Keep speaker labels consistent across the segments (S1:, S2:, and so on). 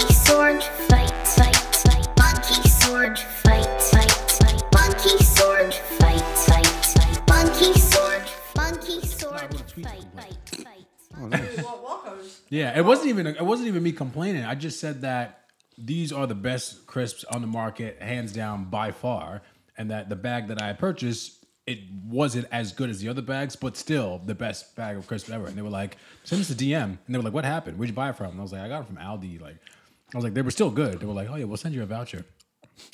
S1: sword fight fight fight monkey sword fight fight fight monkey sword fight fight fight monkey sword monkey sword fight fight fight
S2: Yeah, it wasn't even it wasn't even me complaining. I just said that these are the best crisps on the market, hands down by far, and that the bag that I purchased it wasn't as good as the other bags, but still the best bag of crisps ever. And they were like, "Send us a DM," and they were like, "What happened? Where'd you buy it from?" And I was like, "I got it from Aldi." Like, I was like, "They were still good." They were like, "Oh yeah, we'll send you a voucher."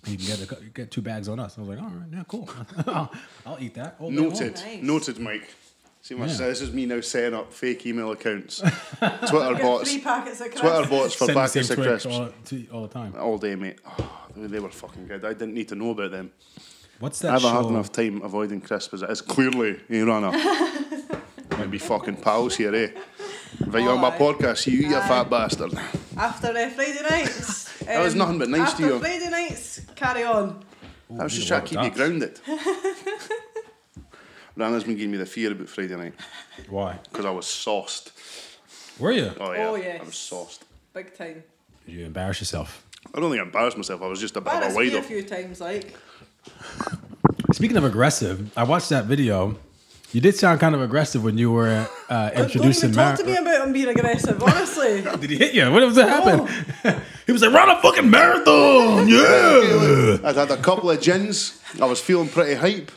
S2: And you can get, a, cou- get two bags on us. And I was like, all right, yeah, cool. I'll, I'll eat that. all day long."
S3: Noted.
S4: Oh, nice.
S3: Noted, Mike. See what I
S2: Yeah.
S3: said? This is me now setting up fake email accounts, Twitter bots,
S4: Three packets of
S3: Twitter
S4: crisps.
S3: bots for
S2: Send the same
S3: packets of
S2: Twix
S3: crisps
S2: all, to- all the time.
S3: all day, mate. Oh, they were fucking good. I didn't need to know about them.
S2: What's
S3: I
S2: that
S3: have
S2: show?
S3: a hard enough time avoiding crisps as it is. Clearly, you runner. Might be fucking pals here, eh? Right, you on my
S4: Aye.
S3: podcast, you, you fat bastard.
S4: After uh, Friday nights. um,
S3: That was nothing but nice to
S4: after
S3: you.
S4: Friday nights, carry on.
S3: I was
S2: you
S3: just
S2: know
S3: trying to keep
S2: what
S3: you
S2: that's.
S3: grounded. Rana's been giving me the fear about Friday night
S2: Why?
S3: because I was sauced.
S2: Were you?
S3: Oh yeah,
S4: Oh,
S3: I
S4: yes.
S3: was sauced.
S4: Big time.
S2: Did you embarrass yourself?
S3: I don't think I embarrassed myself. I was just a bit of a
S4: Embarrassed
S3: wider.
S4: me a few times, like.
S2: Speaking of aggressive, I watched that video. You did sound kind of aggressive when you were uh, introducing
S4: Don't even
S2: Mar-
S4: talk to me about him being aggressive, honestly.
S2: Did he hit you? What was that happen? he was like, run a fucking marathon! Yeah!
S3: I'd had a couple of gins. I was feeling pretty hype.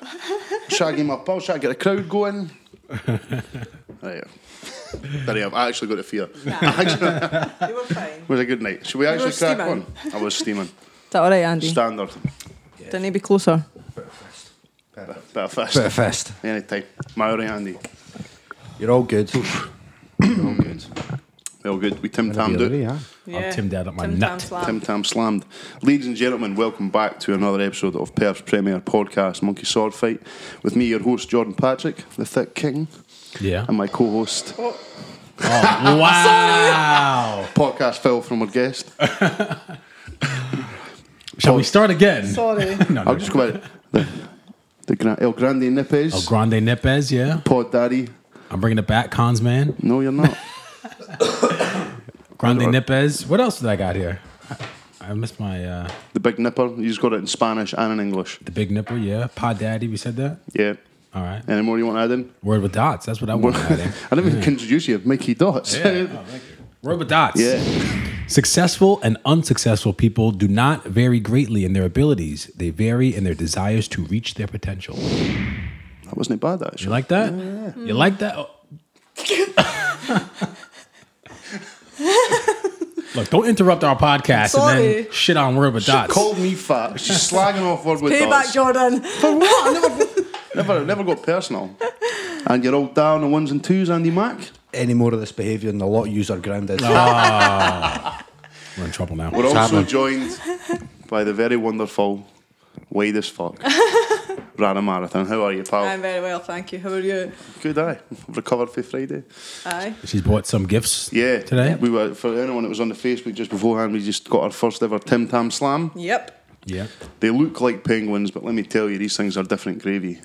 S3: Shagging my pulse, trying to get a crowd going. Right. There you have. I actually got a fear.
S4: you were fine.
S3: It was a good night. Should we
S4: were
S3: actually crack
S4: steaming.
S3: on? I was steaming.
S4: Is that alright, Andy?
S3: Standard.
S4: Didn't he be closer?
S3: Bit of fist.
S5: Bit of fist.
S3: Anytime. Maori Andy.
S5: You're all good. You're all good.
S3: Well, good. We Tim Tammed it.
S5: yeah.
S2: I'll Tim Dad up my
S4: Tim
S2: nut.
S4: Tam Slam.
S3: Tim Tam slammed. Ladies and gentlemen, welcome back to another episode of Perth's premier podcast, Monkey Sword Fight, with me, your host Jordan Patrick, the Thick King,
S2: Yeah.
S3: and my co-host
S2: Oh, wow!
S3: podcast Phil from our guest.
S2: Shall we start again?
S4: Sorry.
S2: No, no.
S3: I'll just go out the, the Gra- El Grande Nipes,
S2: El Oh, Grande Nipez, yeah.
S3: Pod Daddy.
S2: I'm bringing it back, cons man.
S3: No, you're not.
S2: Grande Nipez. What else did I got here? I, I missed my uh,
S3: the Big Nipper. You just got it in Spanish and in English.
S2: the big nipple. Yeah, Pod Daddy. We said that.
S3: Yeah.
S2: All right.
S3: Any more you want to add in?
S2: Word with dots. That's what I want.
S3: I
S2: Adam.
S3: didn't even introduce you, Mikey Dots.
S2: Yeah. Word with dots.
S3: yeah.
S2: Successful and unsuccessful people do not vary greatly in their abilities. They vary in their desires to reach their potential.
S3: That wasn't bad,
S2: You
S3: actually.
S2: like that? You like that? Oh. Look, don't interrupt our podcast and then
S4: Sorry.
S2: shit on word with
S3: She
S2: dots.
S3: called me fat. She's slagging off word with
S4: Payback,
S3: dots.
S4: Jordan.
S3: Never, never got personal. And you're all down on ones and twos, Andy Mack.
S5: Any more of this behaviour and a lot of user grounded. Ah,
S2: We're in trouble now.
S3: We're also
S5: happening.
S3: joined by the very wonderful, wide as fuck, Rana Marathon. How are you, pal?
S4: I'm very well, thank you. How are you?
S3: Good, aye. I've recovered for Friday.
S4: Aye.
S2: She's bought some gifts
S3: Yeah.
S2: today.
S3: We were for anyone that was on the Facebook just beforehand, we just got our first ever Tim Tam Slam.
S4: Yep.
S2: Yeah.
S3: They look like penguins, but let me tell you, these things are different gravy.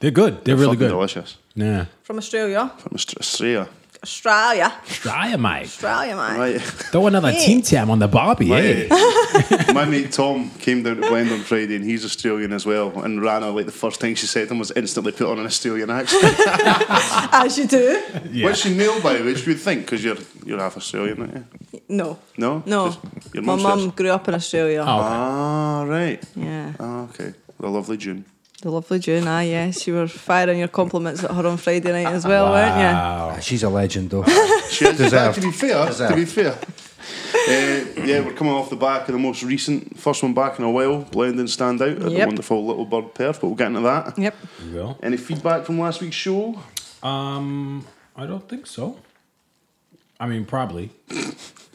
S2: They're good. They're, really
S3: Fucking
S2: good.
S3: delicious.
S2: Yeah.
S4: From Australia.
S3: From Aust- Australia.
S4: Australia.
S2: Try 'em, mate.
S4: Australia, mate.
S3: Right.
S2: Throw another team tam on the barbie, eh?
S3: Right. My mate Tom came down to Blend on Friday and he's Australian as well. And Rana, like the first thing she said to him was instantly put on an Australian accent.
S4: As you do.
S2: Yeah.
S3: Which she nailed by, which you'd think, because you're, you're half Australian, aren't you?
S4: No.
S3: No?
S4: No.
S3: Just- your
S4: My
S3: mum
S4: mum
S3: says-
S4: grew up in Australia.
S2: Oh, okay.
S3: Ah, right.
S4: Yeah.
S3: Ah, okay. The lovely June.
S4: The lovely June. Ah, yes. You were firing your compliments at her on Friday night as well, weren't
S2: Wow.
S5: She's a legend, though.
S3: She is.
S5: Deserved.
S3: To be fair,
S5: Deserved.
S3: to be fair. Uh, yeah, we're coming off the back of the most recent, first one back in a while, Blend and Stand Out at the
S4: Yep.
S3: wonderful Little Bird Perth, but we'll get into that.
S4: you? Yep.
S2: You will?
S3: Any feedback from last week's show?
S2: Um, I don't think so. I mean, probably,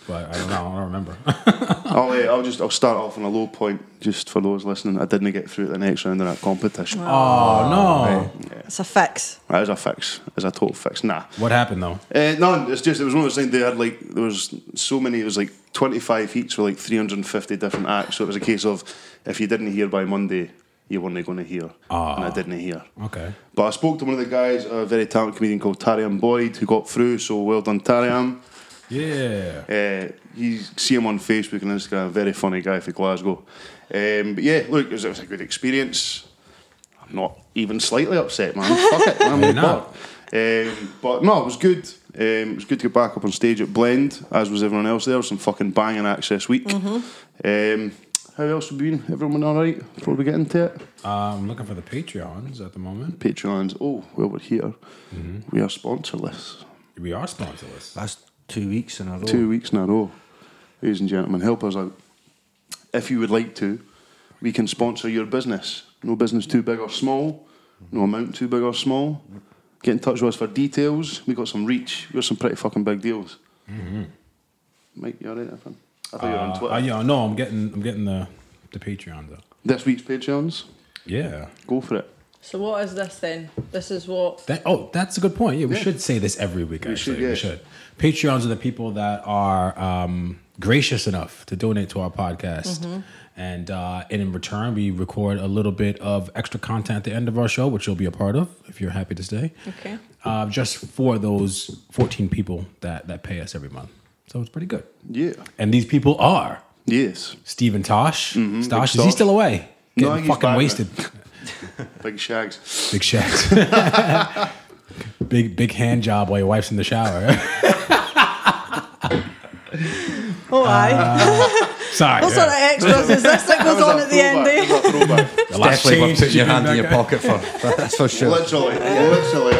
S2: but I don't know. I don't remember.
S3: I'll, uh, I'll just I'll start off on a low point just for those listening. I didn't get through to the next round of that competition.
S2: oh no!
S4: It's a fix.
S3: That is a fix. It's a total fix. Nah.
S2: What happened though?
S3: Uh, no, it's just it was one of those things they had like there was so many it was like twenty five each for like three hundred and fifty different acts. So it was a case of if you didn't hear by Monday, you weren't going to hear, and I didn't hear.
S2: Okay.
S3: But I spoke to one of the guys, a very talented comedian called Tariam Boyd, who got through. So well done, Tariam.
S2: Yeah.
S3: Uh, you see him on Facebook and Instagram, very funny guy for Glasgow. Um, but yeah, look, it was, it was a good experience. I'm not even slightly upset, man. Fuck it, man.
S2: You're not.
S3: Um, but no, it was good. Um, it was good to get back up on stage at Blend, as was everyone else there. Some fucking banging acts this week. Um, how else have we been? Everyone all right before we get into it?
S2: Uh, I'm looking for the Patreons at the moment.
S3: Patreons. Oh, well, we're here. We are sponsorless.
S2: We are sponsorless.
S5: That's two weeks in a row.
S3: Two weeks in a row. Ladies and gentlemen, help us out. If you would like to, we can sponsor your business. No business too big or small, no amount too big or small. Get in touch with us for details. We got some reach. We got some pretty fucking big deals. Mike, you alright, Efren? Mm-hmm. I thought you were on
S2: Uh,
S3: Twitter.
S2: uh, yeah, no, I'm getting I'm getting the the Patreons up.
S3: This week's Patreons,
S2: Yeah.
S3: go for it.
S4: So what is this then? This is what
S2: That oh, that's a good point. Yeah, we
S3: Yeah.
S2: should say this every week. Actually, we
S3: should,
S2: should.
S3: yeah.
S2: Patreons are the people that are um, gracious enough to donate to our podcast,
S3: Mm-hmm.
S2: and uh, and in return, we record a little bit of extra content at the end of our show, which you'll be a part of if you're happy to stay.
S4: Okay.
S2: Uh, just for those 14 people that that pay us every month, so it's pretty good.
S3: Yeah.
S2: And these people are
S3: Yes.
S2: Stephen Tosh. Stosh, is he
S3: Stosh.
S2: still away?
S3: Mm-hmm. No,
S2: Getting
S3: he's
S2: fucking
S3: back,
S2: wasted.
S3: Big shags.
S2: Big shacks. big big hand job while your wife's in the shower.
S4: Oh aye.
S2: Sorry.
S4: What sort of extras is this that goes on at the end eh?
S2: The last change
S5: Definitely worth putting
S2: should
S5: your
S2: be
S5: hand in
S2: back
S5: your
S2: up.
S5: pocket for. That's for sure.
S3: Literally. Literally.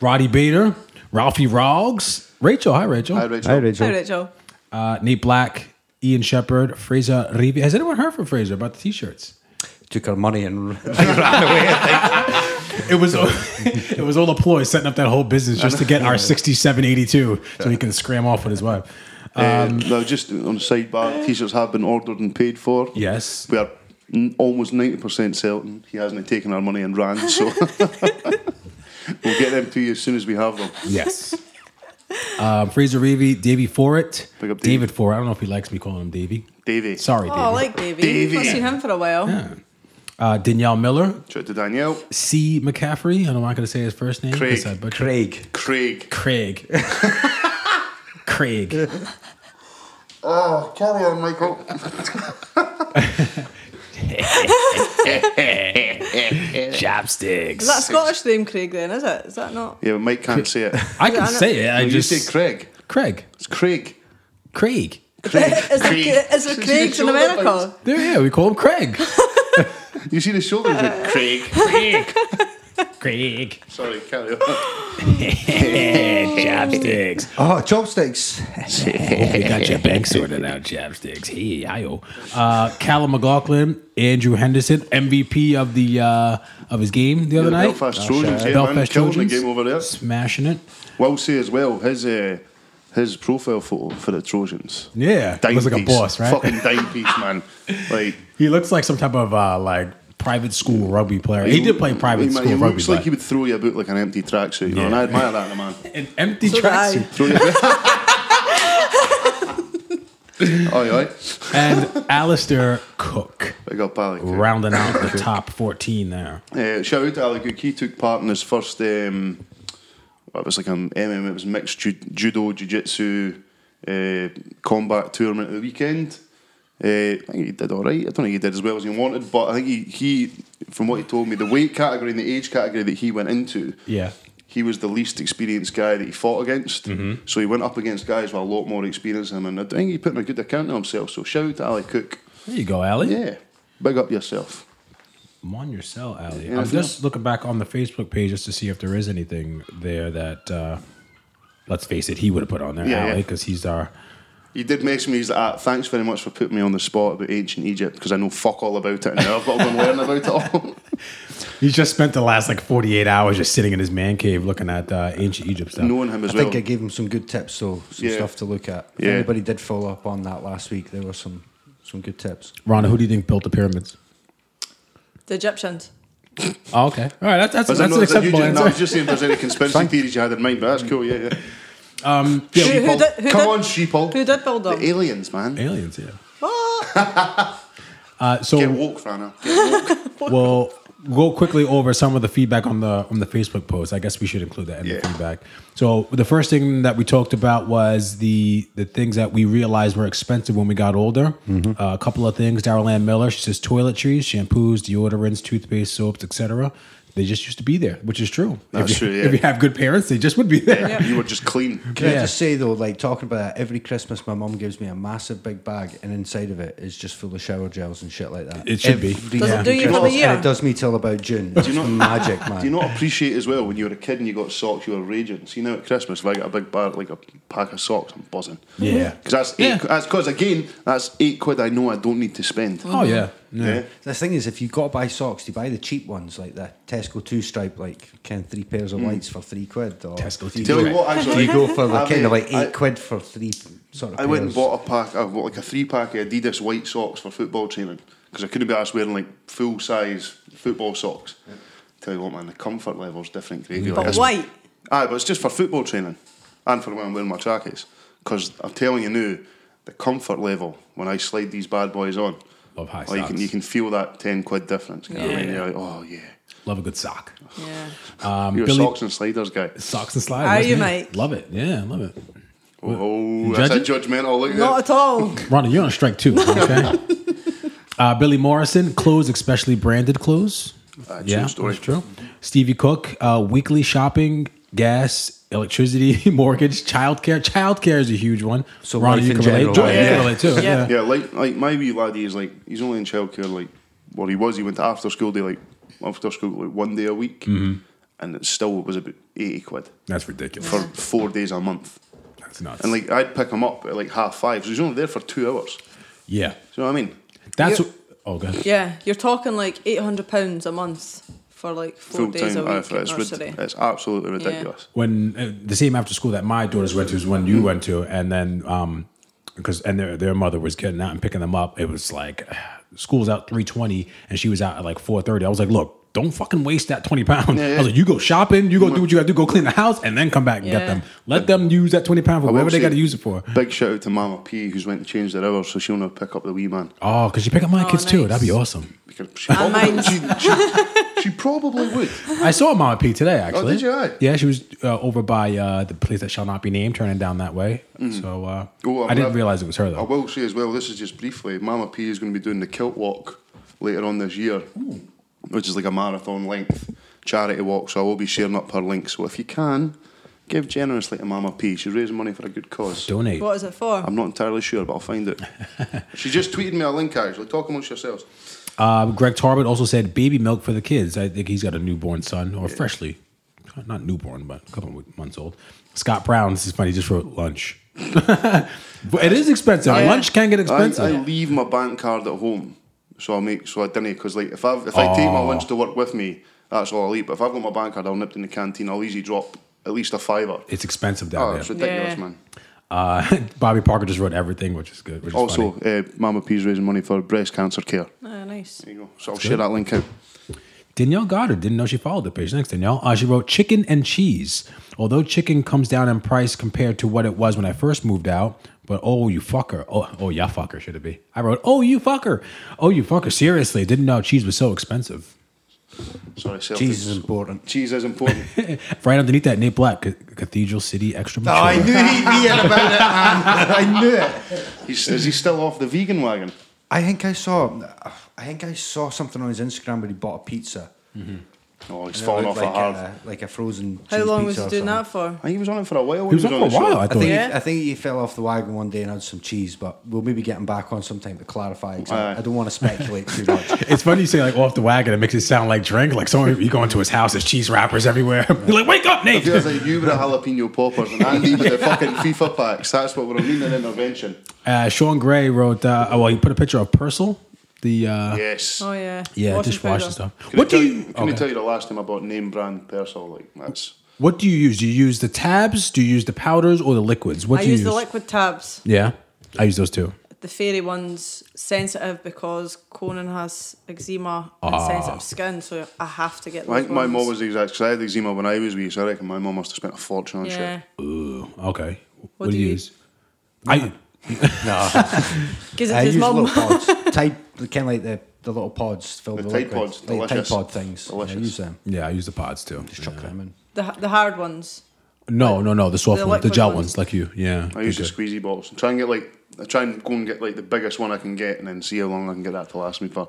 S2: Roddy Bader, Ralphie Roggs, Rachel. Hi, Rachel.
S3: Hi, Rachel.
S5: Hi, Rachel.
S4: Hi Rachel.
S2: Uh, Nate Black, Ian Shepherd, Fraser Rivi. Has anyone heard from Fraser about the t-shirts?
S5: Took her money and
S2: It was it was all a ploy setting up that whole business just to get our sixty-seven eighty-two so he can scram off with his wife.
S3: Um, now, just on the sidebar, t-shirts have been ordered and paid for.
S2: Yes.
S3: We are n- almost ninety percent certain he hasn't taken our money and ran. So we'll get them to you as soon as we have them.
S2: Yes. Um, Fraser Reeve, Davey Forret,
S3: Big up Davey.
S2: David Forret. I don't know if he likes me calling him Davey.
S3: Davey,
S2: Sorry,
S4: Oh,
S2: Davey.
S4: I like Davey. Davey. I've
S3: Davey.
S4: not seen him for a while.
S2: uh, Danielle Miller,
S3: shout out to Danielle,
S2: C. McCaffrey. I don't know why I could say his first name. 'cause
S3: Craig.
S2: I butchered-
S5: Craig.
S3: Craig.
S2: Craig. Craig.
S3: Oh, carry on, Michael.
S2: Chapsticks.
S4: Is that Scottish name Craig then, is it? Is that not?
S3: Yeah, but Mike can't say it.
S2: I can
S4: Yeah, I
S2: say it. I
S3: No, you
S2: just
S3: say Craig.
S2: Craig.
S3: It's Craig.
S2: Craig.
S4: is, there, is there
S3: Craig.
S4: Craigs in
S3: Shoulder
S4: America?
S2: There, yeah, we call him Craig.
S3: You see the shoulders, like, Craig.
S2: Craig. Craig.
S3: Sorry, carry on.
S2: Chapsticks.
S5: Oh, chopsticks.
S2: You got your bank sorted out, chapsticks. Hey, I-O. Uh, Callum McLaughlin, Andrew Henderson, MVP of the uh, of his game the other night. Uh,
S3: Belfast Trojans, yeah, man,
S2: Belfast
S3: killing the
S2: Trojans.
S3: game over there.
S2: Smashing it.
S3: Will say as well his uh, his profile photo for the Trojans.
S2: Yeah.
S3: Dime
S2: Looks like a
S3: piece.
S2: boss, right?
S3: Fucking dime piece, man. Like
S2: He looks like some type of uh, like private school rugby player. He, did play private
S3: he,
S2: school
S3: He
S2: rugby.
S3: looks like
S2: but-
S3: he would throw you about like an empty tracksuit, you know,
S2: Yeah.
S3: and I admire that in a man.
S2: an empty
S4: So did I.
S2: tracksuit.
S3: Throw you about. aye, aye.
S2: And Alistair Cook
S3: Big up, Ali. Cook.
S2: rounding out the top 14 there.
S3: Uh, shout out to Ali Cook. He took part in his first. Um, it was like an MMA. It was mixed ju- judo, jiu-jitsu, uh, combat tournament at the weekend. Uh, I think he did all right. I don't think he did as well as he wanted, but I think he, he from what he told me, the weight category and the age category that he went into,
S2: Yeah.
S3: he was the least experienced guy that he fought against. So he went up against guys with a lot more experience than him, and I think he put in a good account on himself. So shout out to Ali Cook.
S2: There you go, Ali.
S3: Yeah, big up yourself.
S2: I'm on your cell, Ali.
S3: Yeah,
S2: I'm
S3: yeah.
S2: just looking back on the Facebook page just to see if there is anything there that, uh, let's face it, he would have put on there,
S3: Yeah,
S2: Ali,
S3: yeah.
S2: because he's our.
S3: He did message me. He's like, ah, "Thanks very much for putting me on the spot about ancient Egypt because I know fuck all about it and now I've got to go and learn about it all."
S2: He's just spent the last like 48 hours just sitting in his man cave looking at uh, ancient Egypt stuff.
S3: Knowing him as
S5: I
S3: well.
S5: think I gave him some good tips, so some
S3: Yeah.
S5: stuff to look at. If
S3: Yeah.
S5: anybody did follow up on that last week, there were some some good tips.
S2: Rhonda, who do you think built the pyramids?
S4: The Egyptians.
S2: Oh, okay. All right, that's, that's,
S3: But I
S2: that's
S3: know
S2: an
S3: that you
S2: acceptable
S3: just- no, I
S2: answer.
S3: was just saying if there's any conspiracy theories you had in mind, but that's cool. Yeah, yeah.
S2: Um,
S4: Who, who
S3: Sheeple.
S4: did, who
S3: Come
S4: did,
S3: on, sheeple.
S4: who did build
S3: the
S4: them?
S3: aliens, man.
S2: Aliens, yeah.
S4: What?
S2: Uh, so
S3: Get woke, Rana. Get woke.
S2: Well, go quickly over some of the feedback on the on the Facebook post. I guess we should include that in the
S3: Yeah.
S2: feedback. So the first thing that we talked about was the the things that we realized were expensive when we got older.
S3: Mm-hmm.
S2: Uh, a couple of things. Daryl Ann Miller, she says toiletries, shampoos, deodorants, toothpaste, soaps, etc. They just used to be there, which is true.
S3: That's
S2: if you,
S3: true, yeah.
S2: If you have good parents, they just would be there.
S3: You were just clean.
S5: Can
S2: Yeah.
S5: I just say though, like talking about that, every Christmas my mum gives me a massive big bag, and inside of it is just full of shower gels and shit like that.
S2: It should be.
S5: Every
S4: Does it do you
S5: Christmas,
S4: for the year?
S5: And it does me till about June. It's
S3: not-
S5: magic, man.
S3: Do you not appreciate as well when you were a kid and you got socks, you were raging. See now at Christmas, if I get a big bar like a pack of socks, I'm buzzing.
S2: Yeah.
S3: because that's eight,
S2: Yeah.
S3: that's because again, that's eight quid I know I don't need to spend.
S2: Oh yeah.
S3: yeah.
S5: The thing is, if you've got to buy socks, do you buy the cheap ones like the Tesco two stripe, like kind of three pairs of whites for three quid? Or
S2: Tesco
S5: do
S2: two
S5: you
S3: Tell
S5: go-
S3: you what,
S5: do
S3: actually,
S5: you go for the
S3: I've,
S5: kind of like eight
S3: uh, I-
S5: quid for three sort of?
S3: I went and
S5: pairs?
S3: bought a pack, I bought like a three pack of Adidas white socks for football training because I couldn't be asked wearing like full size football socks. Tell you what, man, the comfort level's different. Gravy, like
S4: But
S3: this-
S4: white.
S3: Aye, but it's just for football training and for when I'm wearing my trackies. Because I'm telling you now, the comfort level when I slide these bad boys on,
S2: Love high
S3: like, Oh, you, can,
S2: socks.
S3: you can feel that 10 quid difference. You know what I mean?
S2: Yeah.
S3: You're like, oh, yeah.
S2: Love a good sock.
S4: Yeah.
S2: Um,
S3: You're
S2: Billy-
S3: a socks and sliders guy.
S2: socks and sliders.
S4: Are
S2: that's
S4: you,
S2: me.
S4: mate?
S2: Love it. Yeah, love it.
S3: Oh, that's a
S2: Judging?
S3: judgmental look.
S4: Not
S3: there.
S4: at all.
S2: Ronnie, you're on strike two. Okay. uh, Billy Morrison, clothes, especially branded clothes.
S3: Ah, true
S2: yeah,
S3: story.
S2: that's true. Stevie Cook, uh, weekly shopping, gas, electricity, mortgage, childcare. Childcare is a huge one.
S5: So
S2: Ronnie,
S5: life
S2: you
S5: in
S2: can
S5: general,
S2: relate. Jordan,
S5: right?
S2: you can
S4: Yeah.
S2: relate too.
S3: Yeah,
S2: Yeah.
S4: Yeah.
S3: like like my wee laddie is like he's only in childcare like well he was he went to after school day like after school like one day a week
S2: Mm-hmm.
S3: and it still was about eighty quid
S2: that's ridiculous.
S3: for four days a month
S2: That's nuts.
S3: and like I'd pick him up at like half five so he's only there for two hours.
S2: yeah,
S3: Do you know what I mean?
S2: that's.
S4: You're-
S2: what- oh, god.
S4: Yeah, you're talking like eight hundred pounds a month for like four
S3: Full
S4: days
S3: time
S4: a week at
S3: IFS
S4: nursery.
S3: it's, it's absolutely ridiculous.
S2: when uh, the same after school that my daughters went to is when
S3: Mm.
S2: you went to, and then um, because and their their mother was getting out and picking them up. It was like school's out three twenty, and she was out at like four thirty. I was like, look. Don't fucking waste that twenty pound. I was like, you go shopping, you go
S3: Mm.
S2: do what you gotta do, go clean the house, and then come back and get
S4: Yeah.
S2: them. Let them use that twenty pound for
S3: will
S2: whatever they
S3: say-
S2: gotta use it for.
S3: Big shout out to Mama P who's went and changed their hours so she'll now pick up the wee man.
S2: Oh, because you pick up my kids too. That'd be
S4: nice.
S2: awesome.
S3: Because she probably,
S4: mine's-
S3: she, she, she probably would.
S2: I saw Mama P today actually.
S3: Oh, did you? Aye.
S2: Yeah, she was uh, over by uh, the place that shall not be named, turning down that way. So uh,
S3: Oh, I'm
S2: I didn't
S3: glad-
S2: realize it was her though.
S3: I will say as well, this is just briefly, Mama P is going to be doing the kilt walk later on this year, which is like a marathon length charity walk. So I will be sharing up her link. So if you can, give generously to Mama P. She's raising money for a good cause.
S2: Donate.
S4: What is it for?
S3: I'm not entirely sure, but I'll find out. she just tweeted me a link actually. Talk amongst yourselves.
S2: Um, Greg Tarbett also said baby milk for the kids. I think he's got a newborn son or freshly, not newborn, but a couple of months old. Scott Brown, this is funny, just wrote lunch. but it is expensive.
S4: yeah.
S2: Lunch can get
S3: I,
S2: expensive.
S3: I leave my bank card at home, so I make so I dinner because like if I if I take my lunch to work with me, that's all I'll eat. But if I've got my bank card, I'll nip in the canteen. I'll easy drop at least a fiver.
S2: it's expensive
S3: Oh,
S2: down
S3: it's
S2: there.
S3: ridiculous,
S4: Yeah.
S3: man.
S2: Uh, Bobby Parker just wrote everything, which is good. Which is
S3: Also,
S2: funny.
S3: uh, Mama P's raising money for breast cancer care.
S4: Ah, nice.
S3: There you go. So I'll share that link out.
S2: Danielle Goddard didn't know she followed the page. Thanks, Danielle. Uh, she wrote chicken and cheese. Although chicken comes down in price compared to what it was when I first moved out, but oh, you fucker. Oh, oh yeah, fucker, should it be? I wrote, oh, you fucker. Oh, you fucker. Seriously, didn't know cheese was so expensive.
S3: Sorry, Celtic.
S5: Cheese is important.
S3: Cheese is important.
S2: Right underneath that, Nate Black, C- Cathedral City Extra
S3: Oh,
S2: Mature.
S5: he'd be in about it, man. I knew it.
S3: He's, is he still off the vegan wagon?
S5: I think I saw. I think I saw something on his Instagram where he bought a pizza.
S3: Oh, he's
S5: And it
S3: fallen off
S5: looked
S3: a
S5: like
S3: hard.
S5: A, like a frozen.
S4: How
S5: cheese
S4: long
S5: pizza
S4: was he
S5: or
S4: doing
S5: something.
S4: that for?
S3: I think he was on it for a while. when
S2: uh, He was on for a
S3: on the
S2: while,
S3: show.
S2: I
S5: I
S2: thought.
S5: think,
S4: Yeah.
S5: I think he fell off the wagon one day and had some cheese, but we'll maybe get him back on sometime to clarify. 'cause I-
S3: Aye.
S5: I don't want to speculate too much.
S2: It's funny you say like off the wagon. It makes it sound like drink. Like someone you go into his house, there's cheese wrappers everywhere. You're like, wake up,
S3: If
S2: Nate.
S3: he was like you with the jalapeno poppers and Andy with the fucking FIFA packs, that's what we're needing an intervention.
S2: Uh, Sean Gray wrote. Uh, oh, well, he put a picture of Purcell, the uh, yeah,
S3: Yes.
S4: Oh yeah.
S2: dishwasher
S4: powder.
S2: stuff.
S3: Can I
S2: What do
S3: tell
S2: you?
S3: Can I
S2: okay.
S3: tell you the last time I bought name brand Persol? Like that's.
S2: What do you use? Do you use the tabs? Do you use the powders or the liquids? What
S4: I
S2: do you
S4: use the liquid tabs,
S2: Yeah, I use those too.
S4: the fairy ones, sensitive because Conan has eczema and sensitive skin, so I have to get those
S3: I think my
S4: ones.
S3: mum was the exact. Cause I had eczema when I was wee, so I reckon my mum must have spent a fortune on
S4: yeah.
S3: shit.
S2: Ooh, okay. What,
S4: do
S2: do you
S4: you-
S2: use? I
S5: no,
S4: Gives it
S5: I
S4: to
S5: use
S4: his mum.
S5: little pods, type kind of like the the little pods filled
S3: The
S5: with
S3: Tide
S5: liquid.
S3: Pods,
S5: like the Tide
S3: delicious.
S5: Pod things. Yeah, I
S3: Delicious.
S5: use them.
S2: Yeah, I use the pods too.
S5: Just chuck them in.
S4: The, the hard ones.
S2: No, no, no. The soft
S4: The
S2: ones, the
S4: liquid
S2: gel
S4: ones.
S2: ones. like you. Yeah.
S3: I use the
S2: Okay.
S3: squeezy bottles. Try and get like I try and go and get like the biggest one I can get, and then see how long I can get that to last me for.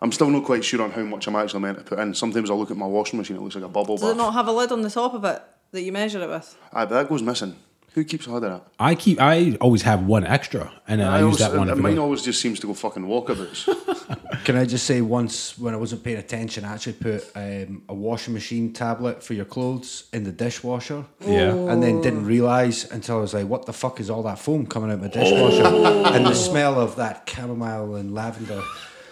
S3: I'm still not quite sure on how much I'm actually meant to put in. Sometimes I look at my washing machine; it looks like a bubble
S4: Does it
S3: bath.
S4: not have a lid on the top of it that you measure it with?
S3: Aye, but that goes missing. Who keeps a lid of that?
S2: I keep. I always have one extra, and then I, use
S3: always-
S2: that one.
S3: uh,
S2: if it
S3: Mine
S2: goes-
S3: always just seems to go fucking walkabouts.
S5: Can I just say once when I wasn't paying attention, I actually put um, a washing machine tablet for your clothes in the dishwasher.
S2: Yeah. Oh.
S5: And then didn't realise until I was like, what the fuck is all that foam coming out of my dishwasher? And
S4: Oh.
S5: the smell of that chamomile and lavender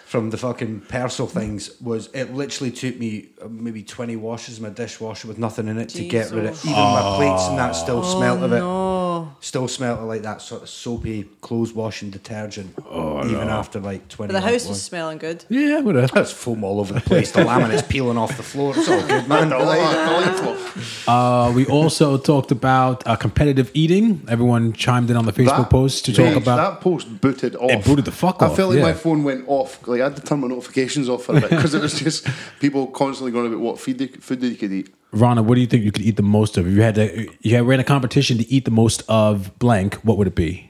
S5: from the fucking Persil things was it literally took me uh, maybe 20 washes in my dishwasher with nothing in it to get rid of
S4: Jesus. Ah. Oh,
S5: even my plates and that still smelt of it. Still smelt of like that sort of soapy clothes washing detergent even after like 20
S4: Oh, But the house
S5: was
S4: is smelling good.
S2: yeah, whatever.
S5: there's foam all over the place. The laminate's peeling off the floor. It's all good, man.
S2: Uh, we also talked about uh, competitive eating. Everyone chimed in on the Facebook
S3: That
S2: post to
S3: page-
S2: talk about.
S3: that post booted off.
S2: booted the fuck
S3: I
S2: off,
S3: felt like my
S2: yeah.
S3: phone went off. Like I had to turn my notifications off for a bit because it was just people constantly going about what feed they, food they could eat.
S2: Rana, what do you think you could eat the most of? If you had to, you had ran a competition to eat the most of blank. What would it be?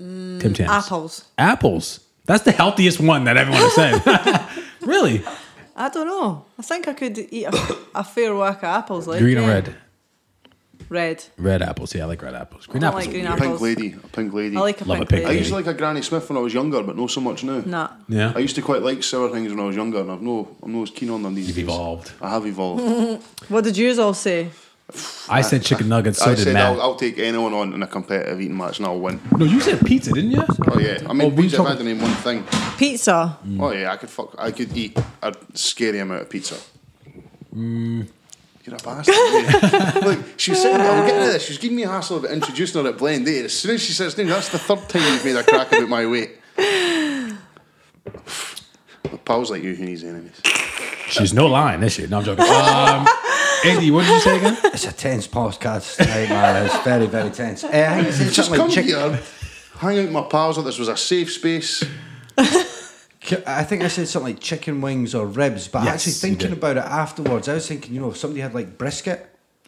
S4: Mm,
S2: Tim Tams.
S4: Apples.
S2: Apples. That's the healthiest one that everyone is saying. really?
S4: I don't know. I think I could eat a, a fair whack of apples. Like,
S2: Green
S4: yeah.
S2: or red?
S4: Red.
S2: Red apples. Yeah, I like red apples. Green
S4: I
S2: apples.
S4: like
S2: are
S4: green
S2: weird.
S4: apples.
S3: Pink lady, a pink lady.
S4: I like a
S2: Love a
S4: pink
S2: pink
S3: I
S4: lady.
S3: used to like a Granny Smith when I was younger, but not so much now.
S4: Nah.
S2: Yeah.
S3: I used to quite like sour things when I was younger, and I've no, I'm not as keen on them these days.
S2: evolved.
S3: I have evolved.
S4: What did yous all say?
S2: I said chicken nuggets. So
S3: I
S2: did
S3: said uh,
S2: Matt.
S3: I'll, I'll take anyone on in a competitive eating match, and I'll win.
S2: no, you said pizza, didn't you?
S3: Oh yeah, I
S2: Oh,
S3: mean,
S2: we
S3: pizza. if I
S2: talk-
S3: had to name one thing.
S4: Pizza.
S3: Oh yeah, I could fuck. I could eat a scary amount of pizza. You're a bastard. mate. Look, she was saying, I'm getting to this. She was giving me a hassle about introducing her at Blend Eight. As soon as she sits down, that's the third time you've made a crack about my weight. Pals like you who needs enemies.
S2: She's no lying, is she? No, I'm joking. Um, Andy, what did you say again?
S5: It's a tense podcast tonight, man. It's very, very tense. Uh, I think you said
S3: Just
S5: something
S3: come
S5: like chicken.
S3: here, hang out with my pals. Like this was a safe space.
S5: Ki- I think I said something like chicken wings or ribs, but
S2: Yes,
S5: actually
S2: you
S5: thinking
S2: did.
S5: about it afterwards, I was thinking, you know, if somebody had like brisket,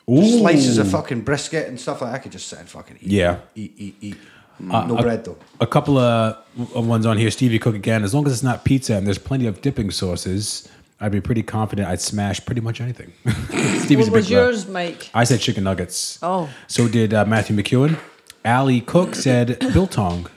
S2: Ooh.
S5: just slices of fucking brisket and stuff like, that, I could just sit and fucking eat,
S2: Yeah. Uh,
S5: eat, eat, eat. no bread though.
S2: A couple of of ones on here. Stevie Cook again. As long as it's not pizza and there's plenty of dipping sauces, I'd be pretty confident I'd smash pretty much anything. Stevie's
S4: What
S2: a big rat.
S4: was yours, Mike?
S2: I said chicken nuggets.
S4: Oh.
S2: So did uh, Matthew McEwen. Ali Cook said biltong.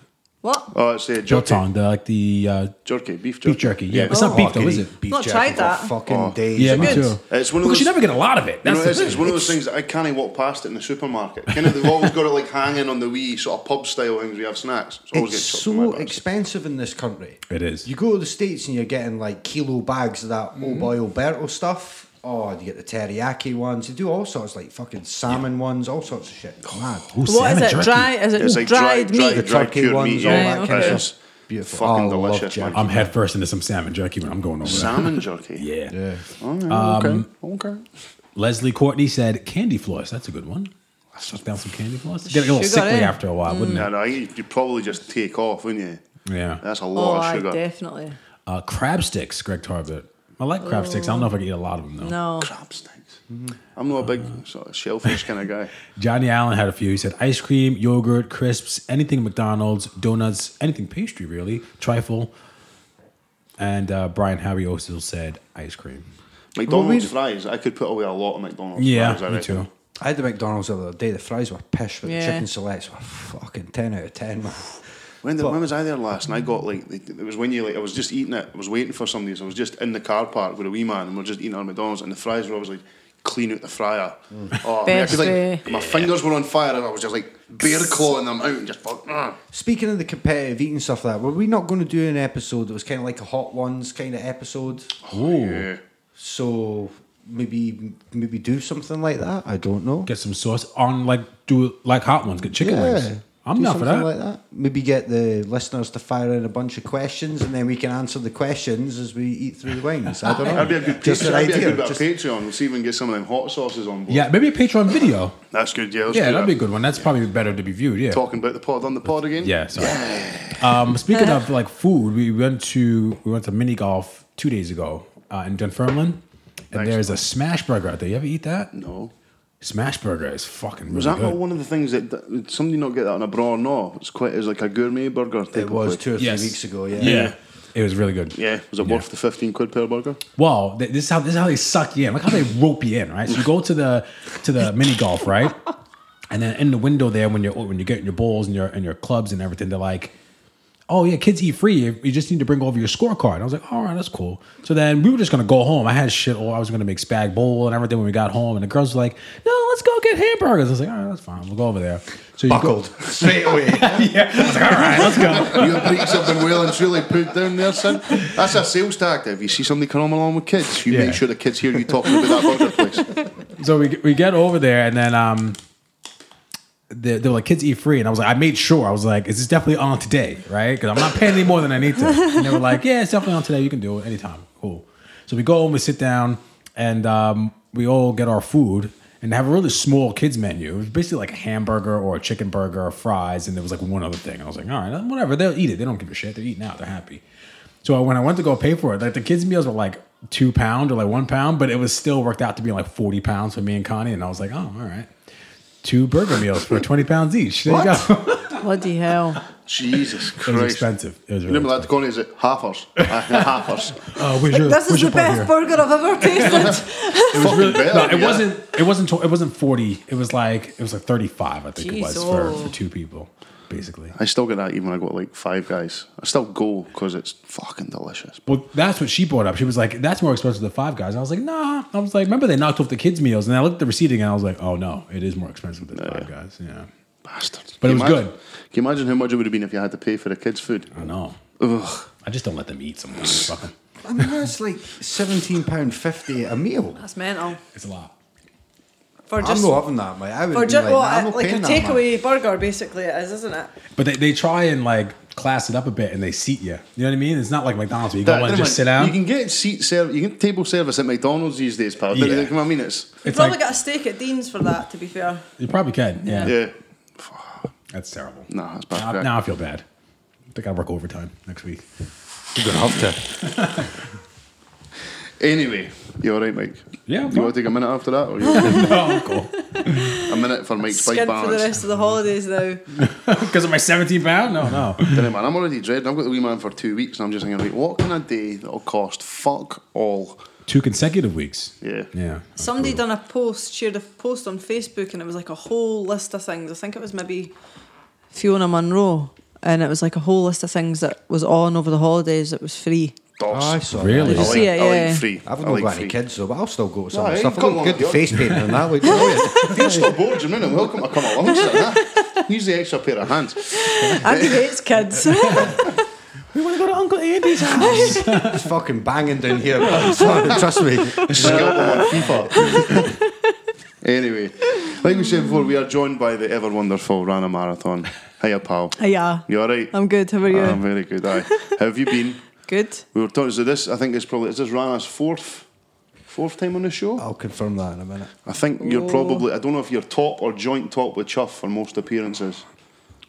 S4: What?
S3: Oh, it's uh, jerky,
S2: Biltong, the, like the uh,
S3: jerky, beef jerky.
S2: beef jerky. Yeah, but it's not beef though, is it?
S5: Oh, Beef
S4: Not
S5: jerky
S4: tried
S5: for
S4: that.
S5: Fucking
S3: Oh.
S5: days.
S2: Yeah, me
S4: good?
S2: too.
S3: Uh, It's one of
S2: Because you
S3: those-
S2: never get a lot of it.
S3: You
S2: That's
S3: know,
S2: the
S3: it's, it's
S2: thing.
S3: one of those things that I can't walk past it in the supermarket. Kind of, they've always got it like hanging on the wee sort of pub style things we have snacks. It's always
S5: It's
S3: get chucked in my
S5: so
S3: basket.
S5: expensive in this country.
S2: It is.
S5: You go to the States and you're getting like kilo bags of that
S3: Mm-hmm.
S5: oh boy Alberto stuff. Oh, and you get the teriyaki ones. You do all sorts, like fucking salmon ones, all sorts of shit.
S3: Oh,
S5: Mad.
S2: Ooh,
S4: What is
S2: salmon
S4: it?
S2: jerky.
S4: Dry? Is it
S3: It's like
S4: dried
S3: dry-
S4: meat?
S5: The
S3: dry- dried
S5: turkey
S3: cured
S5: ones,
S3: meat,
S5: all
S4: yeah.
S5: that kind
S4: Okay.
S5: of stuff. Beautiful.
S3: Fucking
S5: Oh,
S3: delicious,
S5: love
S3: man.
S5: jerky.
S2: I'm head first into some salmon jerky when I'm going over that.
S3: Salmon jerky.
S2: Yeah. um,
S5: Yeah.
S3: Oh, yeah, okay. okay.
S2: Leslie Courtney said candy floss. That's a good one. I sucked down some candy floss. Get a little
S4: Sugar,
S2: sickly
S4: eh?
S2: after a while, wouldn't
S3: No,
S2: it?
S3: no, you- you'd probably just take off, wouldn't you?
S2: Yeah.
S3: That's a
S4: Oh,
S3: lot
S4: I
S3: of sugar.
S4: definitely.
S2: Uh, crab sticks, Greg Tarbert. I like crab sticks. I don't know if I can eat a lot of them though.
S4: No.
S3: Crab sticks. I'm not a big sort of shellfish kind of guy.
S2: Johnny Allen had a few. He said ice cream, yogurt, crisps, anything McDonald's, donuts, anything pastry really, trifle. And uh, Brian Harry also said ice cream.
S3: McDonald's
S5: we'd-
S3: fries. I could put away a lot of McDonald's
S2: Yeah,
S3: fries. I
S2: me
S3: reckon.
S2: too.
S5: I had the McDonald's the other day. The fries were pish, but
S4: Yeah.
S5: the chicken selects were fucking ten out of ten. Man.
S3: When, did, when was I there last? And I got like the- it was when you like I was just eating it. I was waiting for somebody. So I was just in the car park with a wee man, and we are just eating our McDonald's, and the fries were always like clean out the fryer. Oh, man, I
S4: Best
S3: could, like,
S4: way.
S3: my fingers were on fire, and I was just like bear clawing them out, and just fuck. mm.
S5: Speaking of the competitive eating stuff, like that were we not going to do an episode that was kind of like a hot ones kind of episode?
S3: Yeah.
S5: So maybe maybe do something like that. I don't know.
S2: Get some sauce on like do like hot ones. Get chicken
S5: Yeah.
S2: wings. I'm
S5: do
S2: not for
S5: something
S2: that.
S5: like that. Maybe get the listeners to fire in a bunch of questions, and then we can answer the questions as we eat through the wings. I don't know.
S3: That'd be a good,
S5: Just
S3: Patreon.
S5: an
S3: That'd be a
S5: idea.
S3: good bit
S5: Just-
S3: of Patreon. We'll see if we can get some of them hot sauces on board.
S2: Yeah, maybe a Patreon video.
S3: That's good. Yeah, let's
S2: yeah,
S3: do
S2: that'd
S3: that.
S2: be a good one. That's probably better to be viewed. Yeah.
S3: Talking about the pod on the pod again.
S2: Yeah. Sorry. Um, speaking of like food, we went to we went to mini golf two days ago uh, in Dunfermline, and
S3: Nice.
S2: there's a smash burger out there. You ever eat that?
S3: No.
S2: Smash burger is fucking really
S3: Was that
S2: good.
S3: not one of the things that did somebody not get that on a bra? No, it's quite it's like a gourmet burger. type
S5: It
S3: of
S5: was
S3: place.
S5: two or three
S2: Yes.
S5: weeks ago. Yeah.
S2: Yeah. It was really good.
S3: Yeah, was it worth the fifteen quid per burger?
S2: Well, th- this is how this is how they suck you in. Like how they rope you in, right? So you go to the to the mini golf, right? And then in the window there, when you're when you're getting your balls and your and your clubs and everything, they're like, "Oh yeah, kids eat free. You- You just need to bring over your scorecard." And I was like, "All right, that's cool." So then we were just gonna go home. I had shit. all I was gonna make spag bowl and everything when we got home. And the girls were like, "No, let's go get hamburgers." I was like, "All right, that's fine. We'll go over there." So you go-
S5: Buckled straight away.
S2: yeah. I was like, "All right, let's go."
S3: Your breaks have been well and truly put down there, son. That's a sales tactic. If you see somebody coming along with kids, you
S2: Yeah.
S3: make sure the kids hear you talking about that burger place.
S2: so we we get over there and then um they, they were like kids eat free and i was like i made sure i was like is this definitely on today right because i'm not paying any more than i need to and they were like yeah it's definitely on today you can do it anytime cool so we go home we sit down and um, we all get our food and they have a really small kids menu it was basically like a hamburger or a chicken burger or fries and there was like one other thing i was like all right whatever they'll eat it they don't give a shit they're eating out they're happy so when I went to go pay for it, like the kids' meals were like two pound or like one pound, but it was still worked out to be like forty pounds for me and Connie. And I was like, oh, all right, two burger meals for twenty pounds each. There you go.
S4: Bloody hell.
S3: Jesus
S2: it was
S3: Christ.
S2: expensive. It was
S3: You
S2: really
S3: remember that
S2: expensive.
S3: corner is it Ah, halfers? halfers.
S2: Uh, where's your,
S4: This
S2: where's
S4: is
S2: your
S4: the best
S2: burger?
S4: burger I've ever tasted.
S3: It was
S2: Really- no, it wasn't. It wasn't. tw- It wasn't forty. It was like it was like thirty-five. I think it was
S4: Jeez,
S2: for,
S4: oh.
S2: for two people, basically.
S3: I still get that even when I go to like Five Guys. I still go because it's fucking delicious.
S2: Well, that's what she brought up. She was like, "That's more expensive than Five Guys." And I was like, "Nah." I was like, "Remember they knocked off the kids' meals?" And I looked at the receipt again. I was like, "Oh no, it is more expensive
S3: Oh,
S2: than Five Guys." Yeah,
S3: Bastards.
S2: But it
S3: Can
S2: was
S3: you imagine-
S2: good.
S3: Can you imagine how much it would have been if you had to pay for the kids' food?
S2: I know.
S3: Ugh.
S2: I just don't let them eat sometimes. Fucking,
S5: I mean, that's like seventeen pound fifty a meal.
S4: That's mental.
S2: it's a lot.
S4: For
S5: I'm
S4: just
S5: not having that, mate. I would
S4: for
S5: be
S4: just
S5: like,
S4: well,
S5: nah, I'm
S4: uh,
S5: not
S4: like a
S5: paying that, man.
S4: takeaway burger basically it is, isn't it?
S2: But they, they try and like class it up a bit and they seat you. You know what I mean? It's not like McDonald's where you go
S3: That-
S2: and just sit
S3: You
S2: down.
S3: can get seat service, you can get table service at McDonald's these days, pal.
S2: Yeah.
S3: Like, I mean, it's
S4: You
S2: It's
S4: probably
S2: like,
S4: got a steak at Dean's for that. To be fair,
S2: you probably can. Yeah.
S3: yeah.
S2: That's terrible.
S3: Nah, that's
S2: Now,
S3: bad.
S2: now I feel bad. I think I work overtime next week.
S5: You're gonna have to.
S3: Anyway, you all right, Mike?
S2: Yeah, I'm
S3: You want
S2: fine.
S3: to take a minute after that, or you
S2: no, I'm cool.
S3: a minute for Mike's bike
S4: skint for the
S3: balance?
S4: rest of the holidays now.
S2: Because of my 17 pound? No, no.
S3: Anyway, man, I'm already dreading. I've got the wee man for two weeks, and I'm just thinking, like, what can I do that'll cost fuck all?
S2: Two consecutive weeks.
S3: Yeah.
S2: Yeah. that's
S4: Somebody
S2: brutal.
S4: done a post, shared a post on Facebook, and it was like a whole list of things. I think it was maybe Fiona Monroe, and it was like a whole list of things that was on over the holidays that was free.
S5: Oh,
S3: Dos.
S5: I saw that.
S2: Really?
S3: I like,
S4: see it,
S3: I
S4: yeah.
S3: like free.
S5: I've
S3: I
S5: not
S3: like
S5: got
S3: free.
S5: any kids though, but I'll still go to some
S3: No,
S5: of the
S3: hey,
S5: stuff.
S3: come
S5: I've got
S3: on,
S5: good
S3: you're-
S5: face painting and that. Like, brilliant.
S3: You're still bored, you're minute. Welcome to come along, sir. huh? Use the extra pair of hands.
S4: Andy hates kids.
S2: We want to go to Uncle Andy's house.
S5: It's fucking banging down here. Son, Trust me.
S3: Scalp them on FIFA. anyway, like we said before, we are joined by the ever wonderful Rana Marathon. Hiya, pal.
S4: yeah,
S3: You all right? Ah,
S4: I'm good. How are you?
S3: I'm very good. Aye. How have you been?
S4: good.
S3: We were talking. So this, I think, is probably is this Rana's fourth, fourth time on the show.
S5: I'll confirm that in a minute.
S3: I think
S4: Oh.
S3: you're probably. I don't know if you're top or joint top with Chuff for most appearances.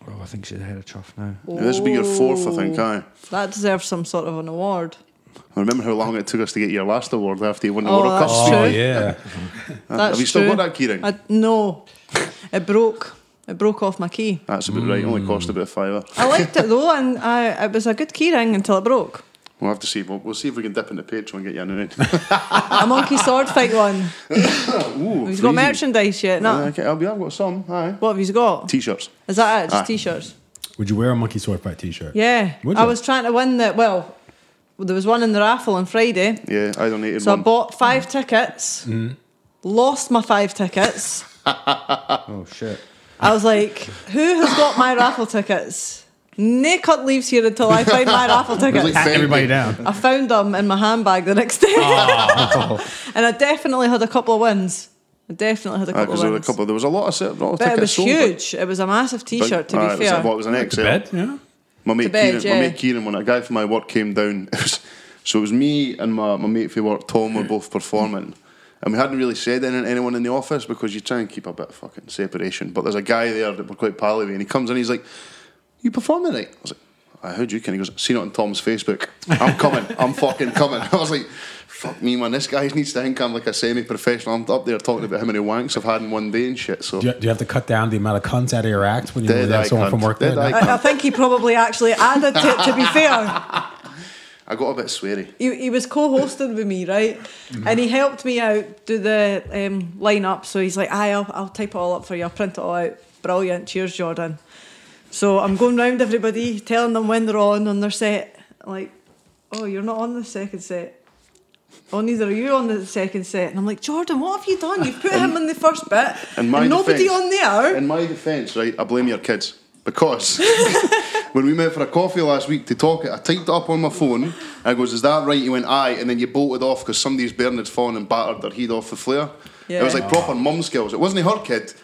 S5: Oh, I think she's ahead of Chuff now.
S3: Now, This will be your fourth, I think. Aye.
S4: That deserves some sort of an award.
S3: I remember how long it took us to get your last award after you won the
S4: Oh,
S3: World Cup.
S4: that's
S2: oh,
S4: true.
S2: yeah.
S4: That's
S3: Uh, Have you still
S4: true.
S3: got that key ring?
S4: I, no, it broke. It broke off my key.
S3: That's about right. It only cost about a fiver.
S4: I liked it though, and I, it was a good key ring until it broke.
S3: We'll have to see. We'll, we'll see if we can dip into Patreon and get you a new one.
S4: A monkey sword fight one.
S3: Ooh,
S4: He's got
S3: freezing.
S4: merchandise yet? No.
S3: Uh, okay, I'll be, I've got some. Aye.
S4: What have you got?
S3: T-shirts.
S4: Is that it? Just
S3: Aye.
S4: t-shirts?
S2: Would you wear a monkey sword fight t shirt?
S4: Yeah.
S2: Would
S4: I
S2: you?
S4: was trying to win the well. There was one in the raffle on Friday,
S3: Yeah, I donated
S4: so
S3: one. Mm.
S4: I bought five tickets. Lost my five tickets.
S5: Oh, shit.
S4: I was like, "Who has got my raffle tickets?" Nay cunt leaves here until I find my raffle tickets.
S3: Pat
S2: everybody down.
S4: I
S3: Ah.
S4: found them in my handbag the next day, and I definitely had a couple of wins. I definitely had a couple
S3: Because Uh, there were a
S4: wins.
S3: couple. There was a lot of set. But uh,
S4: But it was huge. It was a massive T-shirt. To be
S3: It was,
S4: fair,
S3: a- well, it was an XL.
S2: Bed, yeah.
S3: My mate,
S4: To
S3: Kieran,
S4: bed, yeah.
S3: my mate Kieran, when a guy from my work came down, it was, so it was me and my, my mate from work, Tom, were both performing. And we hadn't really said anything to anyone in the office because you try and keep a bit of fucking separation. But there's a guy there that we're quite pally with, and he comes in, he's like, You performing tonight? I was like, I heard you, Ken. He goes, Seen it on Tom's Facebook. I'm coming. I'm fucking coming. I was like, Fuck me, man. This guy needs to think I'm like a semi professional. I'm up there talking about how many wanks I've had in one day and shit. So,
S2: Do you, do you have to cut down the amount of cunts out of your act when you
S3: Dead
S2: have
S3: eye
S2: someone from
S3: cunt.
S2: work
S3: Dead
S2: there?
S3: eye
S4: I, I think he probably actually added to it. To be fair.
S3: I got a bit sweary.
S4: he, he was co-hosting with me, right? And he helped me out do the um, lineup. So he's like, "Aye, I'll, I'll type it all up for you. I'll print it all out. Brilliant. Cheers, Jordan." So I'm going round everybody, telling them when they're on on their set. Like, "Oh, you're not on the second set." Oh, neither are you on the second set. And I'm like, Jordan, what have you done? You've put him in the first bit,
S3: In my
S4: and nobody
S3: defence-
S4: on the hour.
S3: In my defence, right, I blame your kids because when we met for a coffee last week to talk it, I typed it up on my phone. And I goes, "Is that right?" You went, "Aye," and then you bolted off because somebody's burn had fallen and battered their head off the flare. It was
S4: Yeah.
S3: like proper mum skills. It wasn't her kid.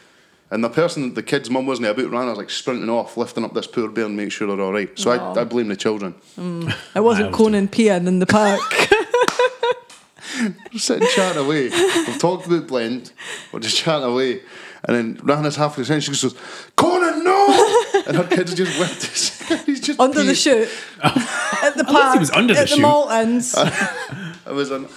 S3: And the person, the kid's mum wasn't about ran. I was like sprinting off, lifting up this poor bear and make sure they're all right. So I, I blame the children.
S4: It wasn't
S2: was
S4: Conan peeing in the park.
S3: Just sit and chat away. We've talked about blend. We're just chatting away. And then Rana's halfway through, she goes, Conan, no! And her kids just whipped us. He's just
S4: under the
S3: peeing.
S4: shoot. at the
S2: least
S4: park.
S2: he was under the
S4: at the,
S2: shoot.
S4: Maltons.
S3: It was an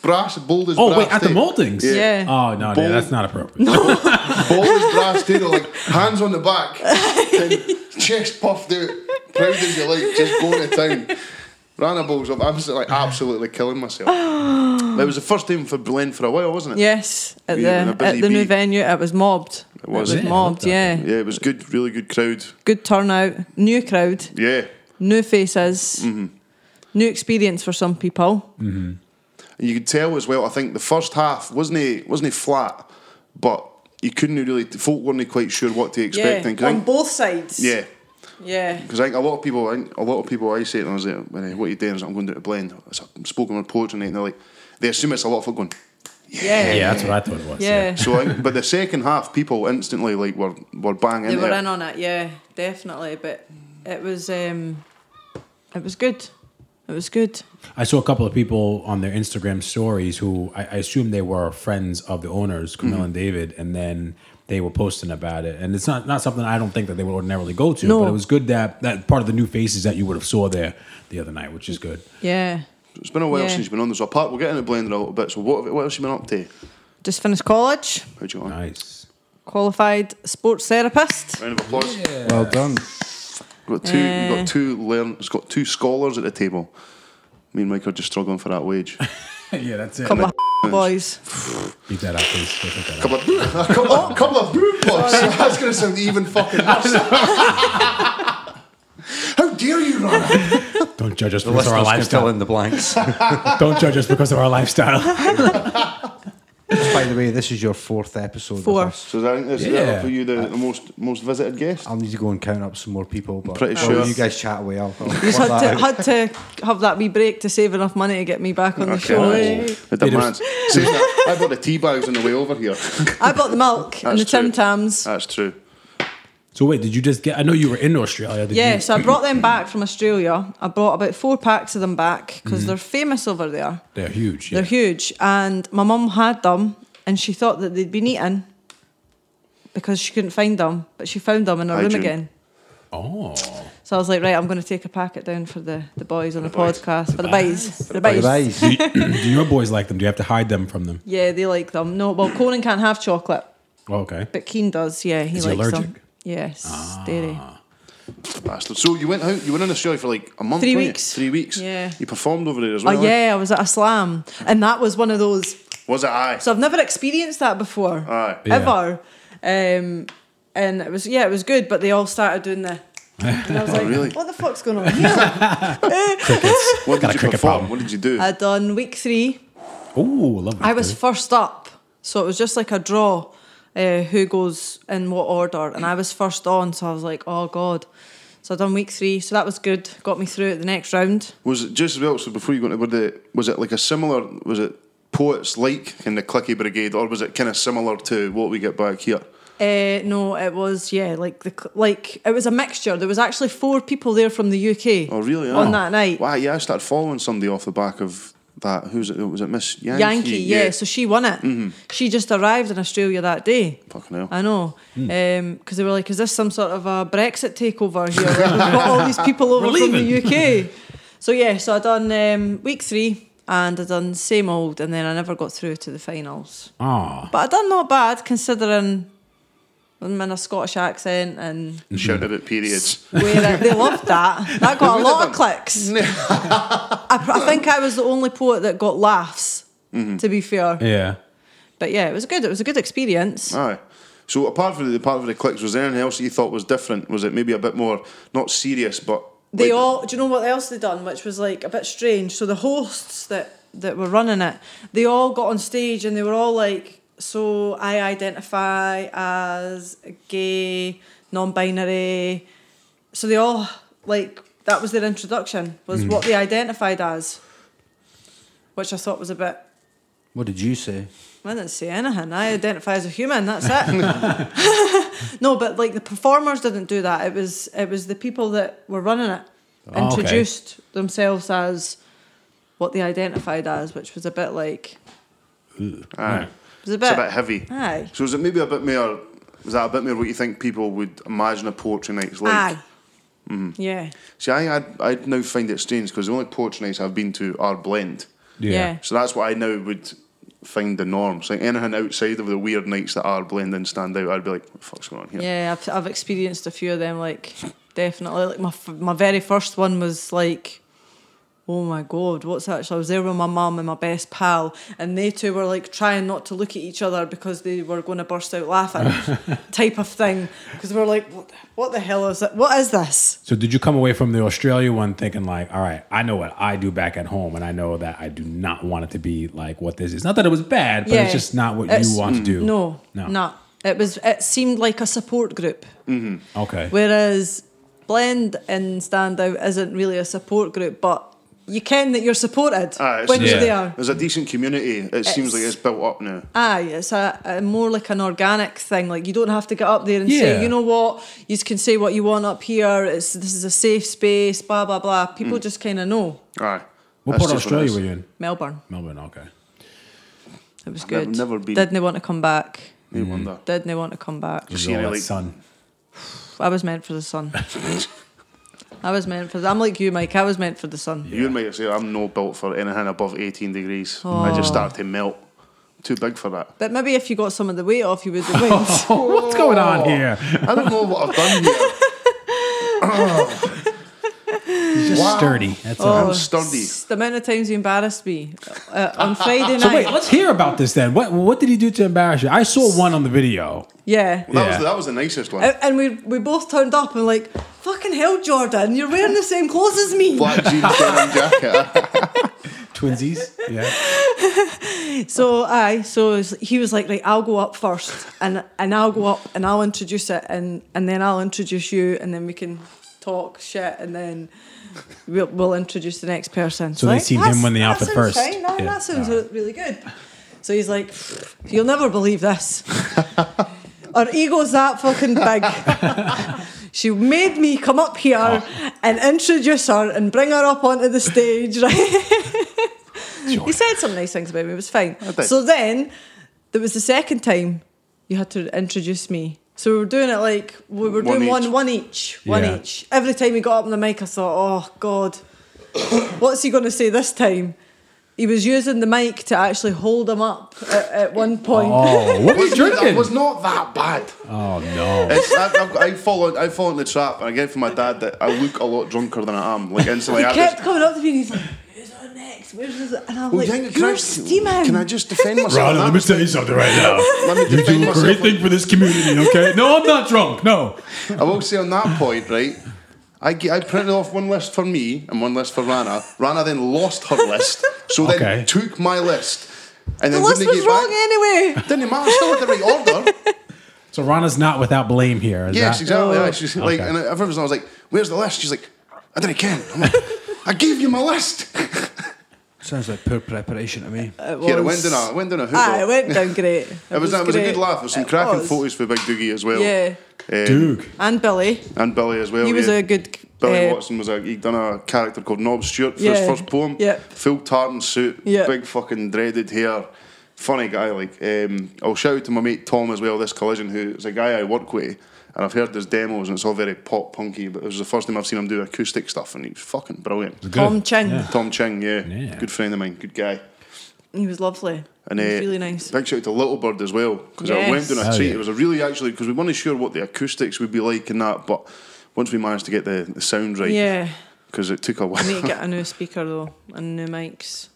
S3: brass, bold as
S2: Oh
S3: brass.
S2: wait, at the
S3: tape.
S2: moldings.
S4: Yeah.
S2: Oh no, no,
S3: Bold.
S2: that's not appropriate. No.
S3: Bold as brass tail, like hands on the back, and chest puffed out, proud as you like, just going to town. Rana balls up. I'm just like absolutely killing myself. that was the first time for blend for a while, wasn't it?
S4: Yes, at
S3: We were in a
S4: the
S3: busy
S4: at the new
S3: bee.
S4: venue, it was mobbed. It
S3: was,
S4: was
S3: yeah,
S4: mobbed. Yeah,
S3: Yeah, it was good, really good crowd.
S4: good turnout, new crowd,
S3: Yeah.
S4: new faces,
S3: Mm-hmm.
S4: new experience for some people.
S3: And you could tell as well. I think the first half wasn't he wasn't he flat, but you couldn't really folk weren't quite sure what to expect. And 'cause I think-
S4: both sides.
S3: yeah,
S4: yeah.
S3: because I think a lot of people, I think a lot of people, I say to them, I was like, "When I- "What are you doing?" I was like, I'm going down to Blend. It's a spoken word poetry night, and they're like, they assume it's a lot of folk going.
S4: Yeah.
S2: Yeah, that's what I thought it was.
S4: Yeah.
S3: So, I, but the second half, people instantly like were were banging.
S4: They were in on it. Yeah, definitely. But it was um, it was good. It was good.
S2: I saw a couple of people on their Instagram stories who I, I assume they were friends of the owners, Camille and David, and then they were posting about it. And it's not, not something I don't think that they would ordinarily go to,
S4: No.
S2: but it was good that that part of the new faces that you would have saw there the other night, which is good.
S4: Yeah.
S3: It's been a while
S4: Yeah.
S3: since you've been on this. So apart, we'll get into Blend in a little bit. So, what what else you been up to?
S4: Just finished college.
S3: How'd you on?
S2: Nice.
S4: Qualified sports therapist.
S3: Round of applause.
S5: Well done.
S3: We've got two. we've
S4: Eh.
S3: got two. Learn. It's got two scholars at the table. Me and Mike are just struggling for that wage.
S2: yeah, that's it.
S4: Couple of boys.
S2: Beat that out, please. Go pick that up.
S3: couple of, a couple, a couple of brew pots. That's going to sound even fucking worse. How dare you, Ron?
S2: Don't judge us
S5: The
S2: because of our
S5: listeners can fill
S2: lifestyle.
S5: in the blanks.
S2: Don't judge us because of our lifestyle.
S5: By the way, this is your fourth episode.
S4: Four.
S5: With us.
S3: So I think this
S2: Yeah.
S3: is for you the, the most most visited guest.
S5: I'll need to go and count up some more people. But
S3: Pretty
S5: while
S3: sure.
S5: you guys chat away. I'll, I'll
S4: Just
S5: work
S4: had
S5: that
S4: to,
S5: out.
S4: had to have that wee break to save enough money to get me back on the show.
S3: nice. The demands. Says that, I bought the tea bags on the way over here.
S4: I bought the milk and the
S3: That's true. Uh,
S4: Tim Tams.
S3: That's true.
S2: so wait, did you just get? I know you were in Australia. Did
S4: Yeah,
S2: You,
S4: so I brought them back from Australia. I brought about four packs of them back because they're famous over there.
S2: they're huge.
S4: They're
S2: yeah.
S4: huge. And my mum had them and she thought that they'd been eaten because she couldn't find them, but she found them in her room
S3: Hygiene.
S4: again.
S2: Oh,
S4: So I was like, right, I'm going to take a packet down for the, the boys on the,
S3: boys.
S4: podcast. For the boys. For the boys.
S5: Guys,
S2: do, do your boys like them? Do you have to hide them from them?
S4: Yeah, they like them. No, well, Conan can't have chocolate,
S2: Oh, okay.
S4: but Keen does. Yeah, he
S2: Is he
S4: likes them.
S2: allergic? Ah.
S4: Yes, dairy.
S3: Bastard. So you went out. You went in Australia for like a month.
S4: Three
S3: weren't you?
S4: weeks.
S3: Three weeks.
S4: Yeah.
S3: You performed over there as well. eh?
S4: Oh, yeah, I was at a slam. And that was one of those
S3: Was it I?
S4: So I've never experienced that before,
S3: Aye.
S2: Yeah.
S4: ever. Um, and it was yeah, it was good, but they all started doing the. And I was like,
S3: really?
S4: what the fuck's going on here?
S3: What
S2: Got a
S3: did you
S2: cricket
S3: perform?
S2: problem.
S3: What did you do?
S4: I'd done week three.
S2: Oh, love that.
S4: I was first up, so it was just like a draw, uh, who goes in what order, and I was first on, so I was like, oh god. So I done week three, so that was good. Got me through at the next round.
S3: Was it just as well? So before you go into were the was it like a similar? Was it poets like in the Clicky Brigade, or was it kind of similar to what we get back here?
S4: Uh, no, it was yeah, like the cl- like it was a mixture. There was actually four people there from the UK.
S3: Oh, really?
S4: On
S3: Oh.
S4: that night,
S3: Wow, yeah, I started following somebody off the back of that. Who's it? Was it Miss Yankee? Mm-hmm.
S4: Yankee, yeah. So she won it. She just arrived in Australia that day.
S3: Fucking hell.
S4: I know, because
S2: Hmm.
S4: they were like, "Is this some sort of a Brexit takeover here? Like, we've got all these people over
S2: We're
S4: from
S2: leaving.
S4: the UK." so yeah, so I done um, week three, and I done same old, and then I never got through to the finals.
S2: Ah,
S4: But I done not bad considering I'm in a Scottish accent and
S3: Shouting about periods.
S4: where they loved that. That got a lot of clicks. I, pr- I think I was the only poet that got laughs. To be fair,
S2: yeah.
S4: but yeah, it was good. It was a good experience.
S3: Aye. So apart from the apart from the clicks, was there anything else that you thought was different? Was it maybe a bit more not serious, but
S4: They
S3: like-
S4: all. Do you know what else they done, which was like a bit strange? So the hosts that that were running it, they all got on stage and they were all like, "So I identify as gay, non-binary." So they all like that was their introduction was what they identified as, which I thought was a bit.
S5: What did you say?
S4: I didn't say anything. I identify as a human. That's it. no, but like the performers didn't do that. It was it was the people that were running it
S2: okay.
S4: introduced themselves as what they identified as, which was a bit like
S3: Aye.
S4: it was a
S3: It's
S4: bit,
S3: a bit heavy.
S4: aye
S3: So is it maybe a bit more? Was that a bit more what you think people would imagine a poetry night's like? mm.
S4: aye yeah.
S3: See, I I I now find it strange because the only poetry nights I've been to are blend.
S2: yeah,
S4: Yeah.
S3: So that's what I now would find the norm. So like anything outside of the weird nights that are blend and stand out, I'd be like, what the fuck's going on here?
S4: Yeah, I've, I've experienced a few of them. Like, definitely. Like my f- my very first one was like, oh my god, what's that? So I was there with my mum and my best pal, and they two were like trying not to look at each other because they were going to burst out laughing, type of thing. Because we are like, what, what the hell is that? What is this?
S2: So did you come away from the Australia one thinking like, all right, I know what I do back at home, and I know that I do not want it to be like what this is. Not that it was bad, but
S4: Yeah.
S2: it's just not what
S4: It's-
S2: you want to do.
S4: No,
S2: No.
S4: no, It was. It seemed like a support group.
S2: Okay.
S4: Whereas blend and stand out isn't really a support group, but you can that you're supported
S3: Aye, it's-
S4: when
S2: Yeah.
S4: you're there.
S3: There's a decent community. It seems like
S4: It's-
S3: it's built up now.
S4: Aye, Ah, it's a, a more like an organic thing. Like you don't have to get up there and
S2: Yeah.
S4: say, you know what, you can say what you want up here. It's this is a safe space, blah blah blah. People
S3: Mm.
S4: just kind of know.
S3: Aye.
S2: what
S3: That's
S2: part of
S3: just it
S2: Australia
S3: is.
S2: were you in?
S4: Melbourne,
S2: Melbourne. Okay.
S4: it was
S3: never-
S4: good.
S3: never been.
S4: Didn't they want to come back?
S2: Mhm.
S3: No wonder.
S4: Didn't they want to come back?
S2: It was
S3: See
S2: all
S3: any,
S2: that
S3: like-
S2: sun.
S4: I was meant for the sun. I was meant for. The, I'm like you, Mike. I was meant for the sun.
S3: You might say I'm no built for anything above 18 degrees. I
S2: Oh.
S3: just start to melt. Too big for that.
S4: But maybe if you got some of the weight off, you would the wings.
S2: Oh, what's going on here?
S3: I don't know what I've done here.
S2: Just sturdy. That's
S4: Oh
S2: all.
S3: I'm sturdy.
S4: s- The amount of times you embarrassed me uh, on Friday night.
S2: So wait, let's hear about this then. What what did he do to embarrass you? I saw one on the video.
S4: yeah.
S3: That,
S2: Yeah.
S3: was, that was the nicest
S2: Uh,
S3: one.
S4: And and we we both turned up and like, fucking hell, Jordan, you're wearing the same clothes as me.
S3: Black jeans, denim jacket.
S2: Twinsies. Yeah.
S4: So I so s- he was like, right, I'll go up first, and and I'll go up and I'll introduce it, and and then I'll introduce you, and then we can talk shit, and then. We'll, we'll introduce the next person.
S2: So they seen him
S4: "That's-
S2: win the
S4: that
S2: outfit
S4: sounds
S2: first."
S4: fine. That,
S2: Yeah.
S4: that sounds really good. So he's like, "You'll never believe this. Our ego's that fucking big." She made me come up here and introduce her and bring her up onto the stage, right?
S2: Sure.
S4: he said some nice things about me, it was fine.
S3: did.
S4: So then there was the second time you had to introduce me. So we were doing it like we were
S3: One
S4: doing
S3: each.
S4: one one each. One
S2: Yeah.
S4: each. Every time he got up on the mic I thought, oh God, what's he gonna say this time? He was using the mic to actually hold him up at, at one point.
S2: Oh, what were you
S3: It
S2: drinking?
S3: was not that bad.
S2: Oh no.
S3: It's, I, I, I fall in, I fall in the trap, and I get from my dad that I look a lot drunker than I am. Like instantly,
S4: he
S3: I
S4: kept
S3: just,
S4: coming up to me and he's like, Who's on next? Where's this? And I'm
S3: Oh,
S4: like,
S3: dang it,
S4: You're
S3: I-
S4: steaming.
S3: Can I just defend myself?
S2: Rhonda,
S3: That
S2: let me
S3: was-
S2: tell you something right now.
S3: let me
S2: You
S3: defend
S2: do a
S3: myself.
S2: great thing for this community, okay? No, I'm not drunk. No.
S3: I will say on that point, right? I, ge- I printed off one list for me and one list for Rana. Rana then lost her list, so then
S2: Okay.
S3: took my list, and
S4: the
S3: then
S4: list
S3: wouldn't
S4: was
S3: give back.
S4: wrong eh? anyway.
S3: Didn't matter. I Still had the right order.
S2: So Rana's not without blame here. is
S3: Yes,
S2: that-
S3: exactly. yeah. She's like,
S2: Oh, Okay.
S3: and I- every time I was like, "Where's the list?" She's like, "I didn't can." I'm like, "I gave you my list."
S5: Sounds like poor preparation to me.
S4: It was.
S3: Yeah, it went down a, went down a hoot.
S4: Aye, Ah, it
S3: though.
S4: went down great.
S3: It was, it was a
S4: great.
S3: good laugh. There was some
S4: It
S3: cracking
S4: was.
S3: photos for Big Doogie as well.
S4: Yeah,
S3: Um,
S2: Duke.
S4: and Billy.
S3: And Billy as well.
S4: he was
S3: yeah.
S4: a good.
S3: Billy
S4: uh,
S3: Watson was a he done a character called Knob Stewart for his
S4: Yeah.
S3: first poem.
S4: Yeah.
S3: Full tartan suit,
S4: Yeah.
S3: big fucking dreaded hair. Funny guy, like um, I'll shout out to my mate Tom as well, this collision, who is a guy I work with and I've heard his demos and it's all very pop punky, but it was the first time I've seen him do acoustic stuff and he was fucking brilliant.
S4: Tom Ching.
S3: Tom Ching, yeah.
S2: Yeah.
S3: Good friend of mine, good guy.
S4: He was lovely.
S3: And
S4: he was
S3: uh,
S4: really nice.
S3: Big shout out to Little Bird as well because I went
S4: Yes.
S3: down a
S2: Oh,
S3: treat.
S2: yeah.
S3: It was a really actually because we weren't sure what the acoustics would be like and that, but once we managed to get the, the sound right,
S4: Yeah,
S3: because it took a while.
S4: need to get a new speaker though and new mics.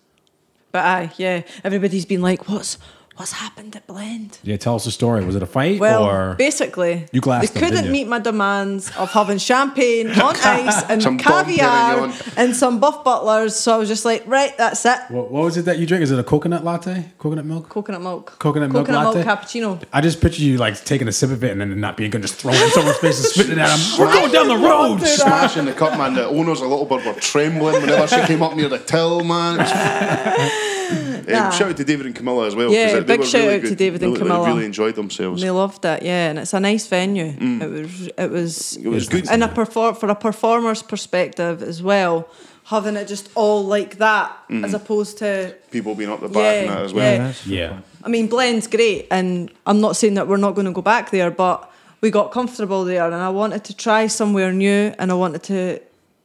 S4: But aye, yeah, everybody's been like, "What's what's happened at Blend?"
S2: Yeah, tell us the story. Was it a fight
S4: Well,
S2: or
S4: basically,
S2: You glassed
S4: they
S2: them, didn't
S4: couldn't
S2: you?
S4: meet my demands of having champagne on ice and
S3: Some Dom
S4: caviar
S3: Perignon.
S4: and some buff butlers. So I was just like, right, that's it.
S2: what, what was it that you drink? Is it a coconut latte? Coconut milk?
S4: Coconut milk.
S2: Coconut milk
S4: Coconut milk
S2: latte?
S4: cappuccino.
S2: I just picture you like taking a sip of it and then not being good, just throwing it in someone's face and spitting it at them. We're going down the road.
S4: do that.
S3: Smashing the cup, man. The owners of Little Bird were trembling whenever she came up near the till, man. It was- Um,
S4: Nah.
S3: Shout out to David and Camilla as well. 'cause they
S4: Yeah, big
S3: were
S4: shout
S3: really
S4: out to
S3: good.
S4: David and
S3: They really-
S4: Camilla.
S3: Really enjoyed themselves.
S4: They loved it, yeah, and it's a nice venue.
S3: Mm.
S4: It was, it was, it
S3: was good.
S4: in a perfor- for a performer's perspective as well. Having it just all like that,
S3: Mm.
S4: as opposed to
S3: People being up the back and that
S4: yeah,
S3: as well.
S4: yeah.
S2: Yeah.
S4: I mean, Blend's great, and I'm not saying that we're not going to go back there, but we got comfortable there, and I wanted to try somewhere new, and I wanted to,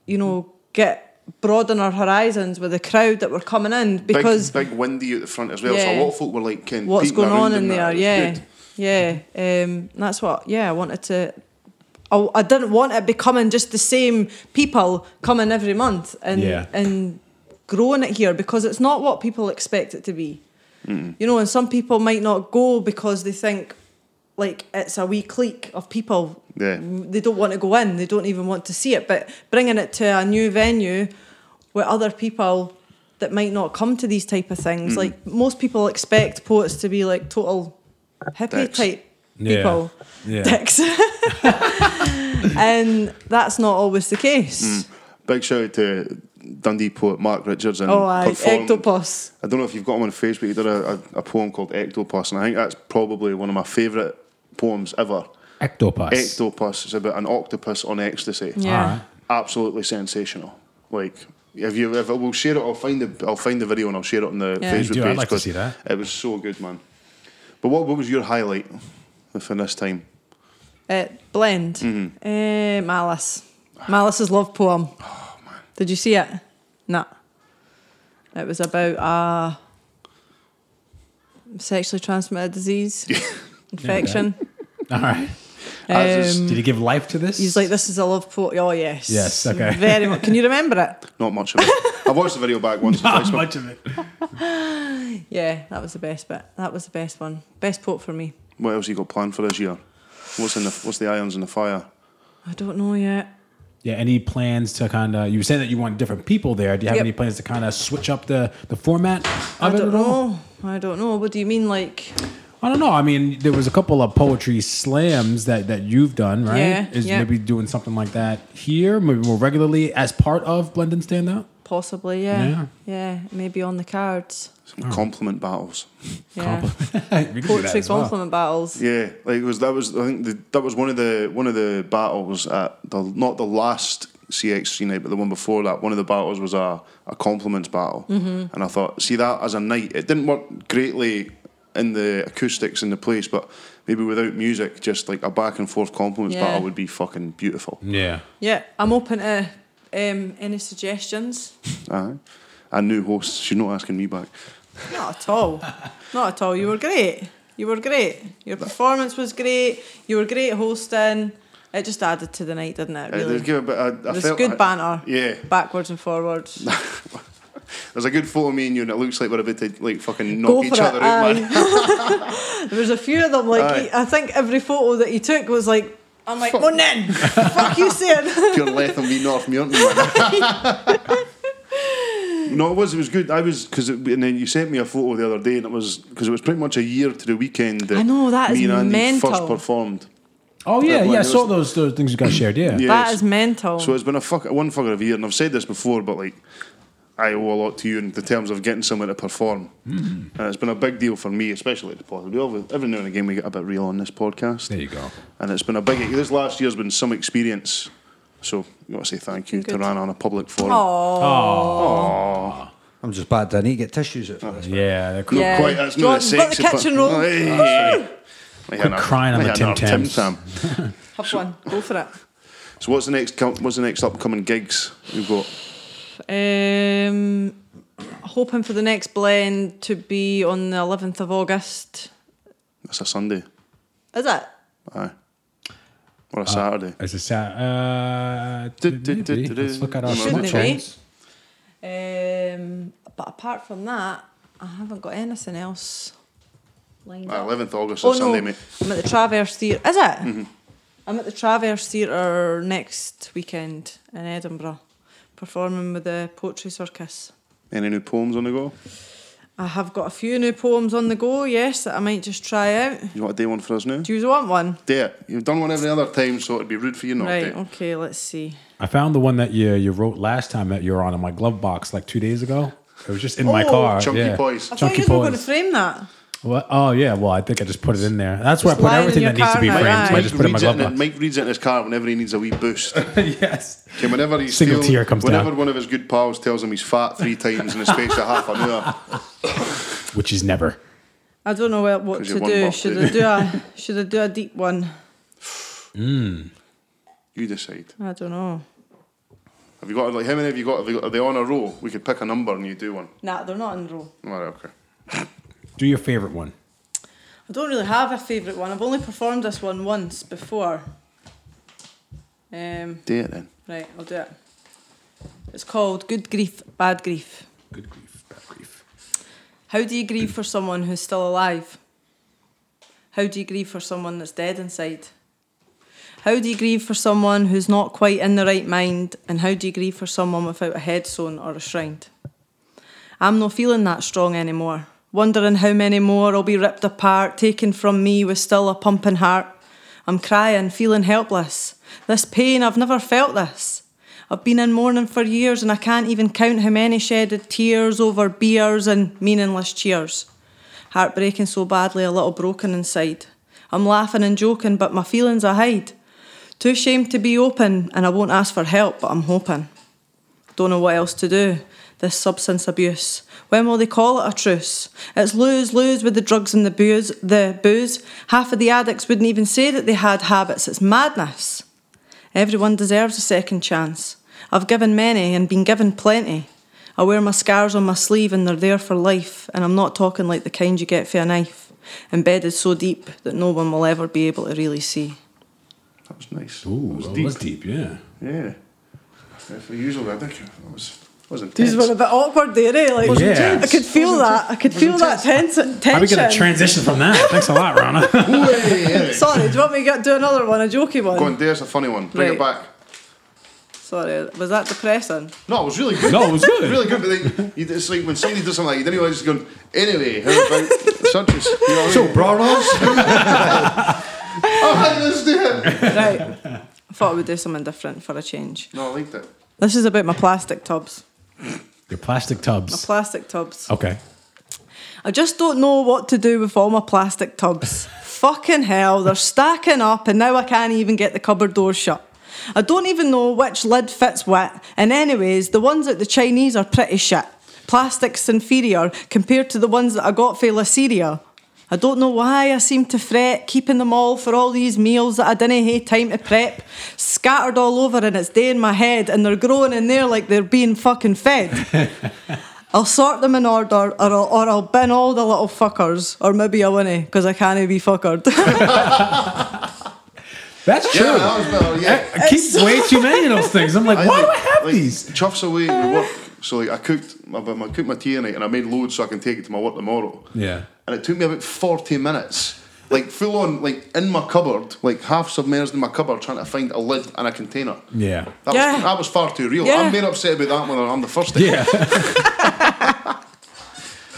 S4: you know, get broaden our horizons with the crowd that were coming in because
S3: big, big windy at the front as well. So a
S4: Yeah.
S3: lot of folk were like, kind of
S4: what's
S3: peeking
S4: going
S3: around
S4: on in
S3: and
S4: there.
S3: that. It was
S4: Yeah,
S3: good.
S4: yeah. Um, and that's what. Yeah, I wanted to. I, I didn't want it becoming just the same people coming every month and
S2: Yeah.
S4: and growing it here because it's not what people expect it to be. You know, and some people might not go because they think like it's a wee clique of people.
S3: Yeah.
S4: They don't want to go in. They don't even want to see it. But bringing it to a new venue with other people that might not come to these type of
S3: Mm.
S4: things, like most people expect poets to be like total hippie
S3: Dicks.
S4: type
S2: Yeah.
S4: people,
S2: Yeah.
S4: dicks, and that's not always the
S3: Mm.
S4: case.
S3: Big shout out to Dundee poet Mark Richards and
S4: Oh, I
S3: performed-
S4: ectopus.
S3: I don't know if you've got him on Facebook. He did a, a, a poem called Ectopus, and I think that's probably one of my favourite poems ever.
S2: Ectopus.
S3: Ectopus is about an octopus on ecstasy.
S4: Yeah.
S2: All right.
S3: Absolutely sensational. Like, if you, if I will share it, I'll find the, I'll find the video and I'll share it on the
S4: Yeah.
S3: Facebook
S4: You
S2: do,
S3: page.
S2: I'd like to
S3: 'cause
S2: see that.
S3: It was so good, man. But what, what was your highlight from this time?
S4: Uh, blend. Eh, Malice. Malice's love poem. Did you see it? No. It was about a sexually transmitted disease, infection.
S2: All right.
S3: I was
S4: Um,
S2: Did he give life to this?
S4: he's like, this is a love poem. Oh, yes.
S2: Yes, okay.
S4: Very much. Can you remember it?
S3: Not much of it. I've watched the video back once or twice.
S2: not
S3: but
S2: much of it.
S4: Yeah, that was the best bit. That was the best one. Best quote for me.
S3: What else you got planned for this year? What's in the What's the irons in the fire?
S4: I don't know yet.
S2: Yeah. Any plans to kind of? You said that you want different people there. Do you have
S4: Yep.
S2: any plans to kind of switch up the the format
S4: I
S2: of it
S4: don't
S2: at all?
S4: know. I don't know. What do you mean, like?
S2: I don't know. I mean, there was a couple of poetry slams that that you've done, right?
S4: Yeah,
S2: Is
S4: yeah.
S2: maybe doing something like that here, maybe more regularly as part of Blend and Stand Out.
S4: Possibly, yeah.
S2: Yeah.
S4: Yeah, maybe on the cards.
S3: Some compliment battles.
S4: Yeah.
S2: we could do that
S4: Poetry
S2: as well.
S4: compliment battles.
S3: Yeah, like it was that was I think the, that was one of the one of the battles at the not the last CXC night, but the one before that. One of the battles was a a compliments battle,
S4: Mm-hmm.
S3: and I thought, see that as a night, it didn't work greatly in the acoustics in the place, but maybe without music, just like a back and forth compliments
S4: Yeah.
S3: battle would be fucking beautiful.
S2: Yeah.
S4: Yeah, I'm open to um, any suggestions.
S3: Aye. And new hosts, she's not asking me back.
S4: Not at all. Not at all. You were great. You were great. Your performance was great. You were great hosting. It just added to the night, didn't it?
S3: Uh,
S4: Really.
S3: there's give a bit- I- I
S4: It was
S3: felt-
S4: good
S3: I-
S4: banter.
S3: Yeah,
S4: Backwards and forwards.
S3: there's a good photo of me and you, and it looks like we're about to like fucking
S4: Go
S3: knock each
S4: for
S3: other
S4: it.
S3: out, man.
S4: aye. there was a few of them. Like
S3: Aye.
S4: he, I think every photo that he took was like, I'm like, morning. Fuck you, saying.
S3: pure Letham v North Muirton. no, it was. It was good. I was because, and then you sent me a photo the other day, and it was because it was pretty much a year to the weekend. That
S4: I know, that is
S3: me and Andy First
S4: mental.
S3: performed.
S2: Oh yeah,
S3: That one,
S2: yeah. I
S3: it
S2: saw
S3: was-
S2: those those things you guys shared. Yeah.
S3: Yeah.
S4: That
S3: Yes.
S4: is mental.
S3: So it's been a fuck one fucker of a year, and I've said this before, but like I owe a lot to you in the terms of getting somewhere to perform.
S2: Hmm.
S3: And it's been a big deal for me, especially at the pod. We always, every now and again we get a bit real on this podcast.
S2: There you go.
S3: And it's been a big, this last year's been some experience. So you want to say thank you to
S4: Good.
S3: Ran on a public forum.
S4: Oh,
S5: I'm just bad. I need to get tissues out
S3: Oh.
S5: for this.
S2: Yeah, they're
S4: Yeah.
S3: Quite, that's not
S4: Jordan, got the
S3: sexy, but-
S4: kitchen roll.
S3: Hey.
S4: Woo!
S3: Like
S2: Quit
S3: an-
S2: crying on
S3: like
S2: the Tim
S3: an Tim
S2: Tams.
S3: Tam.
S4: have one. Go for it.
S3: So what's the next? com- What's the next upcoming gigs we've got?
S4: Um, hoping for the next blend to be on the 11th of August.
S3: That's a Sunday,
S4: Is it?
S3: aye,
S2: Ah.
S3: or a Saturday.
S2: It's a sad. Uh,
S3: Du- du- du-
S2: maybe.
S3: du-
S2: Let's look at our
S4: Shouldn't it be?
S2: Snapchats.
S4: Um, but apart from that, I haven't got anything else lined up.
S3: Eleventh August,
S4: Oh
S3: a Sunday,
S4: no,
S3: mate. Mm-hmm.
S4: I'm at the Traverse Theatre. Is it? I'm at the Traverse Theatre next weekend in Edinburgh, performing with the Poetry Circus.
S3: Any new poems on the go?
S4: I have got a few new poems on the go. Yes, that I might just try out.
S3: You want to do one for us now?
S4: Do you want one?
S3: Do it. You've done one every other time, so it'd be rude for you not
S4: right.
S3: to.
S4: Okay. Let's see.
S2: I found the one that you you wrote last time that you were on in my glove box like two days ago. It was just in my
S4: Oh,
S2: car.
S3: Chunky
S2: Uh, yeah.
S3: Boys.
S4: I
S2: Chunky
S4: thought you were going to
S2: Boys.
S4: frame that.
S2: What? Oh yeah. Well, I think I just put it in there. That's where I
S4: Just
S2: put
S4: lying in
S2: everything
S4: your
S2: that needs to
S4: car
S2: be
S4: right
S2: framed.
S4: now.
S2: So I just put it in my
S3: reads it
S2: glove
S3: in,
S2: box.
S3: Mike reads it in his car whenever he needs a wee boost.
S2: yes.
S3: Okay, whenever he's
S2: Single
S3: feeling-
S2: tear comes
S3: whenever
S2: down.
S3: one of his good pals tells him he's fat three times in the space of half an hour,
S2: Which is never.
S4: I don't know what, what
S3: 'Cause
S4: to
S3: you're one
S4: do.
S3: buff,
S4: Should
S3: dude.
S4: I do a Should I do a deep one?
S3: you decide.
S4: I don't know.
S3: Have you got like how many have you got? Have you got are they on a row? We could pick a number and you do one.
S4: Nah, they're not in row.
S3: All right, okay.
S2: Do your favorite one.
S4: I don't really have a favourite one. I've only performed this one once before. Um,
S3: Do it then.
S4: right, I'll do it. It's called Good Grief, Bad Grief.
S2: Good grief. Bad grief.
S4: How do you grieve for someone who's still alive? How do you grieve for someone that's dead inside? How do you grieve for someone who's not quite in the right mind? And how do you grieve for someone without a head sewn or a shroud? I'm not feeling that strong anymore. Wondering how many more will be ripped apart, taken from me with still a pumping heart. I'm crying, feeling helpless. This pain, I've never felt this. I've been in mourning for years and I can't even count how many shedded tears over beers and meaningless cheers. Heartbreaking so badly, a little broken inside. I'm laughing and joking, but my feelings I hide. Too ashamed to be open, and I won't ask for help, but I'm hoping. Don't know what else to do. This substance abuse. When will they call it a truce? It's lose lose with the drugs and the booze. The booze. Half of the addicts wouldn't even say that they had habits. It's madness. Everyone deserves a second chance. I've given many and been given plenty. I wear my scars on my sleeve and they're there for life, and I'm not talking like the kind you get for a knife, embedded so deep that no one will ever be able to really see.
S3: That was nice.
S2: Ooh,
S3: that was
S2: that
S3: deep.
S2: was deep. Yeah.
S3: Yeah. If we usually I think that was that was intense.
S4: bit awkward there, eh? Like,
S2: Wasn't Yeah. tense.
S4: I could feel that. I could feel that tense, tension.
S2: How are we gonna transition from that? Thanks a lot, Rana.
S4: Sorry, do you want me to get, do another one, a jokey one?
S3: Go on, there's a funny one. Bring it
S4: Right.
S3: back.
S4: Sorry, was that depressing?
S3: No, it was really good.
S2: No, it was good.
S3: really good. But then you, it's like when somebody does something like you, then he's just going. Anyway, how about such as you know what I
S5: So,
S3: mean?
S5: Bronos,
S3: Oh, hi, let's do it.
S4: Right. I thought I would do something different for a change.
S3: No, I liked it.
S4: This is about my plastic tubs.
S2: Your plastic
S4: My
S2: tubs.
S4: plastic tubs.
S2: Okay.
S4: I just don't know what to do with all my plastic tubs. Fucking hell, they're stacking up and now I can't even get the cupboard door shut. I don't even know which lid fits what, and anyways, the ones at the Chinese are pretty shit. Plastic's inferior compared to the ones that I got for La Syria. I don't know why I seem to fret keeping them all for all these meals that I didn't have time to prep, scattered all over and it's day in my head and they're growing in there like they're being fucking fed. I'll sort them in order, or I'll, or I'll bin all the little fuckers, or maybe I won't, because I can't be fuckered.
S2: That's
S3: Yeah,
S2: true.
S3: that was better. Yeah.
S2: I keep way too many of those things. I'm like, why do I have
S3: like,
S2: these? Uh.
S3: Chuffs away at work. So like I cooked my, my- I cooked my tea tonight and I made loads so I can take it to my work tomorrow.
S2: Yeah.
S3: And it took me about forty minutes. Like full on, like in my cupboard, like half submerged in my cupboard, trying to find a lid and a container.
S2: Yeah.
S3: That,
S4: Yeah.
S3: was, that was far too real.
S4: Yeah.
S3: I'm more upset about that one than I'm the first thing.
S2: Yeah.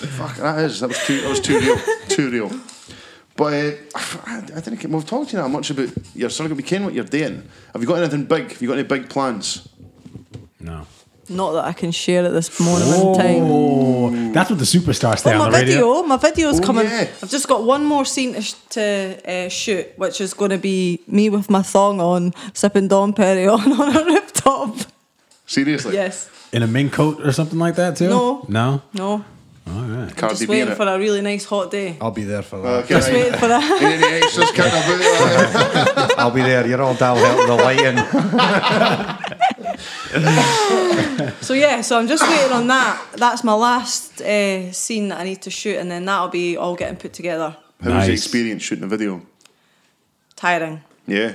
S3: Fuck, that is. That was too. That was too real. too real. But uh, I, I didn't. get- We've talked to you that much about your circle. We ken what you're doing. Have you got anything big? Have you got any big plans?
S2: no.
S4: Not that I can share at this moment in time.
S2: Oh, that's what the superstar stay
S4: Well,
S2: on
S4: Oh, my
S2: the radio.
S4: video, my video's
S3: Oh,
S4: coming.
S3: yeah.
S4: I've just got one more scene to, sh- to uh, shoot, which is going to be me with my thong on, sipping Dom Perignon on a rooftop.
S3: Seriously?
S4: Yes.
S2: In a mink coat or something like that too.
S4: No.
S2: no.
S4: No.
S2: All right.
S3: Cardi
S4: Just
S3: B in
S4: waiting
S3: it.
S4: for a really nice hot day.
S5: I'll be there for that.
S3: Okay,
S4: Just
S3: right.
S4: waiting for a.
S3: Any extras kicking about?
S5: I'll be there. You're all down helping the lighting.
S4: So yeah, so I'm just waiting on that. That's my last uh, scene that I need to shoot, and then that'll be all getting put together.
S3: How was the
S2: Nice.
S3: experience shooting a video?
S4: Tiring.
S3: Yeah.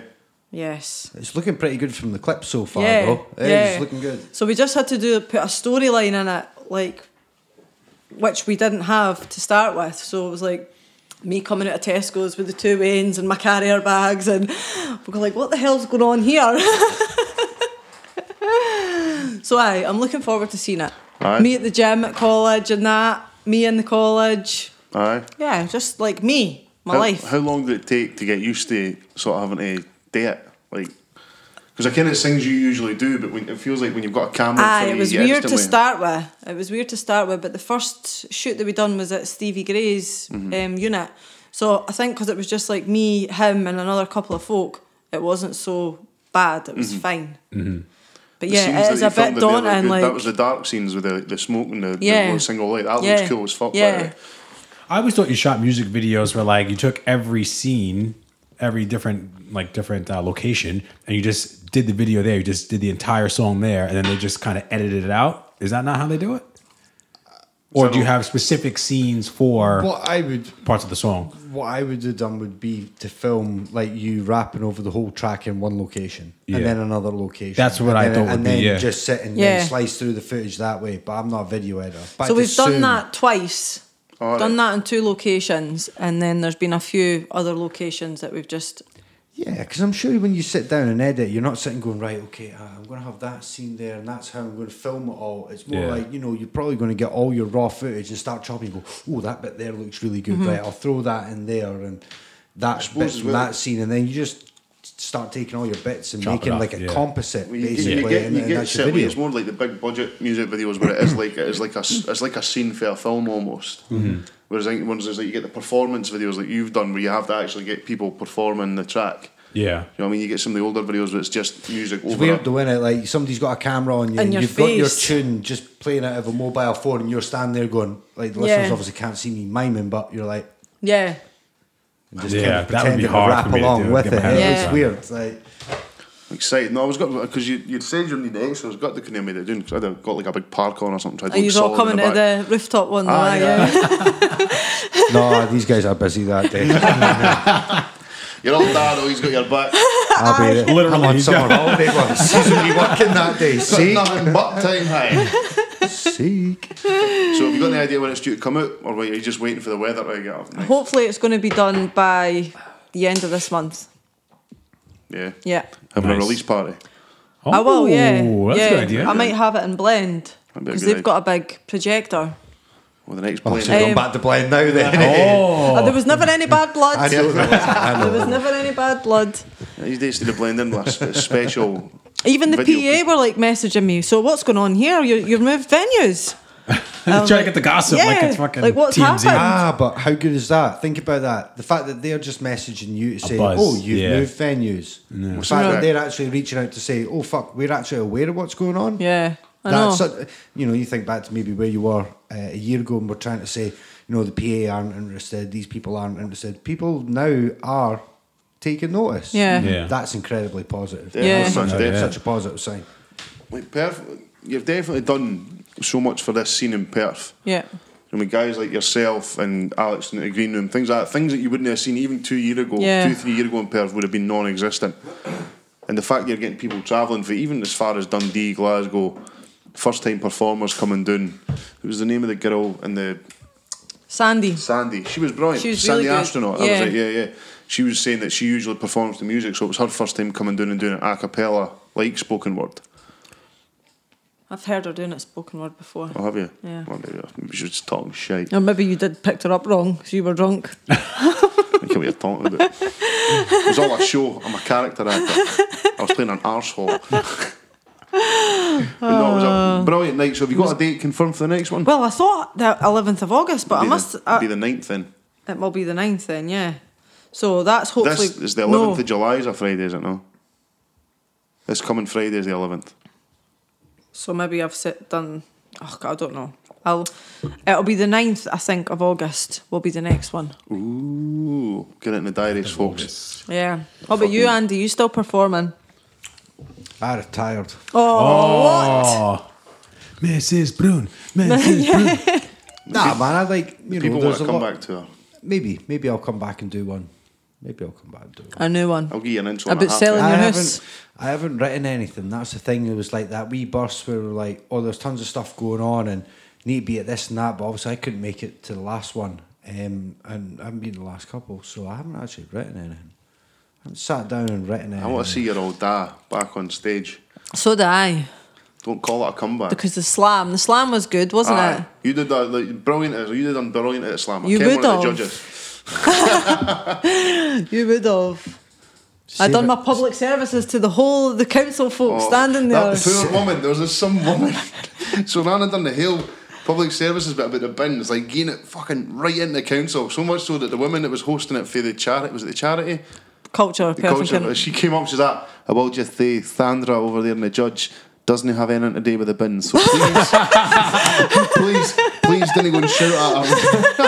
S4: Yes.
S5: It's looking pretty good from the clip so far,
S4: Yeah,
S5: though.
S4: yeah.
S5: It's looking good.
S4: So we just had to do put a storyline in it, like which we didn't have to start with. So it was like me coming out of Tesco's with the two wains and my carrier bags, and we're like, what the hell's going on here? so aye, I'm looking forward to seeing it.
S3: Aye.
S4: Me at the gym at college and that. Me in the college.
S3: Aye.
S4: Yeah, just like me, my
S3: how,
S4: life.
S3: How long did it take to get used to sort of having to do it? Like, because I kind of things you usually do, but when, it feels like when you've got a camera. in front
S4: Aye,
S3: of
S4: Ah, it
S3: you,
S4: was
S3: you
S4: weird to
S3: instantly-
S4: start with. It was weird to start with, but the first shoot that we done was at Stevie Gray's
S3: Mm-hmm.
S4: um, unit. So I think because it was just like me, him, and another couple of folk, it wasn't so bad. It was fine. But
S3: Mm-hmm. the scenes
S4: yeah,
S3: that
S4: it is
S3: you
S4: a bit
S3: filmed that they were
S4: daunting.
S3: good.
S4: Like
S3: that was the dark scenes with the, the smoke and the,
S4: Yeah.
S3: the single light. That
S4: yeah,
S3: looks cool as fuck. by the
S4: Yeah,
S3: way.
S2: I always thought you shot music videos where like you took every scene, every different like different uh, location, and you just did the video there. You just did the entire song there, and then they just kind of edited it out. Is that not how they do it? Or do you have specific scenes for
S5: What I would
S2: parts of the song?
S5: what I would have done would be to film like you rapping over the whole track in one location
S2: Yeah.
S5: and then another location.
S2: That's what
S5: and
S2: I
S5: then,
S2: thought would
S5: and
S2: be,
S5: then
S2: yeah.
S5: just sit and
S4: Yeah.
S5: then slice through the footage that way. But I'm not a video editor. But
S4: so
S5: I'd
S4: we've
S5: assume-
S4: done that twice.
S3: Oh,
S4: done
S3: right.
S4: that in two locations, and then there's been a few other locations that we've just
S5: Yeah, because I'm sure when you sit down and edit, you're not sitting going right. Okay, uh, I'm going to have that scene there, and that's how I'm going to film it all. It's more
S2: Yeah.
S5: like you know you're probably going to get all your raw footage and start chopping. And go, oh, that bit there looks really good.
S3: Mm-hmm.
S5: Right, I'll throw that in there, and that
S3: suppose
S5: bit
S3: as
S5: from
S3: well-
S5: that scene, and then you just start taking all your bits and
S2: Chop it
S5: making
S2: up,
S5: like a
S2: yeah.
S5: composite
S3: Well, you, get-
S5: basically,
S3: you get,
S5: and,
S3: you
S5: and
S3: get
S5: that's
S3: shit
S5: your
S3: where
S5: video.
S3: it's more like the big budget music videos where it is like it's like a s- it's like a scene for a film almost.
S5: Mm-hmm.
S3: Whereas I think ones is like you get the performance videos like you've done where you have to actually get people performing the track.
S2: Yeah.
S3: You know what I mean? You get some of the older videos where it's just music
S5: It's
S3: over.
S5: weird
S3: it.
S5: though, innit? Like somebody's got a camera on
S4: And
S5: you, and
S4: your
S5: you've got your
S4: face.
S5: tune just playing out of a mobile phone, and you're standing there going, like the
S4: Yeah.
S5: listeners obviously can't see me miming, but you're like.
S4: yeah.
S5: and just
S2: Yeah,
S5: kind
S2: that
S5: of
S2: would
S5: pretend
S2: be
S5: to
S2: hard
S5: rap
S2: for me to
S5: along
S2: do,
S5: with
S2: get
S5: it.
S2: my hands
S4: Yeah.
S5: It's
S4: around
S5: weird. It's like,
S3: Excited. No, I was got because you you said you need the extras. Got the kind of made it doing because I got like a big park on or something. Tried to
S4: And
S3: look
S4: Oh, you're all
S3: solid in the
S4: coming to
S3: back.
S4: the rooftop one,
S3: Ah,
S4: ah,
S3: yeah.
S4: yeah.
S5: no, these guys are busy that day.
S3: You're all dad. Oh, he's got your back.
S5: I'll be there.
S2: Literally,
S5: I'm on
S2: he's
S5: summer holiday once. Seasonally working that day.
S3: Got
S5: Seek,
S3: nothing but time high.
S5: seek.
S3: So have you got any idea when it's due to come out, or are you just waiting for the weather to get up? Nice.
S4: Hopefully, it's going to be done by the end of this month.
S3: Yeah.
S4: Yeah,
S3: Having
S2: Nice.
S3: a release party.
S2: Oh,
S4: I will. Yeah,
S2: That's
S4: yeah.
S2: a good idea.
S4: I might have it in blend
S3: That'd be a
S4: because
S3: good
S4: they've
S3: idea.
S4: got a big projector.
S3: Well, the next
S5: Oh,
S3: plane.
S5: so going
S4: Um,
S5: back to blind now then.
S2: oh,
S4: Uh, there was never any bad blood.
S5: I know. I
S4: There was
S5: know.
S4: never any bad blood.
S3: These days to the blend in with a special.
S4: Even the
S3: Video.
S4: PA were like messaging me. So what's going on here? You, you've moved venues.
S2: trying
S4: was
S2: to
S4: like,
S2: get the gossip like
S4: um, yeah,
S2: it's fucking
S4: like, what's
S2: TMZ.
S4: happened?
S5: Ah, but how good is that? Think about that. The fact that they're just messaging you to say,
S2: buzz,
S5: oh, you've
S2: yeah.
S5: moved venues. The fact that they're actually reaching out to say, oh, fuck, we're actually aware of what's going on.
S4: Yeah, I know.
S5: That's such, you know, you think back to maybe where you were uh, a year ago, and we're trying to say, you know, the PA aren't interested, these people aren't interested. People now are taking notice.
S4: Yeah.
S2: Yeah.
S5: that's incredibly positive.
S4: Yeah.
S5: That's such,
S2: Yeah.
S5: that's
S2: Yeah.
S5: such a positive sign.
S3: Like Perth, you've definitely done so much for this scene in Perth.
S4: yeah,
S3: I mean, guys like yourself and Alex in the green room, things like that, things that you wouldn't have seen even two year ago,
S4: Yeah.
S3: two three year ago in Perth would have been non-existent. And the fact you're getting people travelling for even as far as Dundee, Glasgow, first time performers coming down. It was the name of the girl in the
S4: Sandy.
S3: Sandy. She was brilliant.
S4: She was
S3: Sandy
S4: really good.
S3: astronaut. I
S4: Yeah.
S3: was like, yeah, yeah. She was saying that she usually performs the music, so it was her first time coming down and doing it a cappella, like spoken word.
S4: I've heard her doing it spoken word before.
S3: Oh, have you?
S4: Yeah.
S3: Well, maybe, maybe she was just talking shit.
S4: Or maybe you did picked her up wrong because you were drunk.
S3: I can't be talking about. It was all a show. I'm a
S4: Oh.
S3: character actor. I was playing an arsehole. but no, it was a night. So have you got a date confirmed for the next one?
S4: Well, I thought the 11th of August, but
S3: be
S4: I must. uh,
S3: The,
S4: I,
S3: be the ninth then.
S4: it will be the 9th then, yeah. So that's hopefully.
S3: This is the
S4: no.
S3: 11th of July, is a Friday, is it no? This coming Friday is the 11th.
S4: So maybe I've sit, done. Oh God, I don't know. I'll. It'll be the 9th, I think, of August. Will be the next one.
S3: Ooh, get it in the diaries, folks.
S4: Yeah. What about you, Andy? You still performing?
S5: I retired.
S4: Oh, what?
S2: Oh, Mrs. Brune, Mrs. Brune.
S5: Nah, man, I like you know.
S3: People want
S5: There's
S3: to
S5: a
S3: come
S5: lot,
S3: back to her.
S5: Maybe, maybe I'll come back and do one. Maybe I'll come back and do one.
S4: A new one.
S3: I'll give you an intro.
S4: About
S3: and a half.
S4: selling- In
S5: I
S4: your house.
S5: haven't, I haven't written anything. That's the thing. It was like that wee burst where we were like, oh, there's tons of stuff going on and need to be at this and that. But obviously, I couldn't make it to the last one. Um, and I haven't been the last couple, so I haven't actually written anything. I haven't sat down and written anything.
S3: I want to see your old da back on stage.
S4: So did I.
S3: Don't call it a comeback.
S4: Because the slam, the slam was good, wasn't
S3: Aye.
S4: it?
S3: You did that like, brilliant. at- You did done brilliant at Slam. I
S4: You
S3: Ken,
S4: would
S3: one of the
S4: have.
S3: judges.
S4: You would have. I
S5: Save
S4: done
S5: it.
S4: my public services to the whole of the council folk
S3: Oh,
S4: standing there.
S3: That poor woman. There was this some woman. so Nana done the hill public services bit about the bins, like getting it fucking right into the council. So much so that the woman that was hosting it for the charity was it the charity?
S4: Culture,
S3: The
S4: person.
S3: culture. She came up. She's like, "I will just say, Sandra over there and the judge." Doesn't have anything to do with the bins, so please, please, please, didn't go and shout at her.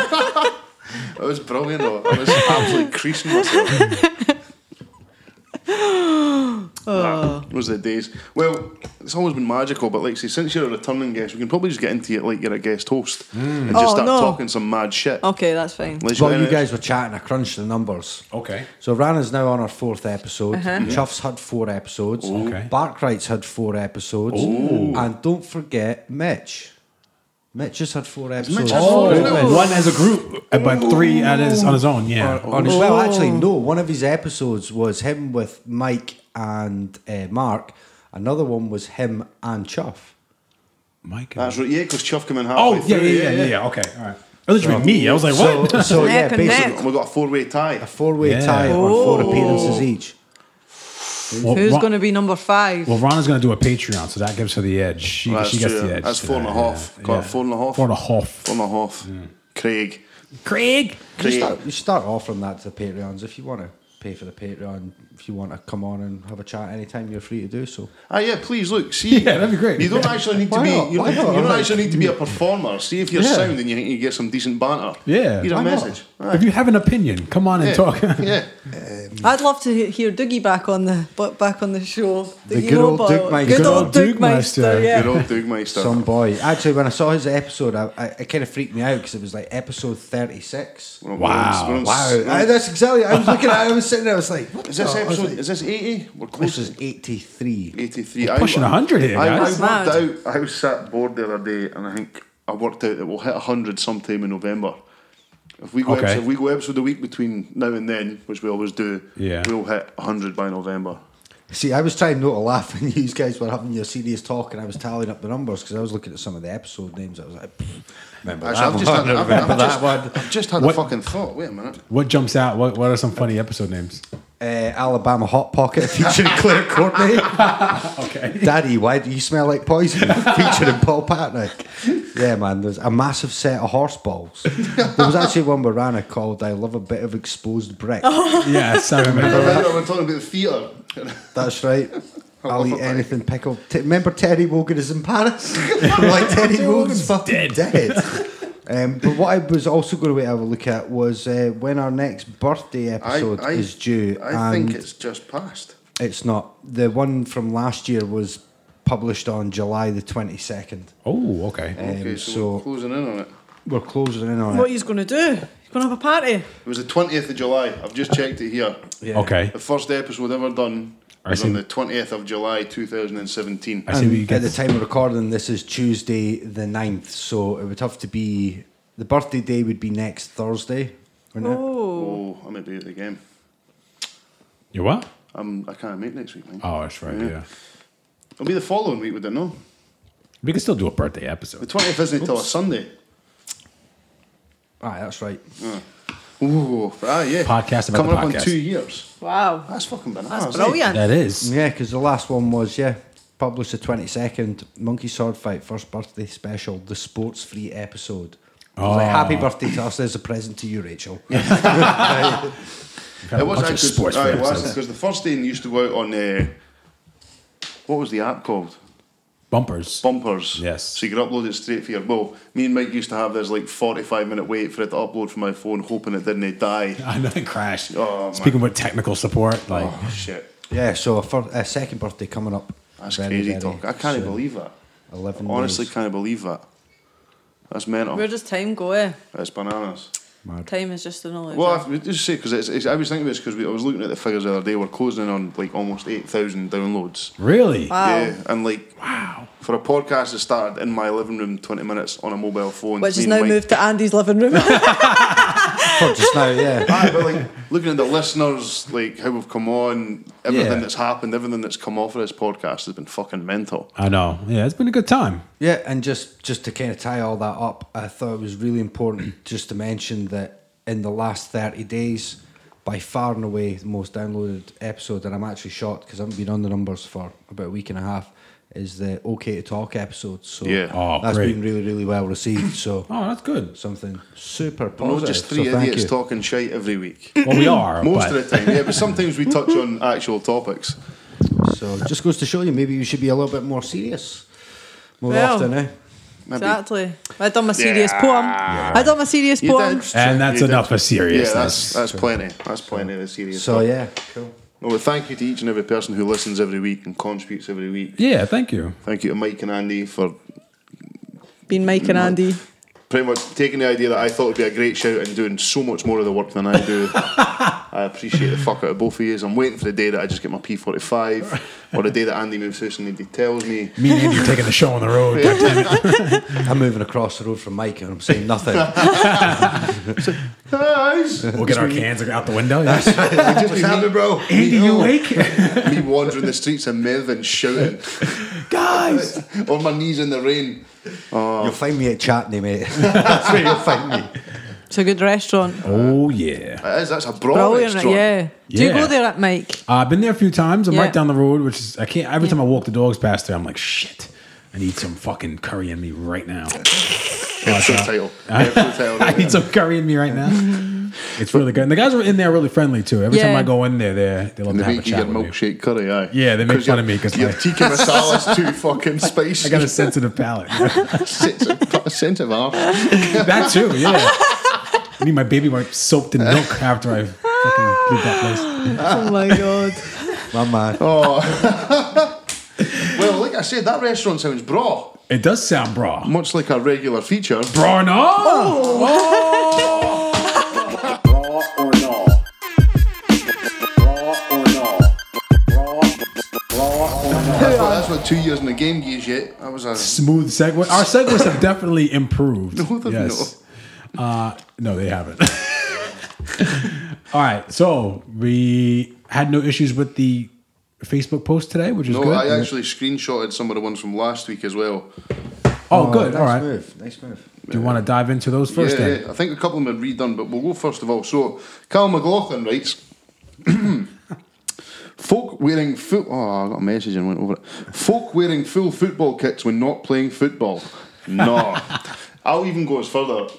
S3: that was brilliant, though. I was absolutely creasing myself. Nah, those are the days. Well, it's always been magical, but like, see, since you're a returning guest, we can probably just get into it like you're a guest host and just
S4: Oh,
S3: start
S4: no. Um,
S3: talking some mad shit.
S4: Okay, that's fine.
S3: Unless
S5: Well,
S3: you're
S5: you
S3: in it.
S5: guys were chatting. I crunched the numbers.
S2: Okay.
S5: So Rana's now on her fourth episode. Chuff's had four episodes.
S2: Okay.
S5: Barkright's had four episodes. And don't forget Mitch. Mitch has had four episodes.
S3: had four as well?
S2: One as a group, uh, but three at his, on his own. Yeah.
S3: Oh,
S5: on his- well, actually, no. One of his episodes was him with Mike and uh, Mark. Another one was him and Chuff.
S2: Mike.
S3: That's right, yeah, because Chuff came in halfway
S2: oh yeah, yeah,
S3: through,
S2: yeah, yeah, yeah. Okay, all right. At least with me, I was like, what?
S5: So, so yeah,
S4: Neck and neck.
S5: basically
S3: And we got a four-way tie.
S5: a four-way
S2: Yeah.
S5: tie on four
S4: Oh.
S5: appearances each.
S2: Well,
S4: Who's
S2: Ron-
S4: going to be number five?
S2: Well, Rana's going to do a Patreon, so that gives her the edge. She,
S3: That's
S2: she gets
S3: true.
S2: the edge.
S3: That's
S2: to
S3: four and
S2: that,
S3: a half.
S2: yeah.
S3: Got
S2: Yeah.
S3: four and a half.
S2: Four and a half.
S3: Four and a half. Craig.
S2: Craig.
S5: You
S3: Craig.
S5: start, you start offering that to the Patreons if you want to pay for the Patreon. If you want to come on and have a chat anytime, you're free to do so.
S3: Ah, yeah, please look. See,
S2: Yeah, that'd be great.
S3: You don't actually need to
S5: Why
S3: be.
S5: not?
S3: You don't,
S5: Why not?
S3: you don't
S5: Like-
S3: actually need to be a performer. See if you're
S5: Yeah.
S3: sound and you think you get some decent banter.
S2: Yeah.
S3: here's a
S2: Why
S5: not?
S3: message. Ah,
S2: If you have an opinion, come on and
S3: yeah.
S2: talk.
S3: yeah,
S4: I'd love to he- hear Doogie back on the bu- back on the show. that
S5: The
S4: you
S5: good
S4: know
S5: old
S4: about.
S5: Doogmeister.
S4: Good
S5: Good
S4: old
S2: old Doogmeister.
S4: Doogmeister, yeah.
S3: good old Doogmeister.
S5: Some boy. Actually, when I saw his episode, I, I, it kind of freaked me out because it was like episode 36.
S3: We're on-
S2: Wow.
S3: we're on-
S5: Wow.
S3: we're on-
S5: I- that's exactly. I was looking at it, I was sitting there, I was like, what
S3: is this
S5: the- Oh, I was
S3: episode?
S5: like,
S3: Is this eighty? We're close
S5: this
S3: to
S5: is 83.
S3: 83.
S2: We're pushing
S3: I-
S2: 100 here,
S3: I, I
S2: guys.
S3: worked out, I was sat bored the other day and I think I worked out that we'll hit 100 sometime in November. If we go,
S2: Okay.
S3: episode, if we go episode a week between now and then, which we always do,
S2: Yeah.
S3: we'll hit 100 by November.
S5: See, I was trying not to laugh when you guys were having your serious talk and I was tallying up the numbers because I was looking at some of the episode names. I was like, "Pfft, remember
S3: Actually, I've
S5: that
S3: just
S5: one?
S3: had, I've,
S5: remember
S3: I've
S5: that
S3: just,
S5: one.
S3: I've just had
S2: What-
S3: a fucking thought. Wait a minute.
S2: What jumps out? What What are some funny episode names?
S5: uh, Alabama Hot Pocket featuring Claire Courtney.
S2: Okay.
S5: Daddy, why do you smell like poison? featuring Paul Patrick. Yeah, man, there's a massive set of horse balls. There was actually one where Rana called I Love a Bit of Exposed Brick.
S2: Yes, I
S3: I
S2: remember.
S3: remember when talking about the theatre.
S5: That's right. I'll eat
S3: Brick.
S5: anything pickled. T- remember Terry Wogan is in Paris? like Terry Wogan's fucking dead. Um, but what I was also going to have a look at was uh, when our next birthday episode is due.
S3: I
S5: and
S3: think it's just past.
S5: It's not. The one from last year was published on July the 22nd.
S2: Oh, okay.
S5: Um,
S3: Okay, so,
S5: so-
S3: we're closing in on it.
S5: We're closing in on
S4: What
S5: it.
S4: he's going to do? He's going to have a party.
S3: It was the 20th of July. I've just checked it here.
S5: Yeah.
S2: Okay.
S3: The first episode ever done
S2: I
S3: was
S2: see.
S3: on the 20th of July 2017.
S2: I see what you
S5: At
S2: get.
S5: the time of recording, this is Tuesday the 9th, so it would have to be the birthday day would be next Thursday, wouldn't it?
S4: Oh,
S3: Oh, I might be at the game.
S2: You what?
S3: Um, I can't make next week, man.
S2: Oh, that's right.
S3: Yeah.
S2: Yeah.
S3: It'll be the following week, would it not?
S2: We can still do a birthday
S3: The
S2: episode.
S3: 20th isn't until a Sunday.
S5: Aye, that's right.
S3: Ooh, ah, yeah.
S2: Podcast about
S3: Coming
S2: the
S3: up
S2: podcast.
S3: on two years.
S4: wow.
S3: That's fucking bananas.
S4: That's
S3: eh?
S4: brilliant.
S2: That is.
S5: Yeah, because the last one was yeah published the 22nd, Monkey Sword Fight First Birthday Special, the sports free episode. I was like,
S3: Ah.
S2: Oh.
S5: happy birthday to us. There's a present to you, Rachel.
S3: It was
S6: bunch of sports
S3: actually
S6: references.
S3: because the first day you used to go out on uh, what was the app called?
S2: Bumpers.
S3: Bumpers.
S2: Yes.
S3: So you could upload it straight for your well. Me and Mike used to have this like forty-five minute wait for it to upload from my phone, hoping it didn't die.
S2: I know it crashed.
S3: Oh, man.
S2: Speaking with technical support, like
S3: Oh shit,
S5: yeah, so a, fir- a second birthday coming up.
S3: that's
S5: very,
S3: crazy
S5: very
S3: talk. I can't
S5: soon.
S3: believe that.
S5: 11
S3: Honestly,
S5: days.
S3: can't believe that. That's mental.
S4: Where does time go? Eh?
S3: It's bananas.
S4: Time is just an knowledge.
S3: Well, I would just say because it's, it's, I was thinking about this because I was looking at the figures the other day. We're closing in on like almost eight thousand downloads.
S2: really.
S4: Wow.
S3: Yeah, and like wow, for a podcast that started in my living room, twenty minutes on a mobile phone,
S4: which
S3: me
S4: is
S3: and
S4: now
S3: Mike-
S4: moved to Andy's living room.
S5: For just now, yeah.
S3: Aye, but like looking at the listeners, like how we've come on, everything
S2: Yeah.
S3: that's happened, everything that's come off of this podcast has been fucking mental.
S2: I know. Yeah, it's been a good time.
S5: Yeah, and just just to kind of tie all that up, I thought it was really important just to mention that in the last thirty days, by far and away the most downloaded episode, and I'm actually shocked because I haven't been on the numbers for about a week and a half. Is the OK to Talk episode? So
S3: Yeah.
S2: Oh,
S5: that's
S2: great.
S5: been really really well received. So
S2: Oh, that's good.
S5: something super
S3: We're
S5: positive.
S3: not just three
S5: so thank
S3: idiots
S5: you.
S3: talking shite every week.
S2: Well, we are.
S3: Most
S2: but-
S3: of the time, yeah, but sometimes we touch on actual topics.
S5: So it just goes to show you, maybe you should be a little bit more serious more
S4: Well,
S5: often. Eh?
S3: Maybe.
S4: exactly. I done my serious poem. I done my serious
S3: You
S4: poem.
S3: did.
S2: And that's
S3: You did.
S2: enough for
S3: Yeah,
S2: seriousness.
S3: that's that's plenty. That's plenty of the serious.
S5: So
S3: stuff.
S5: yeah, cool.
S3: Well, thank you to each and every person who listens every week and contributes every week.
S2: yeah, thank you.
S3: Thank you to Mike and Andy for
S4: Been Mike and Andy.
S3: pretty much taking the idea that I thought would be a great shout and doing so much more of the work than I do. I appreciate the fuck out of both of you. I'm waiting for the day that I just get my P45 or the day that Andy moves house and Andy tells me.
S2: Me and Andy are taking the show on the road.
S5: I'm moving across the road from Mike and I'm saying nothing.
S3: Guys!
S2: We'll get our cans out the window. Yes.
S3: What's happening, bro?
S2: Andy, you awake?
S3: Me wandering the streets of Melbourne shouting
S2: Guys!
S3: on my knees in the rain.
S5: You'll find me at Chatney, mate. That's where you'll find me.
S4: It's a good restaurant.
S2: Oh, yeah.
S3: That is, that's a broad Oh,
S4: Brilliant.
S3: restaurant.
S4: Yeah. Do you
S2: Yeah.
S4: go there at Mike?
S2: I've been there a few times. I'm
S4: Yeah.
S2: right down the road, which is, I can't, every time I walk the dogs past there, I'm like, shit, I need some fucking curry in me right now.
S3: Episode title. Episode title.
S2: I need some curry in me right now.
S3: Mm-hmm.
S2: It's really good. And the guys are in there really friendly, too. Every time
S4: Yeah.
S2: I go in there, they're, they love
S3: And they
S2: to have a
S3: make you
S2: chat
S3: get
S2: with me.
S3: milkshake curry, aye.
S2: Yeah, they make fun of me 'cause
S3: your
S2: my-
S3: tikka masala's too fucking spicy.
S2: I got a sensitive palate.
S3: sense of, sense of arse.
S2: that too, yeah. I need my baby wipe soaked in milk after I fucking leave that place.
S4: Oh my god.
S5: My man.
S3: Well, like I said, that restaurant sounds bra,
S2: It does sound bra.
S3: much like a regular feature.
S2: Bra no!
S7: Raw or no? Raw or no? Raw, raw or no?
S3: That's, what, that's what two years in the game gives you. That was a
S2: Smooth segue. Our segues have definitely improved.
S3: No, they've
S2: yes. Uh, no, they haven't. All right, so we had no issues with the Facebook post today, which is
S3: no.
S2: good.
S3: I actually screenshotted some of the ones from last week as well.
S2: oh, good.
S5: Nice
S2: All right.
S5: move. Nice move.
S2: Do you want to dive into those first?
S3: yeah,
S2: then?
S3: yeah, I think a couple of them had redone, but we'll go first of all. So, Cal McLaughlin writes. Folk wearing foot. Oh, I got a message and went over it. Folk wearing full football kits when not playing football. No, I'll even go as further.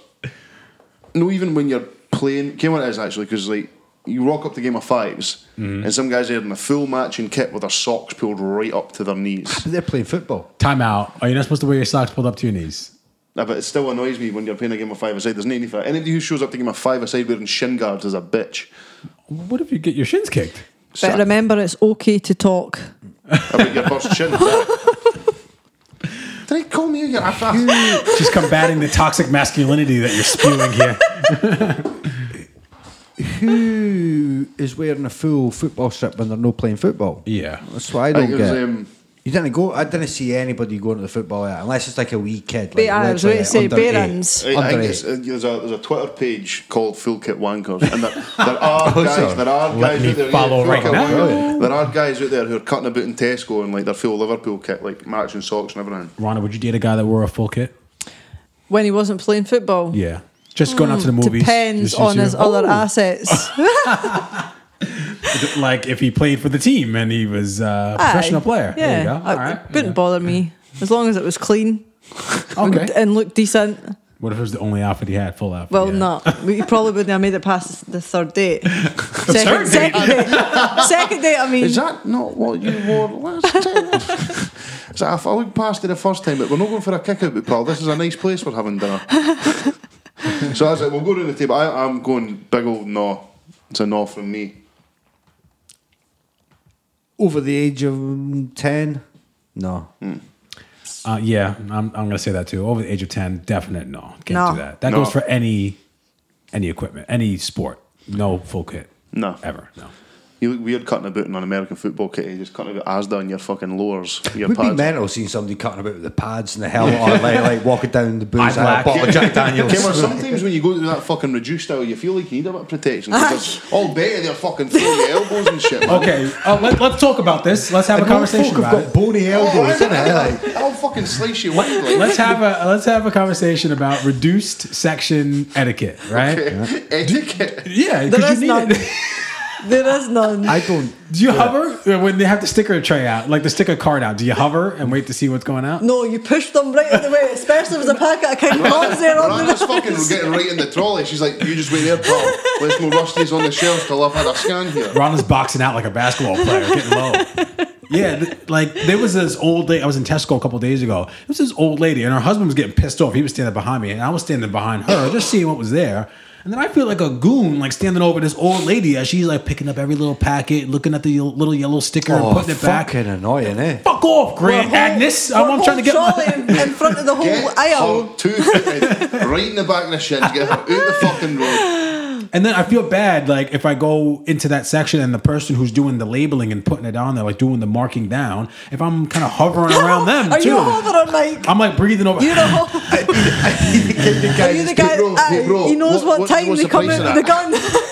S3: No, even when you're playing. Okay, what it is actually, because like you rock up to game of 5s
S2: Mm-hmm.
S3: and some guys are in a full matching kit with their socks pulled right up to their knees.
S5: They're playing football.
S2: Timeout. Are you not supposed to wear your socks pulled up to your knees?
S3: No, but it still annoys me when you're playing a game of five aside. There's no need for it. Anybody who shows up to game of five aside wearing shin guards is a bitch.
S2: What if you get your shins kicked?
S4: But remember, it's okay to talk.
S3: About your burst shin. Did he call me again?
S2: She's combating the toxic masculinity that you're spewing here.
S5: Who is wearing a full football strip when they're not playing football?
S2: Yeah.
S5: That's what I
S3: I
S5: don't
S3: think it was,
S5: get.
S3: um,
S5: you didn't go. I didn't see anybody going to the football yet, unless it's like a wee kid. Like
S4: But I was
S5: literally
S4: going to say,
S5: under eight.
S4: Barons.
S3: I, I
S5: Under
S3: think
S5: eight.
S3: it's, uh, there's, a, there's a Twitter page called Full Kit Wankers, and there, there are guys,
S5: sorry.
S3: there are
S2: Oh, Let
S3: guys
S2: me
S3: out there.
S2: follow
S3: Full
S2: right
S3: Kit
S2: now.
S3: Wankers. There are guys out there who are cutting about in Tesco and like their full Liverpool kit, like matching socks and everything.
S2: Rhonda, would you date a guy that wore a full kit?
S4: When he wasn't playing football.
S2: Yeah. Just going out to the movies.
S4: Mm, Depends
S2: Just-
S4: on
S2: just-
S4: his
S2: oh,
S4: other assets.
S2: like if he played for the team and he was uh, a professional
S4: Aye.
S2: player.
S4: Yeah,
S2: There you go.
S4: I-
S2: All right.
S4: it wouldn't bother me as long as it was clean
S2: Okay.
S4: and looked decent.
S2: What if it was the only outfit he had? Full outfit.
S4: Well,
S2: yeah.
S4: no, we probably wouldn't have made it past the third date. Second,
S2: Third date?
S4: second date. second date. I mean,
S3: Is that not what you wore last time? so I, I looked past it the first time, but we're not going for a kick out, but pal, this is a nice place we're having dinner. so I said, we'll go round the table. I, I'm going big old no. It's a no from me.
S5: Over the age of mm, 10? No.
S2: Uh, yeah, I'm, I'm going to say that too. Over the age of 10, definite no. Can't
S4: No.
S2: do that. That
S3: No.
S2: goes for any any equipment, any sport. No full kit.
S3: No.
S2: Ever. No.
S3: You look weird cutting a boot in an American football kit. You just cutting a boot Asda on your fucking lowers, your
S5: It would be
S3: pads.
S5: mental seeing somebody cutting about with the pads and the helmet on, like, like walking down the booze,
S2: I'm
S5: had a
S2: black.
S5: bottle of Jack Daniels.
S3: Okay, well, sometimes when you go to that fucking reduced style, you feel like you need a bit of protection. 'cause there's all better they're fucking throwing your elbows and shit.
S5: Oh,
S3: Man.
S2: Okay, uh, let, let's talk about this. Let's have a
S5: And all
S2: conversation
S5: folk
S2: about
S5: have
S2: it.
S5: got bony
S3: Oh,
S5: elbows,
S3: I-
S5: isn't it? Like,
S3: I- I'll fucking slice you wide. Like,
S2: Let's have a let's have a conversation about reduced section etiquette, right?
S3: etiquette.
S2: Yeah,
S4: there
S2: because
S4: is
S2: you
S4: none.
S2: need it.
S4: There is none.
S5: I don't.
S2: Do you hover when they have the sticker tray out, like the sticker card out? Do you hover and wait to see what's going out?
S4: no, you pushed them right out the way, especially if there's a packet of King Cobs there on
S3: Rana's
S4: the
S3: fucking getting right in the trolley. She's like, you just wait there, pal. Let's no rush these on the shelves till I've had a scan here.
S2: Ron is boxing out like a basketball player, getting low. Yeah, th- like there was this old lady. I was in Tesco a couple days ago. There was this old lady, and her husband was getting pissed off. He was standing behind me, and I was standing behind her, just seeing what was there. And then I feel like a goon, like standing over this old lady as she's like picking up every little packet, looking at the ye- little yellow sticker
S5: Oh,
S2: and putting it back.
S5: fucking annoying, eh?
S2: Fuck off, Grant Agnes. I'm, I'm trying to get
S4: trolley
S2: my.
S4: in, in front of the whole
S3: Get
S4: aisle.
S3: her two-footed right in the back of the shins. Get her out the fucking road.
S2: And then I feel bad, like if I go into that section and the person who's doing the labeling and putting it on there, like doing the marking down, if I'm kind of hovering around them
S4: Are
S2: too,
S4: you hovering, Mike?
S2: I'm like breathing over.
S4: You know, are you the guy?
S3: bro, hey,
S4: aye,
S3: bro,
S4: he knows
S3: what-
S4: what,
S3: what-
S4: time
S3: what's
S4: they
S3: the
S4: come
S3: price
S4: out
S3: of
S4: with the
S3: that?
S4: gun.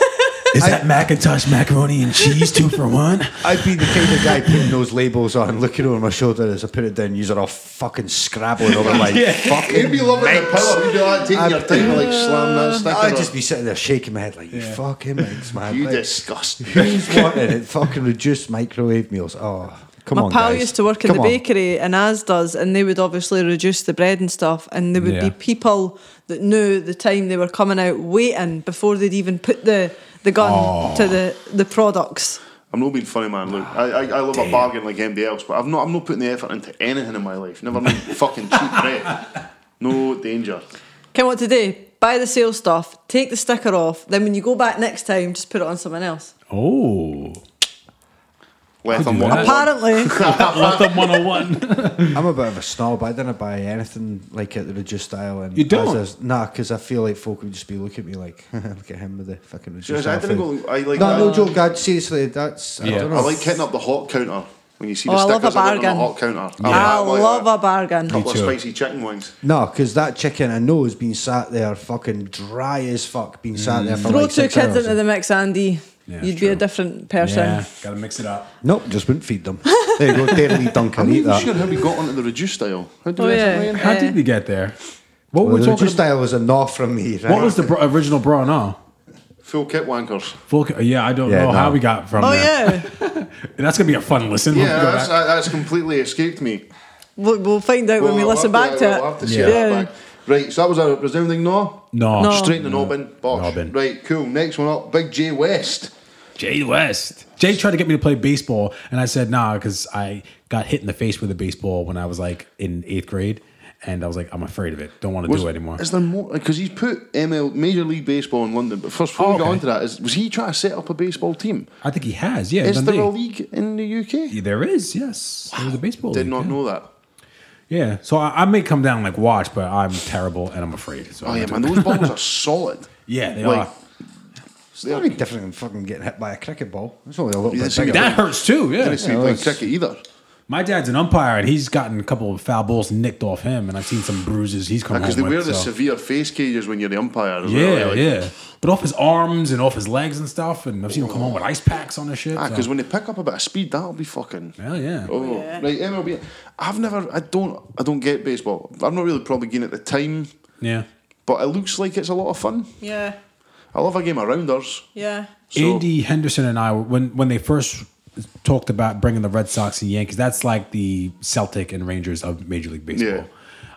S2: Is that Macintosh macaroni and cheese two for one?
S5: I'd be the kind of guy putting those labels on, looking over my shoulder as I put it down. You're all fucking scrabbling over like fucking.
S3: You'd be loving the power. You'd be like taking
S5: I'd-
S3: your time to like slam that sticker.
S5: I'd
S3: up.
S5: just be sitting there shaking my head like, you fucking minx, man.
S3: you
S5: like,
S3: disgust.
S5: Who's wanting it? Fucking reduced microwave meals. Oh, come
S4: My
S5: on,
S4: pal
S5: guys.
S4: used to work in
S5: Come
S4: the
S5: on.
S4: bakery and as does, and they would obviously reduce the bread and stuff. And there would
S2: Yeah.
S4: be people that knew the time they were coming out waiting before they'd even put the, the gun to the, the products.
S3: I'm not being funny, man. Look, I, I, I love a bargain like anybody else, but I've not, I'm not putting the effort into anything in my life. Never mind fucking cheap bread. No danger.
S4: Ken, what today? Buy the sale stuff, take the sticker off, then when you go back next time, just put it on someone else.
S2: Oh,
S3: Left
S2: Could
S3: on
S2: do
S3: one.
S2: that.
S4: Apparently, oh,
S2: Latham 101.
S5: I'm a bit of a snob. I didn't buy anything like at the reduced aisle. And
S2: You don't?
S5: as is- nah, because I feel like folk would just be looking at me like, look at him with the fucking reduced
S3: Seriously,
S5: aisle.
S3: I didn't
S5: food."
S3: go. I like.
S5: No, no
S3: I,
S5: joke, God. Seriously, that's.
S2: Yeah.
S5: I don't know.
S3: I like hitting up the hot counter when you see
S4: Oh, I
S3: the
S4: love
S3: stickers
S4: a
S3: about on the
S4: bargain.
S3: hot counter.
S4: I
S3: I'm like
S4: love
S3: that.
S4: a bargain.
S3: couple of
S2: too.
S3: spicy chicken wings.
S5: No, because that chicken I know has been sat there fucking dry as fuck, been sat there for
S4: Throw
S5: like
S4: two
S5: six
S4: kids
S5: hours.
S4: into the mix, Andy.
S2: Yeah,
S4: You'd be
S2: true.
S4: a different person.
S2: Yeah, gotta mix it up.
S5: Nope, just wouldn't feed them. There you go, Dairy Duncan, eat
S3: I'm not
S5: that.
S3: sure how we got onto the reduced aisle. How did
S4: Oh,
S3: we
S4: yeah.
S3: end up
S2: How
S4: Yeah.
S2: did we get there? What
S5: Well,
S2: were we
S5: the
S2: talking
S5: juice
S2: about?
S5: style was a no from me. Right?
S2: What was the bra- original bra and all?
S3: there? Full kit wankers.
S2: Full, ca- yeah, I don't
S5: Yeah,
S2: know
S5: no.
S2: how we got from
S4: Oh,
S2: there.
S4: yeah.
S2: That's gonna be a fun listen. when we
S3: Yeah,
S2: go
S3: that's,
S2: back.
S3: that- that's completely escaped me.
S4: We'll, we'll find out when we
S3: Well, I'll
S4: listen
S3: have
S4: back to it.
S3: I'll have to see
S2: Yeah.
S3: that
S4: Yeah.
S3: back. Right, so that was a resounding no.
S2: no,
S4: No.
S3: Straight to Nobbin. Bosh.
S2: Nobbin.
S3: Right, cool. Next one up, Big J West.
S2: Jay West. Jay tried to get me to play baseball, and I said nah because I got hit in the face with a baseball when I was like in eighth grade, and I was like, I'm afraid of it. Don't want to do it anymore.
S3: Is there more? Because he's put ML Major League Baseball in London. But first, before
S2: Oh,
S3: we
S2: okay.
S3: get onto that, is, was he trying to set up a baseball team?
S2: I think he has. Yeah,
S3: Is there a
S2: Dundee.
S3: league in the UK?
S2: Yeah, There is, yes. There was a baseball.
S3: Did
S2: league,
S3: not
S2: yeah.
S3: know that.
S2: Yeah, so I, I may come down and like watch, but I'm terrible and I'm afraid. So
S3: Oh
S2: I'm
S3: yeah,
S2: not
S3: man,
S2: doing
S3: those balls are solid.
S2: it. yeah, they
S3: like,
S2: are.
S5: It's not any different than fucking getting hit by a cricket ball. It's only a little
S3: Yeah,
S5: bit
S3: so
S5: bigger.
S2: That hurts too.
S3: I
S2: Yeah,
S3: didn't see me playing cricket either.
S2: my dad's an umpire and he's gotten a couple of foul balls nicked off him, and I've seen some bruises he's come
S3: Because
S2: home
S3: they wear
S2: with.
S3: the
S2: so-
S3: severe face cages when you're the umpire. as well,
S2: yeah,
S3: like-
S2: yeah, but off his arms and off his legs and stuff, and I've seen him come home with ice packs on his shit.
S3: Ah,
S2: so-
S3: because when they pick up a bit of speed, that'll be fucking.
S2: Hell yeah.
S3: Oh, right, MLB. I've never. I don't. I don't get baseball. I'm not really probably getting it at the time,
S2: yeah.
S3: but it looks like it's a lot of fun.
S4: Yeah,
S3: I love a game of rounders.
S4: yeah.
S3: So-
S2: Andy Henderson and I, when when they first talked about bringing the Red Sox and Yankees, that's like the Celtic and Rangers of Major League
S3: Yeah.
S2: Baseball.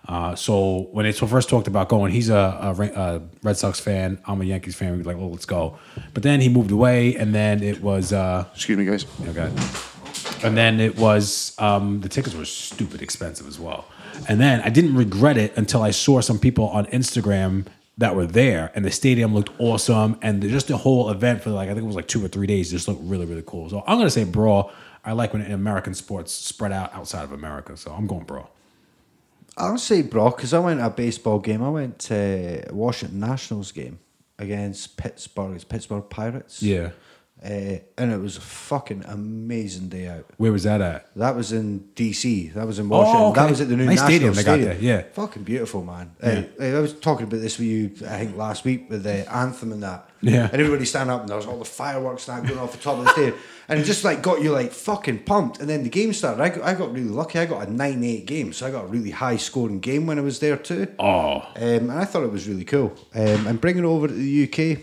S2: Uh, so when they first talked about going, he's a, a, Ra- a Red Sox fan. I'm a Yankees fan. We were like, oh, let's go. But then he moved away, and then it was. Uh,
S3: Excuse me, guys.
S2: Okay. And then it was um, the tickets were stupid expensive as well. And then I didn't regret it until I saw some people on Instagram that were there, and the stadium looked awesome, and the, just the whole event for like I think it was like two or three days just looked really really cool. So I'm gonna say brawl. I like when American sports spread out outside of America, so I'm going brawl.
S5: I'll say bro, because I went to a baseball game. I went to a Washington Nationals game against Pittsburgh. It's Pittsburgh Pirates.
S2: Yeah.
S5: Uh, and it was a fucking amazing day out.
S2: Where was that at?
S5: That was in DC. That was in Washington.
S2: Oh, okay.
S5: That was at the new
S2: Nice
S5: National
S2: stadium
S5: Stadium.
S2: they got there, yeah.
S5: fucking beautiful, man. Hey, hey, I was talking about this with you, I think, last week with the anthem and that.
S2: Yeah.
S5: and everybody stand up and there was all the fireworks and that going off the top of the stadium, and it just like got you like fucking pumped. And then the game started. I got, I got really lucky. I got a nine eight game, so I got a really high scoring game when I was there too.
S2: Oh,
S5: Um, and I thought it was really cool. Um, and bringing it over to the UK,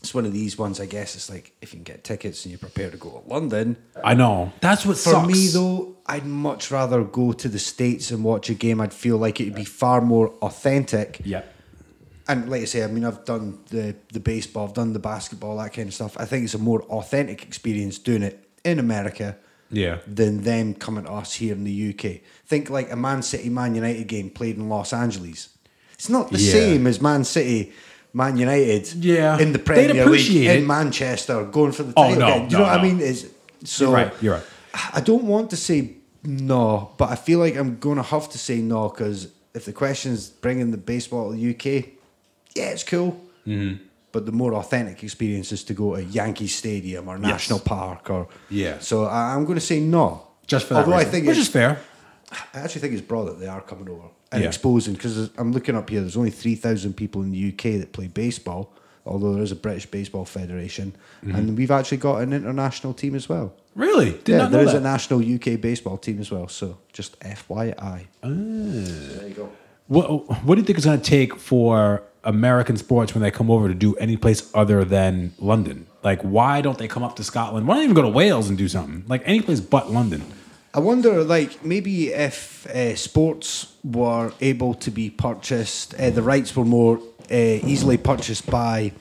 S5: it's one of these ones, I guess. It's like if you can get tickets and you're prepared to go to London.
S2: I know. That's what
S5: For
S2: sucks.
S5: me, though, I'd much rather go to the States and watch a game. I'd feel like it'd be far more authentic.
S2: Yeah.
S5: And like I say, I mean, I've done the, the baseball, I've done the basketball, that kind of stuff. I think it's a more authentic experience doing it in America
S2: Yeah.
S5: than them coming to us here in the UK. Think like a Man City Man United game played in Los Angeles. It's not the
S2: Yeah.
S5: same as Man City Man United
S2: Yeah.
S5: in the
S2: They'd
S5: Premier
S2: appreciate
S5: League
S2: it.
S5: in Manchester going for the
S2: Oh,
S5: title.
S2: no,
S5: game. Do
S2: no,
S5: you know what I
S2: no.
S5: mean? It's, so
S2: You're right, you're right.
S5: I don't want to say no, but I feel like I'm going to have to say no because if the question's bringing the baseball to the UK, yeah, it's cool.
S2: Mm-hmm.
S5: But the more authentic experience is to go to Yankee Stadium or National Park or
S2: Yeah.
S5: So I, I'm going to say no.
S2: Just for that.
S5: Although
S2: reason.
S5: I think
S2: Which
S5: it's,
S2: is fair.
S5: I actually think it's broad that they are coming over and
S2: Yeah.
S5: exposing because I'm looking up here. There's only three thousand people in the UK that play baseball, although there is a British Baseball Federation, and we've actually got an international team as well.
S2: Really? Mm-hmm. Did
S5: yeah,
S2: not know
S5: there is
S2: that.
S5: a national UK baseball team as well. So just FYI. There you go.
S2: What What do you think it's going to take for American sports when they come over to do any place other than London? Like, why don't they come up to Scotland? Why don't they even go to Wales and do something? Like any place but London.
S5: I wonder, like, maybe if uh, sports were able to be purchased, uh, the rights were more uh, easily purchased by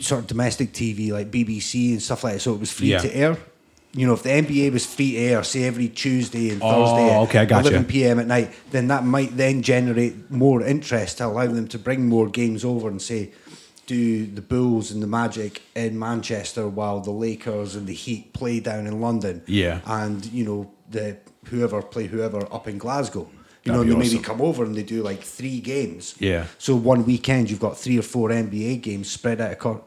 S5: sort of domestic TV, like BBC and stuff like that, so it was free
S2: Yeah.
S5: to air. You know, if the NBA was free to air, say every Tuesday and
S2: Oh,
S5: Thursday, at
S2: okay, I gotcha.
S5: 11 p.m. at night, then that might then generate more interest to allow them to bring more games over and say, do the Bulls and the Magic in Manchester while the Lakers and the Heat play down in London
S2: Yeah.
S5: and you know the whoever play whoever up in Glasgow. You
S2: That'd
S5: know,
S2: be
S5: they
S2: awesome.
S5: maybe come over and they do like three games.
S2: Yeah.
S5: So one weekend you've got three or four NBA games spread out across.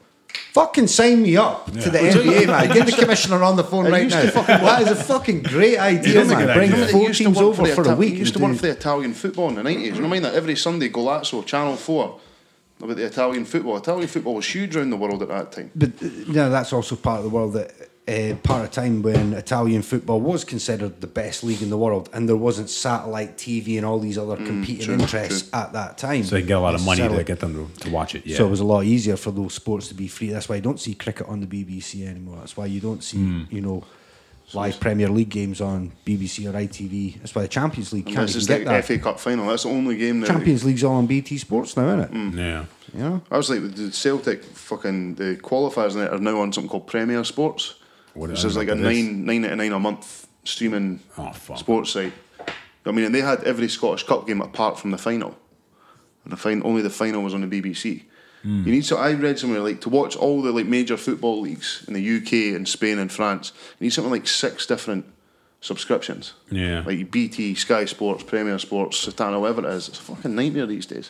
S5: Fucking sign me up to the NBA, man. Get the commissioner on the phone right now. That is a fucking great idea,
S2: is a
S5: man.
S2: good
S5: Bring
S2: idea.
S3: It
S5: four
S3: used to
S5: teams
S3: work
S5: over
S3: the
S5: for a
S3: Ita-
S5: week.
S3: It used to
S5: and
S3: work
S5: do-
S3: for the Italian football in the nineties. You know, mind that every Sunday, Golazzo, Channel Four, about the Italian football. Italian football was huge around the world at that time.
S5: But uh, no, that's also part of the world that uh, part of time when Italian football was considered the best league in the world, and there wasn't satellite TV and all these other competing
S3: Mm, true,
S5: interests at that time.
S2: So they can get a lot of money to
S5: necessarily.
S2: get them to, to watch it. Yeah.
S5: So it was a lot easier for those sports to be free. That's why you don't see cricket on the BBC anymore. That's why you don't see
S2: Hmm.
S5: you know live Premier League games on BBC or ITV. That's why the Champions League
S3: And
S5: can't
S3: this
S5: even
S3: is
S5: get
S3: the
S5: that.
S3: FA Cup final. That's the only game that
S5: Champions League's all on BT Sports now, isn't it?
S3: Hmm.
S2: yeah.
S5: You know.
S3: I was like the Celtic fucking the qualifiers in it are now on something called Premier Sports,
S2: What-
S3: which
S2: I
S3: is like a
S2: remember this.
S3: nine nine ninety nine a month streaming
S2: Oh, fuck.
S3: sports site. I mean, and they had every Scottish Cup game apart from the final, and the final only the final was on the BBC.
S2: Hmm.
S3: You need so I read somewhere like to watch all the like major football leagues in the UK and Spain and France. You need something like six different subscriptions.
S2: Yeah.
S3: like BT, Sky Sports, Premier Sports, Satana, whatever it is. It's a fucking nightmare these days.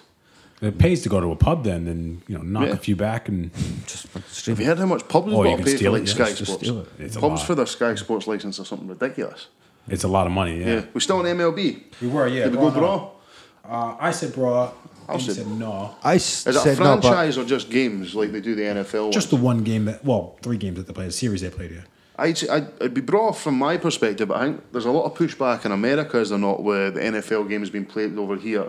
S2: It pays to go to a pub then and you know knock
S3: Yeah.
S2: a few back and
S5: Just
S3: Have you heard how much pubs
S2: Oh,
S3: oh,
S2: you
S3: got to
S2: can
S3: pay for
S2: steal it,
S3: like
S2: yeah.
S3: Sky
S2: Just
S3: Sports?
S5: steal it.
S2: It's a
S3: Pubs
S2: lot.
S3: for their Sky Sports license or something ridiculous.
S2: it's a lot of money. Yeah.
S3: Yeah, we're still in MLB.
S2: We were yeah.
S3: Did we go bra?
S2: Uh, I said bra.
S3: I
S2: You
S3: said-
S2: said no.
S5: I s-
S3: Is it a
S5: said no, but
S3: franchise or just games like they do the NFL?
S2: Just the one game that well three games that they played a series they played here.
S3: I'd, say- I'd, I'd be bra from my perspective, but I think there's a lot of pushback in America, is there not, where the NFL game has been played over here?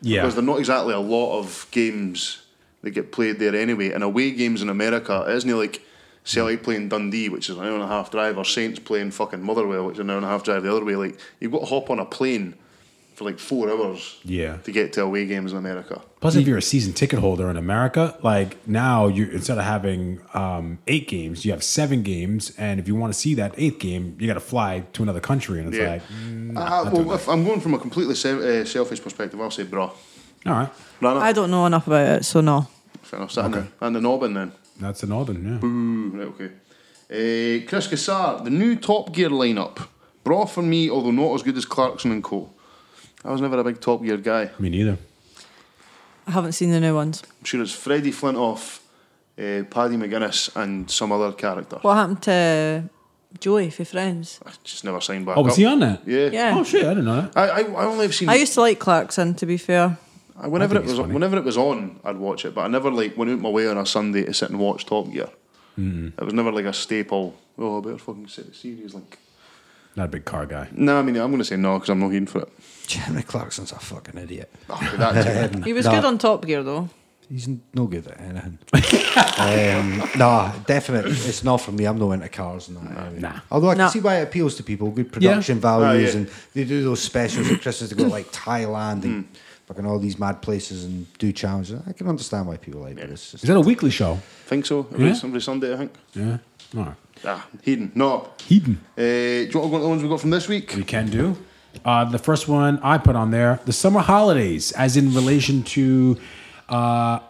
S2: Yeah.
S3: Because there's not exactly a lot of games that get played there anyway. And away games in America, it isn't like Celtic
S2: Mm.
S3: playing Dundee, which is an hour and a half drive, or Saints playing fucking Motherwell, which is an hour and a half drive the other way. Like you've got to hop on a plane for like four hours
S2: Yeah.
S3: to get to away games in America.
S2: Plus, if you're a season ticket holder in America, like now, you instead of having um, eight games, you have seven games, and if you want to see that eighth game, you got to fly to another country, and it's
S3: Yeah.
S2: like, mm,
S3: Uh, well, if I'm going from a completely se- uh, selfish perspective, I'll say bra.
S2: all right,
S3: Rana,
S4: I don't know enough about it, so no.
S3: fair enough. Sat And the Nobbin then.
S2: that's the northern. Yeah.
S3: Ooh, right, okay. Uh, Chris Kassar, the new Top Gear lineup. Bra for me, although not as good as Clarkson and Co. I was never a big Top Gear guy.
S2: Me neither.
S4: I haven't seen the new ones.
S3: I'm sure it's Freddie Flintoff, uh, Paddy McGuinness, and some other character.
S4: What happened to Joey for Friends?
S3: I just never signed back.
S2: Oh, was
S3: up.
S2: he on that?
S3: Yeah.
S4: Yeah.
S2: Oh shit, I didn't know that.
S3: I, I, I only have seen.
S4: I used to like Clarkson, to be fair.
S3: I- whenever
S2: I
S3: it
S2: think
S3: was
S2: it's funny.
S3: whenever it was on, I'd watch it, but I never like went out my way on a Sunday to sit and watch Top Gear.
S2: Hmm.
S3: It was never like a staple. Oh, I better fucking sit the series. Like,
S2: Not a big car guy.
S3: no, I mean, I'm going to say no because I'm not here for it.
S5: Jeremy Clarkson's a fucking idiot.
S3: Oh, but that
S4: He was
S5: Nah,
S4: good on Top Gear, though.
S5: He's no good at anything. um, nah, definitely, it's not for me. I'm no into cars and that. Anyway.
S2: Nah.
S5: Although I can
S4: Nah.
S5: see why it appeals to people. Good production values,
S3: Ah, yeah.
S5: and they do those specials at Christmas to go to, like Thailand and fucking all these mad places and do challenges. I can understand why people like it. It's just
S2: Is that a weekly show?
S3: think so. Every,
S2: Yeah.
S3: every Sunday, I think.
S2: Yeah. All right.
S3: Ah, Heaton, no.
S2: Heaton.
S3: Uh, do you want to go on to the ones we got from this week?
S2: We can do. Uh, the first one I put on there, the summer holidays, as in relation to uh,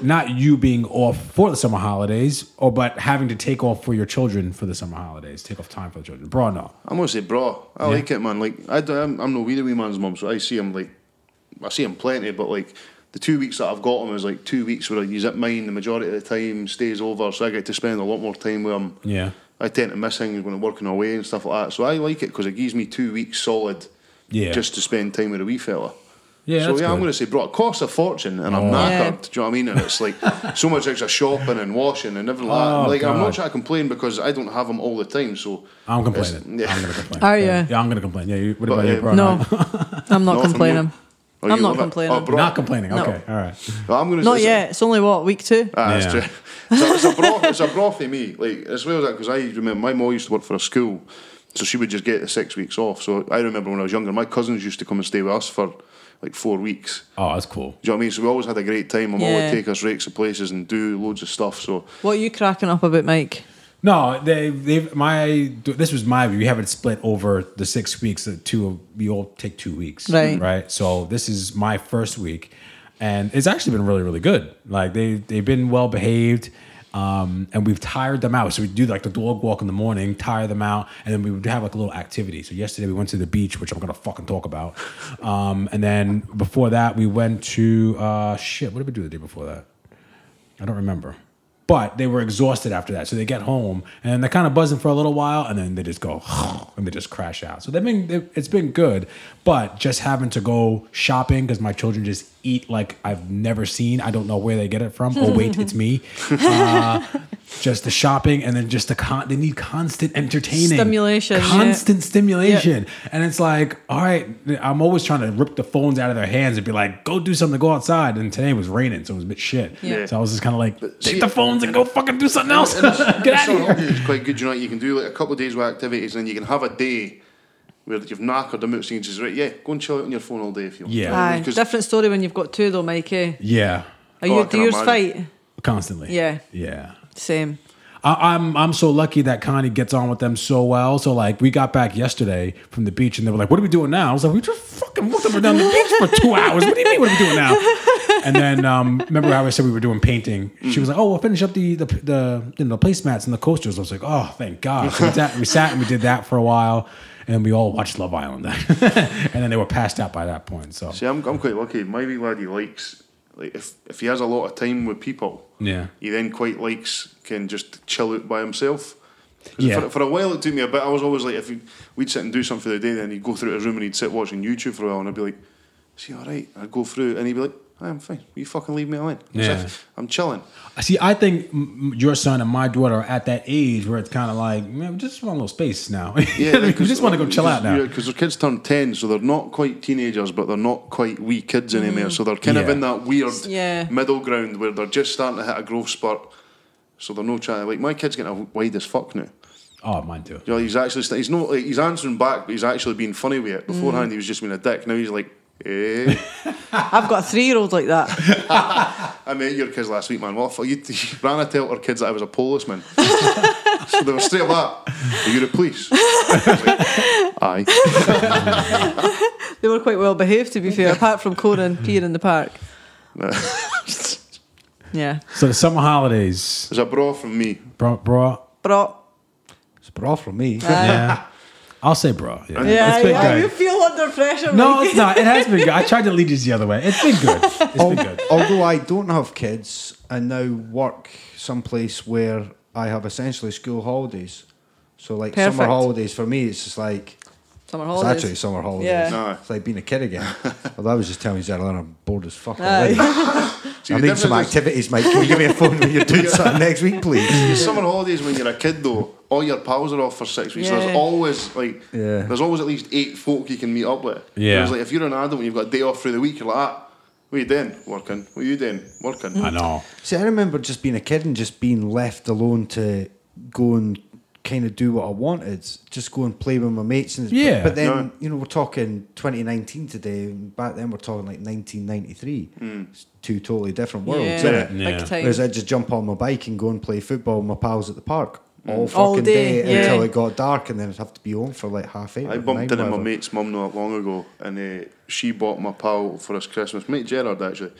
S2: not you being off for the summer holidays, or but having to take off for your children for the summer holidays, take off time for the children. Bro, no.
S3: I'm gonna say, bro, I like it, man. Like, I do, I'm, I'm no wee the wee man's mum, so I see him like, I see him plenty, but like, the two weeks that I've got him is like two weeks where he's at mine the majority of the time, stays over, so I get to spend a lot more time with him.
S2: Yeah.
S3: I tend to miss things when I'm working away and stuff like that, so I like it because it gives me two weeks solid,
S2: Yeah.
S3: just to spend time with a wee fella.
S2: Yeah,
S3: so
S2: that's
S3: yeah, I'm
S2: good. Oh.
S3: going to say, bro, it costs a fortune, and I'm
S4: Yeah.
S3: knackered. Do you know what I mean? And it's like so much extra shopping and washing and everything like that.
S2: Oh,
S3: like I'm
S2: God.
S3: not trying to complain because I don't have them all the time. So
S2: I'm
S3: it's-
S2: complaining.
S3: Yeah.
S2: I'm gonna complain.
S4: Are
S2: Yeah.
S4: you?
S2: Yeah, I'm gonna complain. Yeah, you, what
S3: But,
S2: about you,
S3: uh,
S2: bro?
S4: No, I'm not
S3: No,
S4: complaining.
S3: Oh, you
S4: I'm not
S3: love it?
S4: complaining.
S3: Oh, bro,
S2: Not complaining.
S4: No.
S2: Okay, all right.
S3: I'm gonna
S4: Not
S3: say-
S4: yet. It's only what week two.
S3: Ah, that's
S2: Yeah.
S3: true. So it's a broth. It's a broth for me. Like as well as that, because I remember my mom used to work for a school, so she would just get the six weeks off. So I remember when I was younger, my cousins used to come and stay with us for like four weeks.
S2: Oh, that's cool.
S3: Do you know what I mean? So we always had a great time. My mum
S4: Yeah.
S3: would take us rakes of places and do loads of stuff. So
S4: What are you cracking up about, Mike?
S2: No, they they my this was my we have it split over the six weeks. The two we all take two weeks,
S4: Right.
S2: Right. So this is my first week, and it's actually been really really good. Like they they've been well behaved. Um, and we've tired them out. So we do like the dog walk in the morning, tire them out, and then we would have like a little activity. So yesterday we went to the beach, which I'm gonna fucking talk about. Um, and then before that we went to uh, shit. What did we do the day before that? I don't remember. But they were exhausted after that. So they get home and they're kind of buzzing for a little while and then they just go and they just crash out. So they've been, they- it's been good. But just having to go shopping because my children just eat like I've never seen. I don't know where they get it from. Oh, wait, it's me. Uh, just the shopping and then just the con, they need constant entertaining
S4: Stimulation, yeah.
S2: constant stimulation. And it's like, all right, I'm always trying to rip the phones out of their hands and be like, go do something, go outside. And today it was raining, so it was a bit shit.
S4: Yeah.
S2: So I was just kind of like, take
S3: see-
S2: the phones and go fucking do something else. Get out
S3: Summer
S2: of here.
S3: holidays is quite good. You know, you can do like a couple of days with activities, and you can have a day where you've knackered them out. So you can just right, yeah, go and chill out on your phone all day if you want.
S2: Yeah.
S4: Aye,
S3: Because-
S4: different story when you've got two though, Mike. eh?
S2: Yeah.
S4: Are
S3: Oh, I
S4: you do
S3: can
S4: yours
S3: imagine.
S4: fight?
S2: Constantly.
S4: Yeah.
S2: Yeah.
S4: Same.
S2: I, I'm I'm so lucky that Connie gets on with them so well. So like we got back yesterday from the beach and they were like, "What are we doing now?" I was like, "We just fucking walked up and down the beach for two hours. What do you mean? What are we doing now?" And then um, remember how I said we were doing painting? She was like, "Oh, we'll finish up the the the, you know, the placemats and the coasters." I was like, "Oh, thank God!" So we, sat, we sat and we did that for a while, and then we all watched Love Island. and then they were passed out by that point. So
S3: See, I'm, I'm quite lucky. My wee lad, he likes like if if he has a lot of time with people,
S2: yeah,
S3: he then quite likes can just chill out by himself. 'Cause
S2: Yeah.
S3: For, for a while, it took me a bit. I was always like, if he, we'd sit and do something for the day, then he'd go through his room and he'd sit watching YouTube for a while, and I'd be like, "Is he all right?" I'd go through, and he'd be like, "Aye, I'm fine. You fucking leave me alone. I'm,
S2: Yeah.
S3: safe. I'm chilling.
S2: See, I think m- m- your son and my daughter are at that age where it's kind of like, man, we just want a little space now. Yeah, we just want to go chill out now.
S3: Because their kids turn 10, so they're not quite teenagers, but they're not quite wee kids anymore. So they're kind of
S2: Yeah.
S3: in that weird
S4: Yeah.
S3: middle ground where they're just starting to hit a growth spurt. So they're no trying. Like, my kid's getting wide as fuck now.
S2: Oh, mine too.
S3: You know, he's actually, st- he's not, like, he's answering back, but he's actually being funny with it. Beforehand, he was just being a dick. Now he's like, eh.
S4: I've got a three year old like that.
S3: I met your kids last week, man. What the fuck? You, you ran a tell our kids that I was a policeman. so they were straight up, are you the police? I was like, Aye.
S4: They were quite well behaved, to be fair, apart from Conan peeing in the park. yeah.
S2: So the summer holidays,
S3: There's a bra from me.
S2: bra, bra
S4: Bro.
S5: It's bra from me.
S2: yeah. I'll say bra. Yeah,
S4: Yeah,
S2: It's been
S4: yeah.
S2: good.
S4: You feel under pressure.
S2: No,
S4: Mikey.
S2: it's not. It has been good. I tried to lead this the other way. It's been good. It's been good.
S5: Although I don't have kids, I now work someplace where I have essentially school holidays. So like summer
S4: Perfect.
S5: holidays for me, it's just like
S4: Summer
S5: it's
S4: holidays.
S5: actually summer holidays.
S4: Yeah.
S3: No.
S5: It's like being a kid again. Although I was just telling you that I'm bored as fuck. already.
S4: Aye.
S3: See,
S5: I
S3: the
S5: need some
S3: difference is-
S5: activities, mate. Can you give me a phone when you're doing something next week, please?
S3: the summer holidays when you're a kid though, all your pals are off for six weeks. So
S4: Yeah.
S3: there's always like
S5: Yeah.
S3: there's always at least eight folk you can meet up with.
S2: Yeah.
S3: Whereas like if you're an adult and you've got a day off through the week, you're like, ah, what are you doing? Working. What are you doing? Working.
S2: I know.
S5: See, I remember just being a kid and just being left alone to go and kind of do what I wanted, just go and play with my mates. And
S2: Yeah.
S5: but, but then
S3: No.
S5: you know we're talking 2019 today, and back then we're talking like 1993.
S3: Hmm.
S5: It's two totally different worlds,
S4: yeah.
S5: isn't it?
S2: Yeah.
S4: Big time.
S5: Whereas I'd just jump on my bike and go and play football with my pals at the park
S3: Hmm.
S5: all fucking
S4: All
S5: day,
S4: day,
S5: until
S4: yeah.
S5: it got dark, and then I'd have to be home for like half eight.
S3: I
S5: or
S3: bumped
S5: nine,
S3: into my
S5: whatever.
S3: mate's mum not long ago, and uh, she bought my pal for his Christmas. Mate Gerard, actually.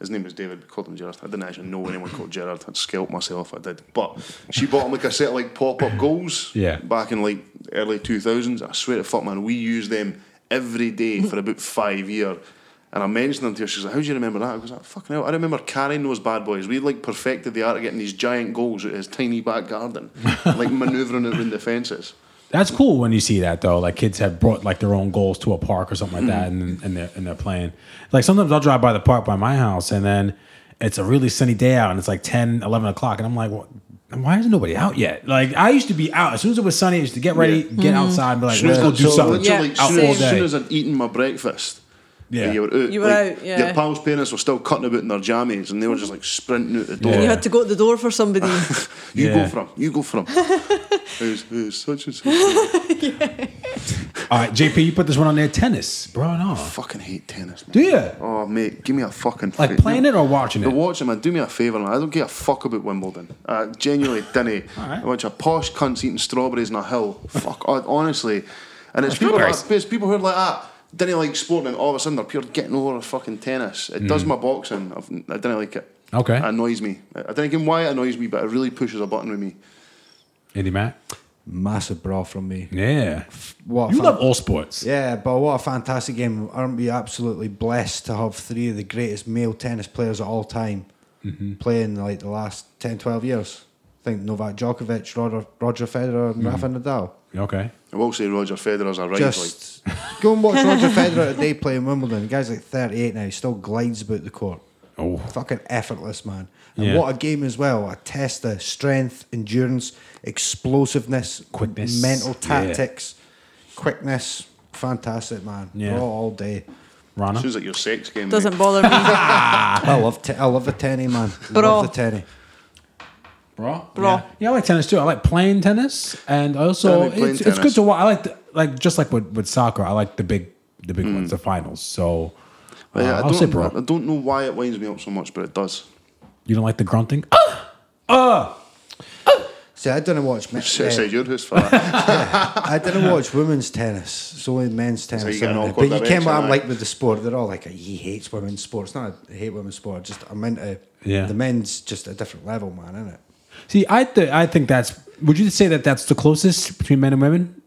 S3: His name was David, we called him Gerard. I didn't actually know anyone called Gerard. I'd scalped myself, I did. But she bought him like a set of like pop up goals
S2: Yeah.
S3: back in like early 2000s. I swear to fuck, man, we used them every day for about five years. And I mentioned them to her. She's like, How do you remember that? I was like, Fucking hell. I remember carrying those bad boys. We like perfected the art of getting these giant goals out of his tiny back garden, like manoeuvring it around the fences.
S2: That's cool when you see that though. Like kids have brought like their own goals to a park or something like that, and and they're and they're playing. Like sometimes I'll drive by the park by my house, and then it's a really sunny day out, and it's like 10, 11 o'clock, and I'm like, what? Why isn't nobody out yet? Like I used to be out as soon as it was sunny. I used to get ready, get outside, and be like,
S3: Soon
S2: let's
S3: as
S2: go
S3: I-
S2: do
S3: so
S2: something.
S3: Literally,
S4: Yeah,
S3: soon,
S4: same.
S3: as-
S2: All
S3: soon
S2: day.
S3: as I'd eaten my breakfast,
S2: Yeah.
S3: you were out.
S4: You were
S3: Like,
S4: out, yeah.
S3: Your pals' parents were still cutting about in their jammies, and they were just like sprinting out the door.
S2: Yeah.
S4: And you had to go to the door for somebody.
S3: You
S2: Yeah.
S3: go from. You go from. it, was, it was such and such.
S2: All right, JP, you put this one on there. Tennis, bro, and all.
S3: fucking hate tennis. Man.
S2: Do you
S3: Oh mate, give me a fucking
S2: like
S3: fa-
S2: playing it or watching
S3: But
S2: it?
S3: watch it, man. Do me a favour, man. I don't give a fuck about Wimbledon. I genuinely didn't.
S2: right.
S3: A bunch of posh cunts eating strawberries on a hill. Fuck, hon- honestly. And it's people,
S2: Strawberries.
S3: like, it's people who are like that. Didn't like sport, and all of a sudden they're pure getting over fucking tennis. It does my boxing. I've, I didn't like it.
S2: Mm. Okay.
S3: It annoys me. I don't get why it annoys me, but it really pushes a button with me.
S2: Andy Matt.
S5: massive bra from me.
S2: Yeah.
S5: What a
S2: You
S5: fan-
S2: love all sports.
S5: Yeah, but what a fantastic game. Aren't we absolutely blessed to have three of the greatest male tennis players of all time
S2: Mm-hmm.
S5: playing like the last 10, 12 years? I think Novak Djokovic, Roger, Roger Federer, and Rafa
S2: Mm-hmm.
S5: Nadal.
S2: Okay.
S3: I will say Roger Federer's a right like.
S5: Just go and watch Roger Federer today playing Wimbledon. The guy's like 38 now, he still glides about the court.
S2: Oh.
S5: Fucking effortless, man. And
S2: Yeah.
S5: what a game as well. A test of strength, endurance, explosiveness,
S2: Quickness.
S5: mental
S2: Yeah.
S5: tactics, quickness. Fantastic, man.
S2: Yeah.
S5: Raw all day.
S2: Rana.
S3: Sounds like your sex game.
S4: Doesn't bother me.
S5: I love te- I love the tenny man.
S4: Bro.
S5: Love the tenny.
S2: Bro,
S4: Bra.
S2: Yeah. Yeah, I like tennis too. I like playing tennis, and also
S3: I like playing
S2: it's, it's good
S3: tennis.
S2: to watch. I like the, like just like with, with soccer, I like the big the big
S5: Mm.
S2: ones, the finals. So uh,
S3: Yeah, I,
S2: I'll
S3: don't,
S2: say bro.
S3: I don't know why it winds me up so much, but it does.
S2: you don't like the grunting? Ah!
S5: See, I didn't watch men-
S3: Should I
S5: eh,
S3: said your house for that.
S5: I didn't watch women's tennis. It's only men's tennis.
S3: you get an
S5: isn't it?
S3: awkward
S5: but you can't what
S3: direction,
S5: I'm
S3: aye.
S5: like with the sport. They're all like, he hates women's sports. Not I hate women's sport. Just I'm into
S2: Yeah.
S5: the men's just a different level, man, isn't it?
S2: See, I th- I think that's. Would you say that that's the closest between men and women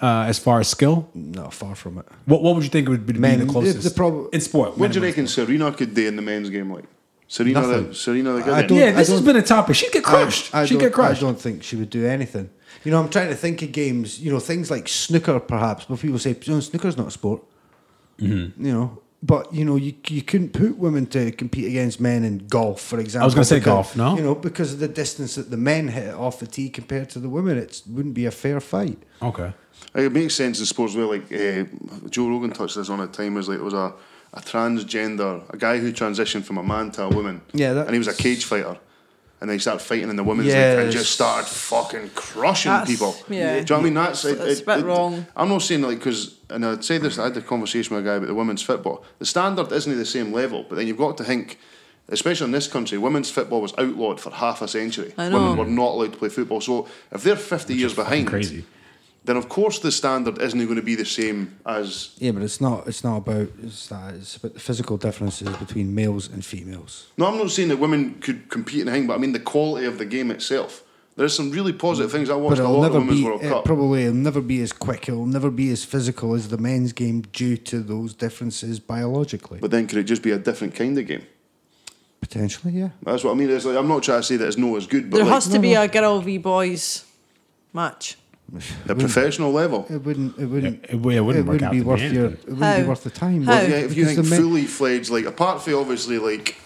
S2: uh, as far as skill?
S5: Not far from it.
S2: What What would you think would be
S5: Men-
S2: the
S5: the-
S2: closest?
S5: the prob-
S2: in sport.
S3: What do
S2: men
S3: you
S2: and women.
S3: reckon Serena could do in the men's game? Like Serena,
S5: Nothing.
S3: the, Serena, the
S5: I
S3: guy.
S5: don't-
S2: Yeah, this
S5: I
S2: has
S5: don't-
S2: been a topic. She'd get crushed.
S5: I, I
S2: She'd
S5: don't-
S2: get crushed.
S5: I don't think she would do anything. You know, I'm trying to think of
S2: Mm-hmm.
S5: games. You know, things like snooker, perhaps. But people say, "No, snooker's not a sport." You know, But you know, you, you couldn't put women to compete against men in golf, for example.
S2: gonna say
S5: because-
S2: golf, no?
S5: You know, because of the distance that the men hit off the tee compared to the women, it wouldn't be a fair fight.
S2: Okay.
S3: It makes sense in sports where, like, eh, Joe Rogan touched this on a time, was like, it was a, a transgender, a guy who transitioned from a man to a woman.
S5: Yeah, that-
S3: And he was a cage fighter. And they started fighting in the women's league and
S5: Yes.
S3: just started fucking crushing
S4: That's-
S3: people.
S4: yeah.
S3: Do you know what I mean? That's it,
S4: It's a bit wrong.
S3: I'm not saying like because, and I'd say this. I had a conversation with a guy about the women's football. The standard isn't at the same level, but then you've got to think, especially in this country, women's football was outlawed for half a century.
S4: I know.
S3: Women were not allowed to play football. So if they're 50 years behind,
S2: Crazy.
S3: then of course the standard isn't going to be the same as
S5: Yeah, but it's not. It's not about it's that. It's about the physical differences between males and females.
S3: no I'm not saying that women could compete in anything but I mean the quality of the game itself there's some really positive things I
S5: But
S3: watched a
S5: it'll
S3: lot of
S5: never
S3: women's
S5: be.
S3: World
S5: It
S3: Cup
S5: probably it'll never be as quick. It'll never be as physical as the men's game due to those differences biologically.
S3: but then could it just be a different kind of game
S5: Potentially, yeah.
S3: that's what I mean it's like, I'm not trying to say that it's no as good but
S4: There
S3: like,
S4: has to be a girl v boys match.
S3: the professional level
S5: It wouldn't. It wouldn't.
S2: It- it wouldn't work out
S5: be
S2: for the
S5: worth
S2: men,
S5: your.
S2: but-
S5: It wouldn't
S4: How?
S5: be worth the time.
S4: How?
S3: yeah, if you
S5: because
S3: think
S5: the men-
S3: fully fledged, like apart from obviously like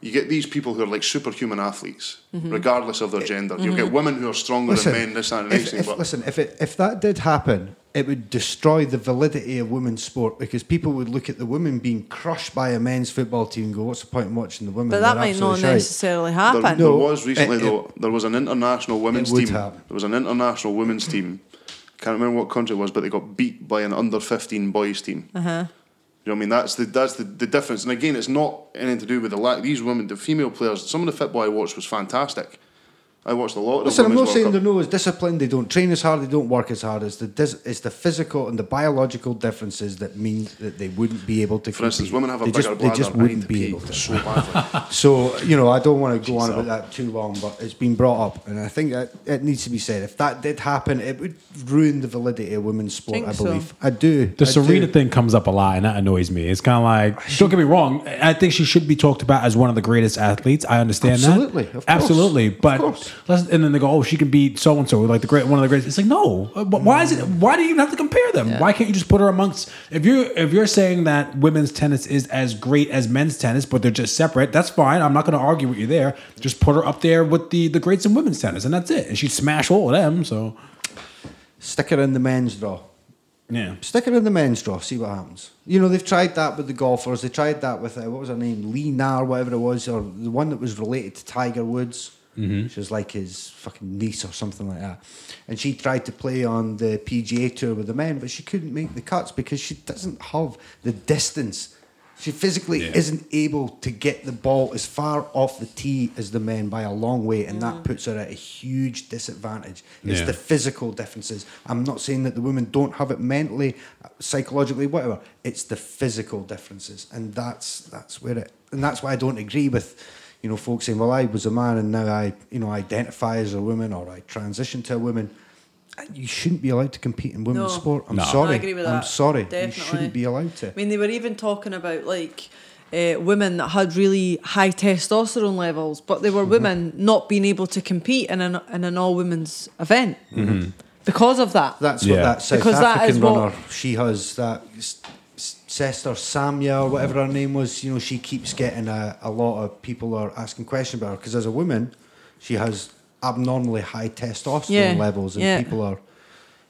S3: you get these people who are like superhuman athletes,
S4: Mm-hmm.
S3: regardless of their gender. You'll get women who are stronger
S5: listen,
S3: than men, this that, and the
S5: if,
S3: next thing.
S5: if-
S3: But
S5: listen, if it, if that did happen, it would destroy the validity of women's sport because people would look at the women being crushed by a men's football team and go, "What's the point in watching the women?"
S4: But that
S5: They're
S4: might not
S5: absolute shite."
S4: necessarily
S3: there,
S4: happen.
S3: there
S5: No,
S3: was recently
S5: it-
S3: though there was an international women's
S5: would
S3: team.
S5: happen.
S3: There was an international women's team. Can't remember what country it was, but they got beat by an under fifteen boys team. Uh-huh. You know what I mean? That's the that's the, the difference. And again, it's not anything to do with the lack. These women, the female players, some of the football I watched was fantastic. I watched a lot of. the
S5: Listen, I'm
S3: Women's
S5: not
S3: World
S5: saying
S3: Cup.
S5: they're not as disciplined. They don't train as hard. They don't work as hard. It's the dis- it's the physical and the biological differences that mean that they wouldn't be able to.
S3: For instance, women have a
S5: they
S3: bigger
S5: just,
S3: bladder.
S5: They just
S3: I need
S5: wouldn't
S3: to
S5: be
S3: pee
S5: able to.
S3: so badly.
S5: So you know, I don't want to go on about that too long, but it's been brought up, and I think that it needs to be said. If that did happen, it would ruin the validity of women's sport.
S4: Think
S5: I
S4: so.
S5: believe. I do.
S2: The
S5: I
S2: Serena
S5: do.
S2: thing comes up a lot, and that annoys me. It's kind of like, don't get me wrong. I think she should be talked about as one of the greatest athletes. I understand
S5: Absolutely,
S2: that.
S5: of course,
S2: absolutely.
S5: of
S2: But
S5: course.
S2: let's- and then they go, oh, she can beat so and so, like the great one of the greatest. It's like, no. Uh, but Why is it? Why do you even have to compare them? Why can't you just put her amongst? If you if you're saying that women's tennis is as great as men's tennis, but they're just separate, that's fine. I'm not going to argue with you there. Just put her up there with the the greats in women's tennis, and that's it. And she'd smash all of them. So
S5: stick her in the men's draw.
S2: yeah.
S5: Stick her in the men's draw. See what happens. You know, they've tried that with the golfers. They tried that with uh, what was her name, Lee Nar, whatever it was, or the one that was related to Tiger Woods. She was like his fucking niece or something like that. And she tried to play on the PGA tour with the men, but she couldn't make the cuts because she doesn't have the distance. She physically
S2: Yeah.
S5: isn't able to get the ball as far off the tee as the men by a long way, and that puts her at a huge disadvantage. It's
S2: Yeah.
S5: the physical differences. I'm not saying that the women don't have it mentally, psychologically, whatever. It's the physical differences, and that's that's where it, and that's why I don't agree with, you know, folks saying, "Well, I was a man and now I, you know, identify as a woman or I transition to a woman." You shouldn't be allowed to compete in women's
S4: No.
S5: sport. I'm
S2: No.
S5: sorry.
S4: I agree with
S5: I'm
S4: that.
S5: sorry.
S4: Definitely.
S5: You shouldn't be allowed to.
S4: I mean, they were even talking about like uh, women that had really high testosterone levels, but they were
S5: Mm-hmm.
S4: women not being able to compete in an in an all women's event
S2: Mm-hmm.
S4: because of that.
S5: That's
S2: Yeah.
S5: what that South
S4: Because that
S5: African
S4: is what-
S5: runner she has that S- S- Sester Samia or whatever her name was. You know, she keeps getting a, a lot of people are asking questions about her because as a woman, she has abnormally high testosterone
S4: Yeah,
S5: levels, and
S4: yeah.
S5: people are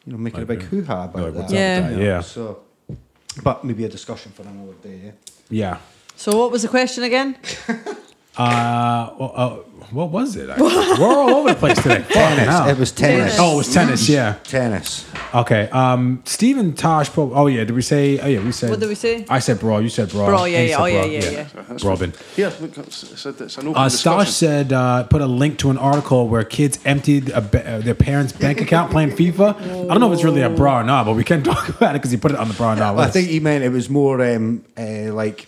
S5: you know making a big
S2: Like, uh,
S5: hoo ha about
S2: like,
S5: that.
S2: what's
S4: up Yeah. with
S2: that?
S5: You know,
S2: Yeah.
S5: So, but maybe a discussion for another day. eh? Yeah?
S2: Yeah.
S4: so, what was the question again?
S2: Uh, well, uh, what was it? I- We're all over the place today. Fucking hell.
S5: It was tennis.
S2: Oh, it was tennis. Yeah.
S5: Tennis.
S2: Okay. Um, Stephen Tosh. Pro- oh yeah. Did we say? Oh yeah. We said.
S4: What did we say?
S2: I said brawl. You said brawl.
S4: Brawl, yeah,
S2: he
S4: yeah,
S2: said
S4: oh, yeah,
S2: brawl,
S4: yeah, yeah.
S3: That's
S2: Robin.
S3: what- Yeah, look, I said it's an open
S2: Uh, Stosh
S3: discussion.
S2: said, uh, put a link to an article where kids emptied a ba- uh, their parents' bank account playing FIFA. I don't know if it's really a bra or not, but we can talk about it because he put it on the bra or not.
S5: Well, I think he meant it was more um, uh, like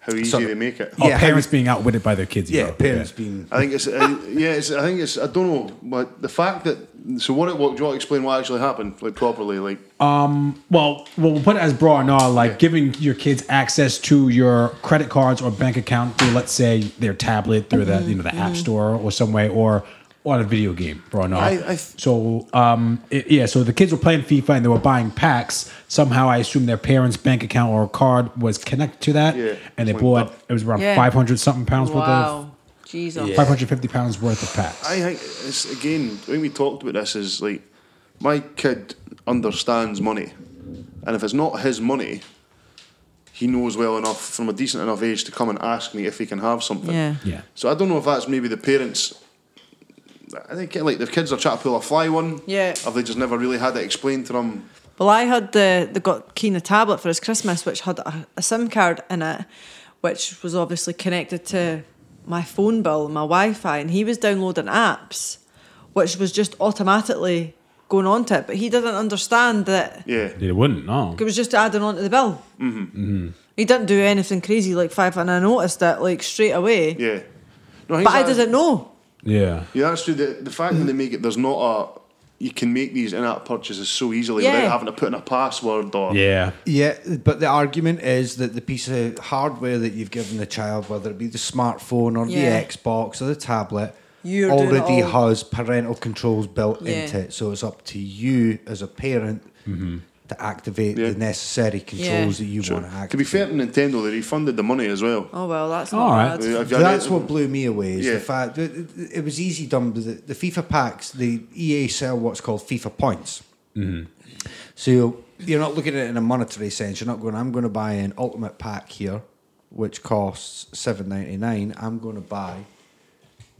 S3: how easy
S5: Sorry.
S3: they make it.
S2: oh,
S5: yeah, how
S2: parents
S5: you-
S2: being outwitted by their kids. you
S5: yeah,
S2: know.
S5: parents being
S3: I think it's uh, yeah. It's, I think it's I don't know, but the fact that so what it what do you want to explain what actually happened like properly like
S2: Well, well, we'll put it as bra and all, like giving your kids access to your credit cards or bank account through, let's say, their tablet, through the you know the app store or some way, or on a video game, bro. No.
S3: Mm-hmm. I- I th-
S2: so um, it- yeah, so the kids were playing FIFA and they were buying packs. Somehow, I assume their parents' bank account or card was connected to that,
S3: Yeah,
S2: and they
S3: it's
S2: bought
S3: linked up.
S2: it was around
S4: Yeah.
S2: five hundred something pounds worth
S4: Wow.
S2: of.
S4: Jesus.
S2: 550 pounds worth of packs.
S3: I think it's again when we talked about this is like my kid understands money, and if it's not his money, he knows well enough from a decent enough age to come and ask me if he can have something.
S4: Yeah.
S2: yeah.
S3: So I don't know if that's maybe the parents. I think like the kids are trying to pull a fly one.
S4: Yeah.
S3: Have they just never really had it explained to them?
S4: Well, I had the they got Keen a tablet for his Christmas, which had a, a SIM card in it, which was obviously connected to my phone bill and my Wi-Fi, and he was downloading apps, which was just automatically going on to it, but he didn't understand that
S3: Yeah.
S2: They wouldn't, no.
S4: it was just adding on to the bill. Mm-hmm. He didn't do anything crazy like five, and I noticed that like straight away.
S3: Yeah. No, he's
S4: But I
S3: a-
S4: didn't know.
S2: Yeah.
S3: Yeah, that's true. The, the fact that they make it, there's not a. You can make these in app purchases so easily
S4: Yeah.
S3: without having to put in a password or.
S2: Yeah.
S5: Yeah, but the argument is that the piece of hardware that you've given the child, whether it be the smartphone or
S4: Yeah.
S5: the Xbox or the tablet,
S4: You're doing it
S5: already
S4: all.
S5: has parental controls built
S4: Yeah.
S5: into it. So it's up to you as a parent to activate
S3: Mm-hmm. Yeah.
S5: the necessary controls that you want to activate.
S3: To be fair to Nintendo, they refunded the money as well.
S4: Oh well, that's not
S2: All right.
S4: bad.
S3: I've-
S5: That's what blew me away is
S3: Yeah.
S5: the fact that it- it was easy done. With the, the FIFA packs, the EA sell what's called FIFA points. So you're not looking at it in a monetary sense. You're not going. I'm going to buy an ultimate pack here, which costs seven ninety nine. I'm going to buy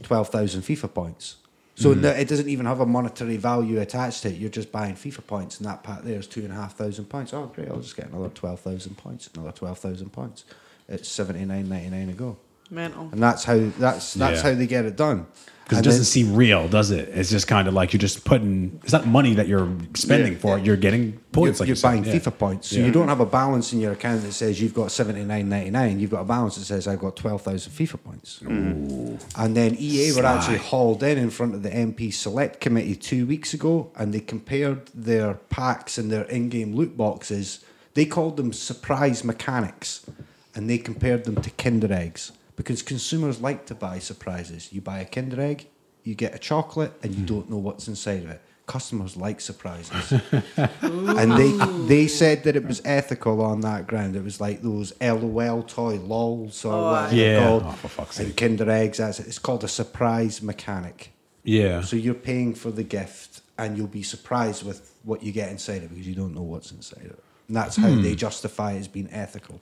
S5: twelve thousand FIFA points. So no, it doesn't even have a monetary value attached to it. You're just buying FIFA points, and that pack there is two and a half thousand points. Oh, great! I'll just get another twelve thousand points. Another twelve thousand points. It's seventy nine ninety nine a go
S4: Mental.
S5: and that's how that's that's
S2: Yeah.
S5: how they get it done.
S2: Because it
S5: And
S2: doesn't
S5: then-
S2: seem real, does it? It's just kind of like you're just putting. It's not money that you're spending
S3: Yeah.
S2: for it. You're getting
S5: you're,
S2: points. like
S5: you're
S2: you said.
S5: buying
S2: Yeah.
S5: FIFA points, so you don't have a balance in your account that says you've got seventy nine ninety nine. You've got a balance that says I've got twelve thousand FIFA points.
S2: Mm.
S5: And then EA were actually hauled in in front of the MP Select Committee two weeks ago, and they compared their packs and their in game loot boxes. They called them surprise mechanics, and they compared them to Kinder eggs because consumers like to buy surprises. You buy a Kinder egg, you get a chocolate, and
S2: Mm.
S5: you don't know what's inside of it. Customers like surprises and they they said that it was ethical on that ground. It was like those LOL toy lols or whatever
S2: Yeah.
S5: they're called,
S2: Oh, for fuck's
S5: and Kinder eggs. That's it. It's called a surprise mechanic.
S2: Yeah.
S5: So you're paying for the gift, and you'll be surprised with what you get inside it because you don't know what's inside it. And that's
S2: Hmm.
S5: how they justify it as being ethical.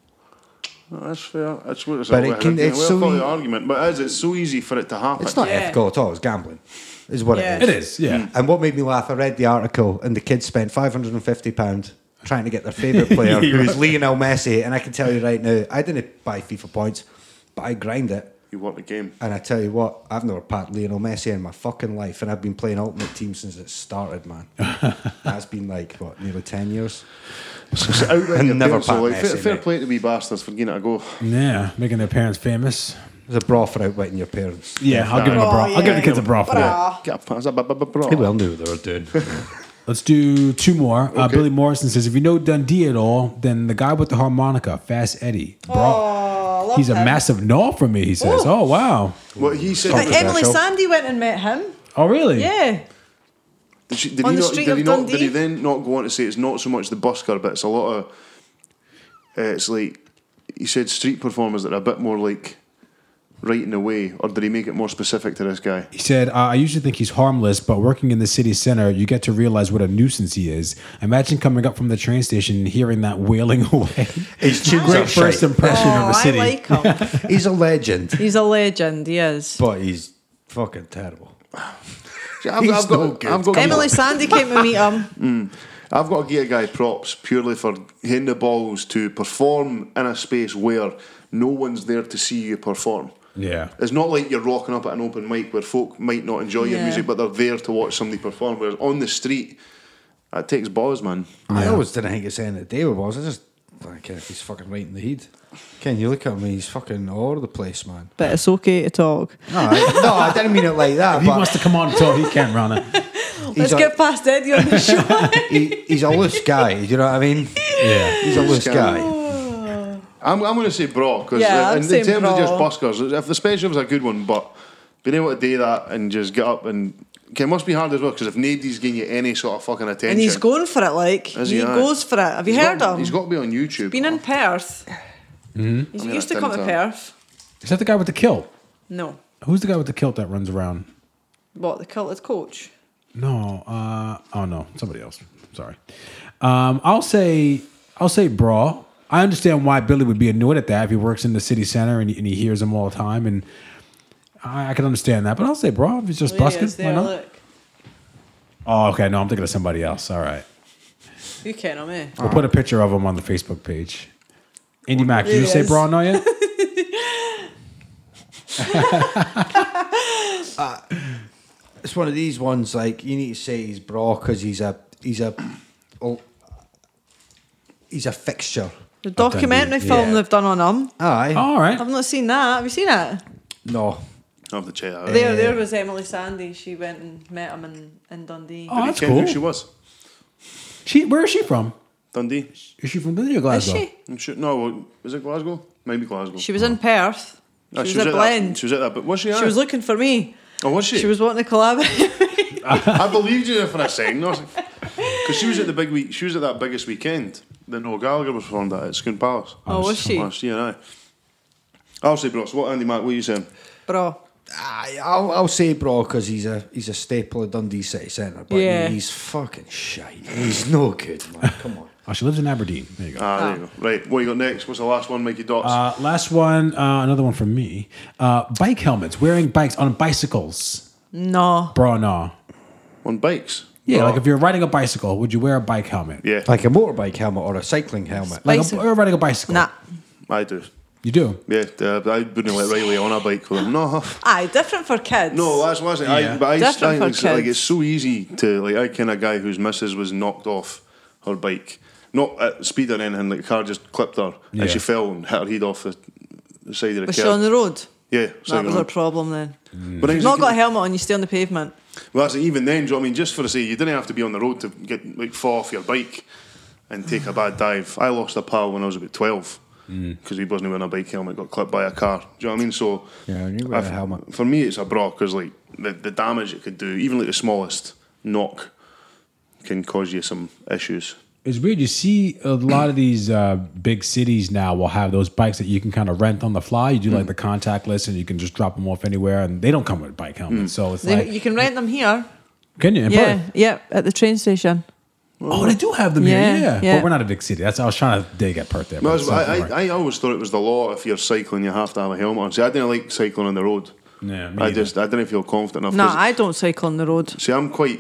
S3: No, Oh, that's fair. That's what it's
S5: But
S3: all
S5: it can-
S3: about.
S5: it's
S3: well,
S5: so
S3: probably
S5: e-
S3: an argument, but as it's so easy for it to happen.
S5: It's not
S4: Yeah.
S5: ethical at all. It's gambling, is what
S4: Yeah.
S5: it
S2: it
S5: is.
S2: is. Yeah.
S5: And what made me laugh, I read the article, and the kids spent five hundred and fifty pound trying to get their favourite player, who is Lionel Messi. And I can tell you right now, I didn't buy FIFA points, but I grind it.
S3: You want the game.
S5: And I tell you what, I've never packed Lionel Messi in my fucking life, and I've been playing Ultimate Team since it started, man. That's been like what nearly ten years.
S3: It's outright
S5: And
S3: your
S5: never
S3: parents, so,
S5: pat
S3: like, fair,
S5: Messi,
S3: fair
S5: mate.
S3: play to wee bastards for giving it a go.
S2: Yeah. Making their parents famous.
S5: There's a bra for outwitting your parents.
S2: Yeah. I'll give them a bra. I'll give the kids a bra for that.
S3: Get a pass. a bu- bu- bu- bra.
S5: They well knew what they were doing.
S2: Let's do two more. Uh,
S3: Okay.
S2: Billy Morrison says, if you know Dundee at all, then the guy with the harmonica, Fast Eddie, bro, he's a massive no for me. He says,
S4: Oh.
S2: oh wow,
S3: What he said.
S4: But
S5: Controversial.
S4: Emily Sandy went and met him.
S2: oh really?
S4: Yeah.
S3: Did, she, did
S4: On
S3: he
S4: the
S3: not,
S4: street
S3: did
S4: of
S3: he not, Did
S4: Dundee?
S3: he then not go on to say it's not so much the busker, but it's a lot of. Uh, it's like he said, street performers that are a bit more like right in the way, or did he make it more specific to this guy?
S2: He said, uh, I usually think he's harmless, but working in the city center, you get to realize what a nuisance he is. Imagine coming up from the train station and hearing that wailing away.
S5: His tunes
S2: Great
S5: are
S2: first
S5: shite.
S2: impression
S4: oh,
S2: of the city.
S4: I like him.
S5: He's a legend,
S4: He's a legend. He is.
S5: but he's fucking terrible.
S3: See, I've,
S5: He's
S3: I've got,
S5: no good.
S3: I've got
S4: Emily Sandy came to meet him.
S3: I've got to give a guy props purely for hitting the balls to perform in a space where no one's there to see you perform.
S2: yeah.
S3: It's not like you're rocking up at an open mic where folk might not enjoy your
S4: Yeah.
S3: music, but they're there to watch somebody perform. Whereas on the street, that takes balls, man.
S5: I always didn't think it's anything to do with balls. I just I don't care if he's fucking right in the head. Ken, you look at him, he's fucking all over the place, man.
S4: But it's okay to talk.
S5: No, I, no, I didn't mean it like that.
S2: He
S5: but
S2: wants to come on and talk. He can, Rana.
S5: he's,
S4: Let's
S5: a,
S4: get past Eddie on the show.
S5: he, he's a loose guy, do you know what I mean?
S2: Yeah.
S5: He's a loose guy.
S3: I'm, I'm going to say bra because
S4: Yeah, I'm
S3: in, in
S4: saying
S3: terms of just
S4: bra.
S3: buskers, if the special was a good one, but being able to do that and just get up and okay, it must be hard as well because if nobody's giving you any sort of fucking attention,
S4: And he's going for it, like
S3: Is
S4: he,
S3: he, aye?
S4: goes for it. Have you
S3: He's
S4: heard
S3: got,
S4: him?
S3: He's got to be on YouTube.
S4: Been in Perth. He
S3: mean,
S4: used
S3: that
S4: to come to
S3: didn't
S4: Perth.
S2: Is that the guy with the kilt?
S4: No,
S2: Who's the guy with the kilt that runs around?
S4: what the culted coach?
S2: No, uh, oh no, somebody else. Sorry. Um, I'll say, I'll say, brawl. I understand why Billy would be annoyed at that if he works in the city center and he, and he hears them all the time, and I, I can understand that. But I'll say, brawl. If he's just
S4: There he
S2: busking,
S4: is
S2: why
S4: there.
S2: not?
S4: Look,
S2: Oh, okay. No, I'm thinking of somebody else. All right,
S4: you ken him, eh?
S2: we'll put a picture of him on the Facebook page. Indy Mac, did
S4: There
S2: you
S4: he
S2: say
S4: is.
S2: brawl? No, yet.
S5: It's one of these ones like you need to say he's bra because he's a he's a oh, he's a fixture.
S4: The documentary
S2: Dundee,
S4: film
S5: yeah.
S4: they've done on him.
S5: Aye.
S2: all right.
S4: I've not seen that. Have you seen it?
S5: No.
S3: I'll have to check that out.
S4: There, there was Emily Sandy. She went and met him in, in Dundee.
S2: Oh,
S3: Did he
S2: that's
S3: ken who
S2: cool.
S3: She was
S2: She, where is she from?
S3: Dundee.
S2: Is she from Dundee or Glasgow?
S4: Is she?
S3: I'm sure. No, well, was it Glasgow? Maybe Glasgow.
S4: She was in Perth. She,
S3: No,
S4: was,
S3: at
S4: at
S3: that-
S4: Blend.
S3: She was at that. But was she?
S4: She was looking for me.
S3: oh, was she?
S4: She was wanting to collaborate.
S3: I believed you there for a second. Because she was at the big week. She was at that biggest weekend that Noel Gallagher was performed at at Scone Palace.
S4: Oh, was she?
S3: Last year, aye. I'll say, bro. So what, Andy Mac? What are you saying?
S4: Bro,
S5: I, I'll, I'll say bra because he's a he's a staple of Dundee City Centre, but
S4: Yeah.
S5: he's fucking shite. He's no good, man. Come on.
S2: Oh, she lives in Aberdeen. There you go.
S3: Ah, there you go. Right. What you got next? What's the last one, Mikey Dots?
S2: Uh, last one, uh, another one from me. Uh, bike helmets, wearing bikes on bicycles.
S4: no.
S2: Bro, no.
S3: on bikes.
S2: Yeah, like if you're riding a bicycle, would you wear a bike helmet?
S3: Oh. Yeah,
S5: Like a motorbike helmet or a cycling helmet.
S2: Like a,
S4: Bicycle.
S2: or riding a bicycle.
S4: Nah.
S3: I do.
S2: You do?
S3: Yeah, uh, I wouldn't let Riley on a bike with him. No,
S4: Aye, different for kids.
S3: no, that's what I say.
S2: Yeah.
S3: I, but I,
S4: Different
S3: I
S4: for
S3: think it's, like
S4: kids.
S3: it's so easy to like. I ken a guy whose missus was knocked off her bike, not at speed or anything. Like the car just clipped her
S2: Yeah.
S3: and she fell and hit her head off the, the side of the
S4: Was she
S3: curb.
S4: on the road?
S3: yeah,
S4: That
S3: second
S4: was
S3: one.
S4: her problem then.
S3: But I
S4: You've
S3: was
S4: not
S3: thinking-
S4: got a helmet on, you stay on the pavement.
S3: Well, that's it, even then, do you know what I mean? Just for the sake, you didn't have to be on the road to get like fall off your bike and take a bad dive. I lost a pal when I was about twelve
S5: Mm.
S3: because he wasn't wearing a bike helmet, got clipped by a car. Do you know what I mean? So
S5: Yeah, and you wear a
S3: I've-
S5: helmet.
S3: For me, it's a bra because like the, the damage it could do, even like the smallest knock, can cause you some issues.
S2: It's weird. You see a lot of these uh, big cities now will have those bikes that you can kind of rent on the fly. You do
S3: Hmm.
S2: like the contactless and you can just drop them off anywhere and they don't come with bike helmets.
S3: Hmm.
S2: So it's
S4: They-
S2: like,
S4: you can rent them here.
S2: can you? In
S4: Yeah,
S2: Perth?
S4: yeah, at the train station.
S2: Oh, they do have them
S4: Yeah,
S2: here. Yeah.
S4: yeah.
S2: But we're not a big city. That's I was trying to dig at Perth there.
S3: No,
S2: but
S3: it's- I,
S2: something
S3: I,
S2: right.
S3: I always thought it was the law if you're cycling, you have to have a helmet on. See, I didn't like cycling on the road.
S2: Yeah, me
S3: I
S2: either.
S3: just I didn't feel confident enough.
S4: No,
S3: 'cause-
S4: I don't cycle on the road.
S3: See, I'm quite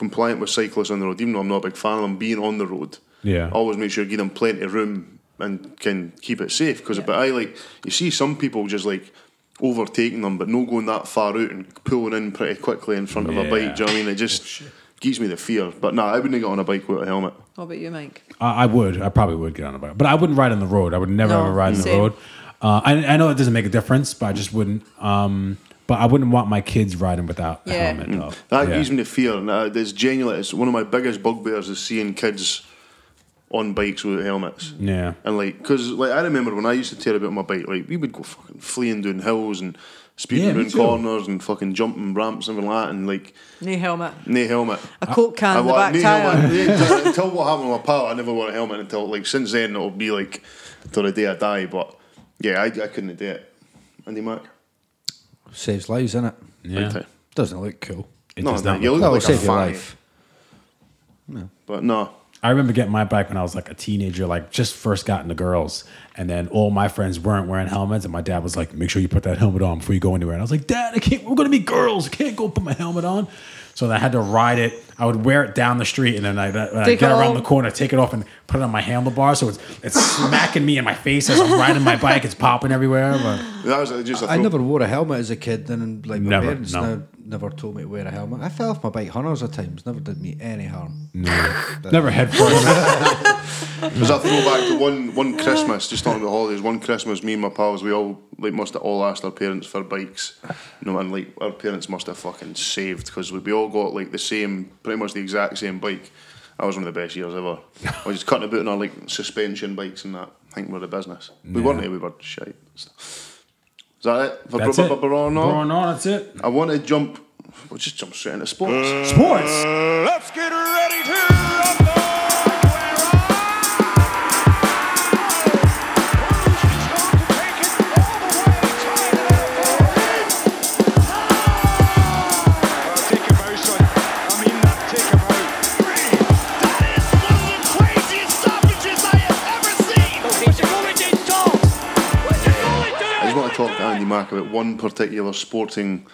S3: compliant with cyclists on the road, even though I'm not a big fan of them being on the road.
S2: Yeah.
S3: I always make sure you give them plenty of room and can keep it safe. Because, but I like, you see some people just like overtaking them, but no going that far out and pulling in pretty quickly in front of a
S2: Yeah.
S3: bike. Do you know what I mean? It just gives me the fear. But no, I wouldn't get on a bike with a helmet.
S4: What about you, Mike?
S2: I, I would. I probably would get on a bike, but I wouldn't ride on the road. I would never
S4: No,
S2: ever ride on the
S4: same.
S2: road. Uh, I, I know it doesn't make a difference, but I just wouldn't. Um, but I wouldn't want my kids riding without a
S4: Yeah.
S2: helmet. though.
S3: That
S2: Yeah.
S3: gives me the fear. And uh, it's genuinely, it's one of my biggest bugbears is seeing kids on bikes without helmets.
S2: Yeah.
S3: And like, because like I remember when I used to tear about my bike, like we would go fucking fleeing down hills and speeding
S2: Yeah, me
S3: around
S2: too.
S3: corners and fucking jumping ramps and all that, and like
S4: No helmet.
S3: no helmet.
S4: A Coke can
S3: I
S4: in the
S3: wa-
S4: back
S3: no
S4: tyre.
S3: helmet. Yeah, until- until what happened with my pal, I never wore a helmet until like since then it'll be like till the day I die. But yeah, I, I couldn't do it. Andy Mac,
S5: Saves lives, innit?
S2: Yeah.
S3: Okay.
S5: Doesn't look cool.
S2: It
S3: no,
S2: does
S3: no,
S2: not
S3: you look
S2: look-
S5: That
S3: like
S5: would
S3: a
S5: save your
S3: fan.
S5: life.
S3: But no,
S2: I remember getting my bike when I was like a teenager, like just first got into girls, and then all my friends weren't wearing helmets, and my dad was like, "Make sure you put that helmet on before you go anywhere." And I was like, "Dad, I can't. We're gonna be girls. I can't go put my helmet on." So then I had to ride it. I would wear it down the street, and then I when I
S4: Take
S2: get
S4: it
S2: around
S4: off.
S2: the corner, take it off, and put it on my handlebar. So it's it's smacking me in my face as I'm riding my bike. It's popping everywhere. But
S3: that was uh, just a
S5: I
S3: throw-
S5: never wore a helmet as a kid, and like my
S2: Never,
S5: parents
S2: no.
S5: now never told me to wear a helmet. I fell off my bike hundreds of times, never did me any harm.
S2: never head first.
S3: Because I throw back to one one Christmas, just talking about holidays, one Christmas, me and my pals, we all like must have all asked our parents for bikes, you know, and like our parents must have fucking saved because we, we all got like the same, pretty much the exact same bike. That was one of the best years ever. I was just cutting about on our like suspension bikes and that. I think we're the business. We weren't, we were shite. Is that it? For
S2: That's
S3: Bra-
S2: it.
S3: Bra- Bra- Bra- Bra-
S2: Brawn on, that's it.
S3: I want to jump. We'll just jump straight into sports.
S2: Sports.
S6: Let's get ready to rumble!
S3: I just want to talk to Andy Mack about one particular sporting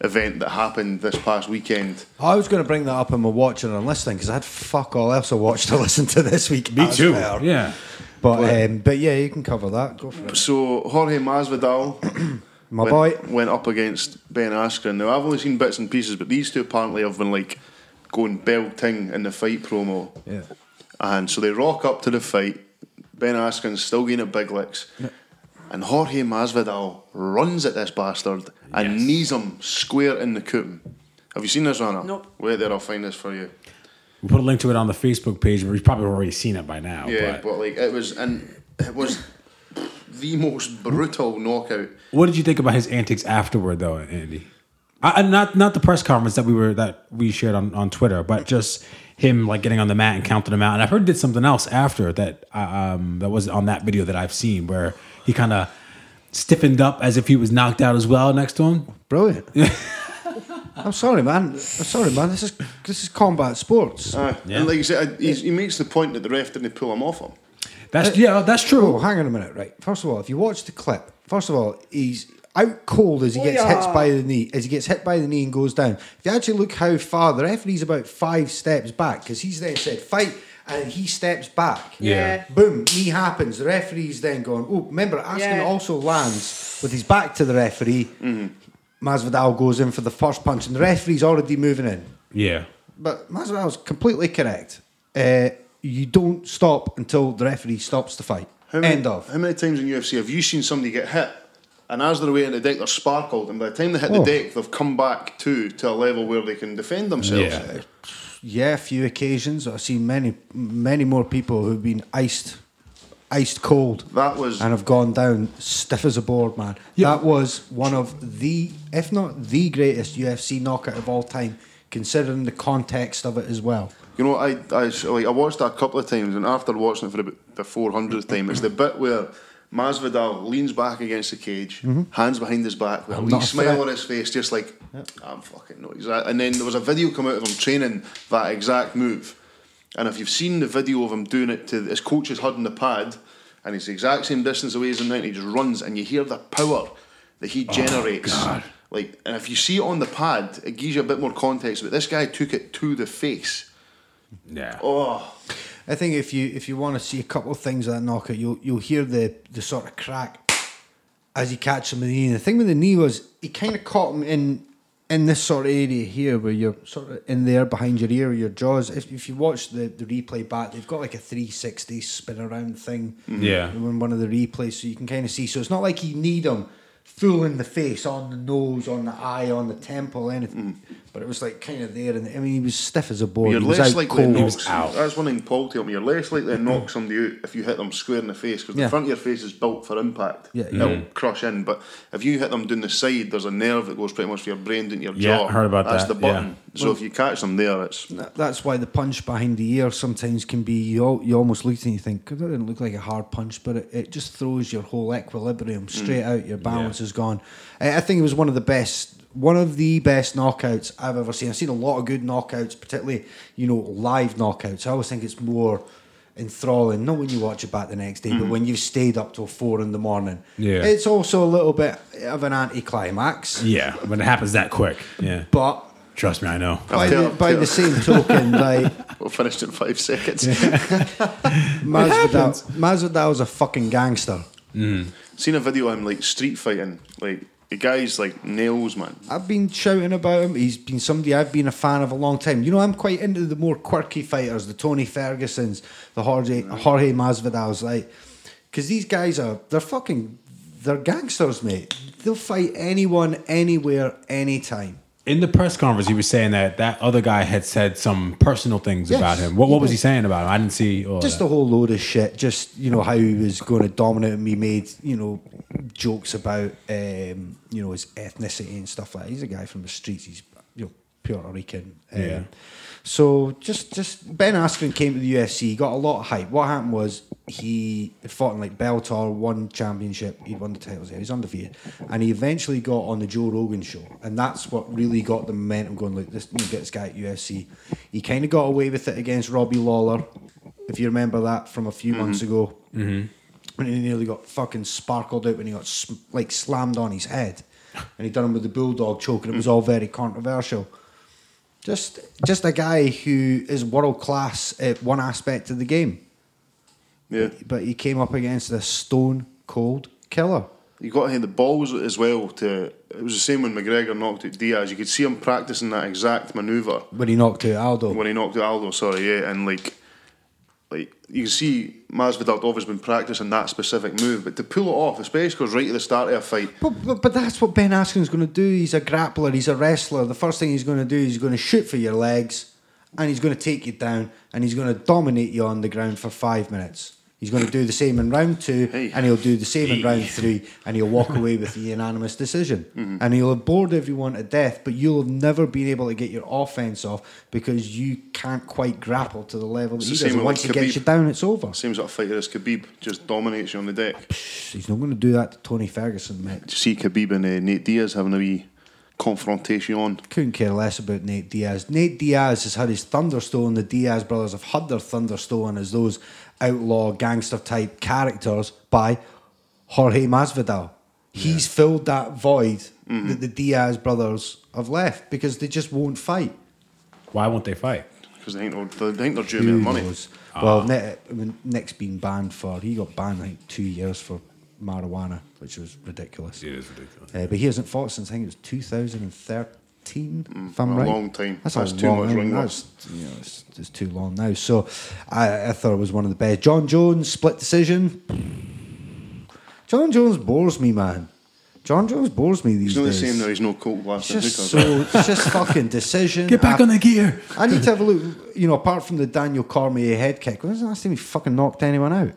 S3: event that happened this past weekend.
S5: I was going to bring that up in my watch and on listening because I had fuck all else I watched to listen to this week. Me
S2: too. Yeah.
S5: But um, but yeah, you can cover that. Go for it.
S3: So Jorge Masvidal
S5: My
S3: went,
S5: boy.
S3: went up against Ben Askren. Now I've only seen bits and pieces, but these two apparently have been like going belting in the fight promo.
S5: Yeah.
S3: And so they rock up to the fight. Ben Askren's still getting at big licks. And Jorge Masvidal runs at this bastard and
S2: Yes.
S3: knees him square in the coom. Have you seen this, Anna?
S4: Nope.
S3: Wait there, I'll find this for you.
S2: We'll put a link to it on the Facebook page, but you've probably already seen it by now.
S3: Yeah,
S2: but-
S3: but, like it was, and it was the most brutal knockout.
S2: What did you think about his antics afterward, though, Andy? I, I- not not the press conference that we were that we shared on, on Twitter, but just him like getting on the mat and counting them out. And I've heard he did something else after that um, that was on that video that I've seen where he kind of stiffened up as if he was knocked out as well next to him.
S5: Brilliant. I'm sorry, man. I'm sorry, man. This is this is combat sports.
S3: And like you said, I- he's, he makes the point that the ref didn't pull him off him.
S2: That's yeah, that's
S5: Oh,
S2: true.
S5: hang on a minute, right? First of all, if you watch the clip, first of all, he's out cold as he gets hit by the knee. As he gets hit by the knee and goes down. If you actually look how far the referee's about five steps back because he's then said fight and he steps back.
S2: Yeah.
S5: Boom, knee happens. The referee's then going. Oh, remember, Askin
S4: Yeah.
S5: also lands with his back to the referee. Masvidal goes in for the first punch, and the referee's already moving in.
S2: Yeah,
S5: But Masvidal's completely correct. Uh, you don't stop until the referee stops the fight.
S3: How many,
S5: End of.
S3: How many times in UFC have you seen somebody get hit, and as they're away in the deck, they're sparkled, and by the time they hit
S5: Oh.
S3: the deck, they've come back to to a level where they can defend themselves.
S2: Yeah.
S5: yeah, a few occasions. I've seen many, many more people who've been iced, iced cold,
S3: That was
S5: and have gone down stiff as a board, man.
S2: Yeah.
S5: That was one of the, if not the greatest UFC knockout of all time, considering the context of it as well.
S3: You know, I, I s- like I watched that a couple of times, and after watching it for about the four hundredth time, it's the bit where Masvidal leans back against the cage, hands behind his back, with a wee
S5: not a
S3: smile
S5: threat.
S3: on his face, just like I'm fucking no. Exact. And then there was a video come out of him training that exact move, and if you've seen the video of him doing it to his coach's HUD in the pad, and he's the exact same distance away as him now, and he just runs, and you hear the power that he generates. Like, and if you see it on the pad, it gives you a bit more context. But this guy took it to the face.
S2: yeah.
S3: Oh.
S5: I think if you if you want to see a couple of things of that knockout, you'll you'll hear the the sort of crack as he catches him in the knee. And the thing with the knee was he kind of caught him in in this sort of area here, where you're sort of in there behind your ear or your jaws. If, if you watch the, the replay back, they've got like a three sixty spin around thing.
S3: Mm-hmm.
S2: Yeah.
S5: in one of the replays, so you can kind of see. So it's not like you need him full in the face, on the nose, on the eye, on the temple, anything. But it was like kind of there, and I mean he was stiff as a board.
S3: Mm. You're
S5: he was
S3: less
S5: out
S3: likely to
S5: cold.
S3: knock.
S2: was out.
S3: That's one thing Paul told me. You're less likely to knock somebody out if you hit them square in the face because
S5: Yeah.
S3: the front of your face is built for impact.
S5: Yeah,
S3: it'll crush in. But if you hit them down the side, there's a nerve that goes pretty much from your brain down to your
S2: Yeah,
S3: jaw.
S2: I heard about
S3: That's
S2: that,
S3: the button. So
S5: Well-
S3: if you catch them there, it's
S5: That- That's why the punch behind the ear sometimes can be you, al- you almost look at it and you think "God, that didn't look like a hard punch, but it, it just throws your whole equilibrium
S2: Mm.
S5: straight out. Your balance is gone. I, I think it was one of the best, one of the best knockouts I've ever seen. I've seen a lot of good knockouts, particularly you know live knockouts. I always think it's more enthralling, not when you watch it back the next day, but when you've stayed up till four in the morning.
S2: Mm-hmm. Yeah.
S5: it's also a little bit of an anticlimax,
S2: Yeah, when it happens that quick. Yeah,
S5: but.
S2: trust me, I know.
S5: By, the,
S3: tell-
S5: by the same token, like
S3: we're finished in five seconds.
S5: Masvidal, Masvidal's a fucking gangster.
S3: Seen a video of him like street fighting. Like the guy's like nails, man.
S5: I've been shouting about him. He's been somebody I've been a fan of a long time. You know, I'm quite into the more quirky fighters, the Tony Fergusons, the Jorge, Jorge Masvidal's, like, because these guys are they're fucking they're gangsters, mate. They'll fight anyone, anywhere, anytime.
S2: In the press conference, he was saying that that other guy had said some personal things
S5: Yes,
S2: about him. What, what
S5: he
S2: was he
S5: did.
S2: saying about him? I didn't see. all
S5: Just
S2: that.
S5: a whole load of shit. Just you know how he was going to dominate and be made you know jokes about um, you know his ethnicity and stuff like. that. He's a guy from the streets. He's you know Puerto Rican. Um,
S2: Yeah.
S5: So just just Ben Askren came to the UFC, got a lot of hype. What happened was he fought in like Bellator, won championship, he won the titles there, he's undefeated, and he eventually got on the Joe Rogan show, and that's what really got the momentum going. Like this, you get this guy at UFC. He kind of got away with it against Robbie Lawler, if you remember that from a few months ago. When he nearly got fucking sparkled out when he got sm- like slammed on his head, and he done him with the bulldog choke, and it was all very controversial just just a guy who is world class at one aspect of the game,
S3: Yeah.
S5: but he came up against a stone cold killer.
S3: You got to hit the balls as well. To it was the same when McGregor knocked out Diaz. You could see him practicing that exact maneuver
S5: When he knocked out Aldo,
S3: when he knocked out Aldo. Sorry, yeah, and like, like you can see Masvidal always been practicing that specific move, but to pull it off, especially because right at the start of a fight,
S5: But, but, but that's what Ben Askren's going to do. He's a grappler. He's a wrestler. The first thing he's going to do is he's going to shoot for your legs, and he's going to take you down, and he's going to dominate you on the ground for five minutes. He's going to do the same in round two,
S3: Hey.
S5: and he'll do the same in round three, and he'll walk away with the unanimous decision,
S3: Mm-hmm.
S5: and he'll have bored everyone to death. But you'll have never been able to get your offense off because you can't quite grapple to the level
S3: It's
S5: that
S3: the
S5: he does.
S3: same
S5: And
S3: with
S5: once he
S3: Khabib.
S5: gets you down, it's over.
S3: same sort of fighter as Khabib just dominates you on the deck.
S5: He's not going to do that to Tony Ferguson, mate.
S3: Did you see Khabib and uh, Nate Diaz having a wee confrontation?
S5: couldn't care less about Nate Diaz. Nate Diaz has had his thunder stolen. The Diaz brothers have had their thunder stolen as those outlaw gangster type characters by Jorge Masvidal. He's filled that void that the Diaz brothers have left because they just won't fight.
S2: Why won't they fight?
S3: Because they think they're, they think they're due me
S5: Who
S3: their money.
S5: knows?
S3: Ah.
S5: Well, ne- I mean, Nick's been banned for he got banned like two years for marijuana, which was ridiculous.
S2: It is ridiculous.
S5: Uh, but he hasn't fought since I think it was 2013, if I'm
S3: a
S5: right.
S3: long time.
S5: That's,
S3: That's
S5: a
S3: too
S5: long
S3: much
S5: time.
S3: ring
S5: That's, you know, it's, it's too long now. So I, I thought it was one of the best. John Jones split decision. John Jones bores me, man. John Jones bores me these
S3: He's not the
S5: days.
S3: same though. He's no coke
S5: It's
S3: blaster.
S5: just so it's just fucking decision.
S2: Get back
S5: after
S2: on the gear.
S5: I need to have a look. You know, apart from the Daniel Cormier head kick, when's the last time he fucking knocked anyone out?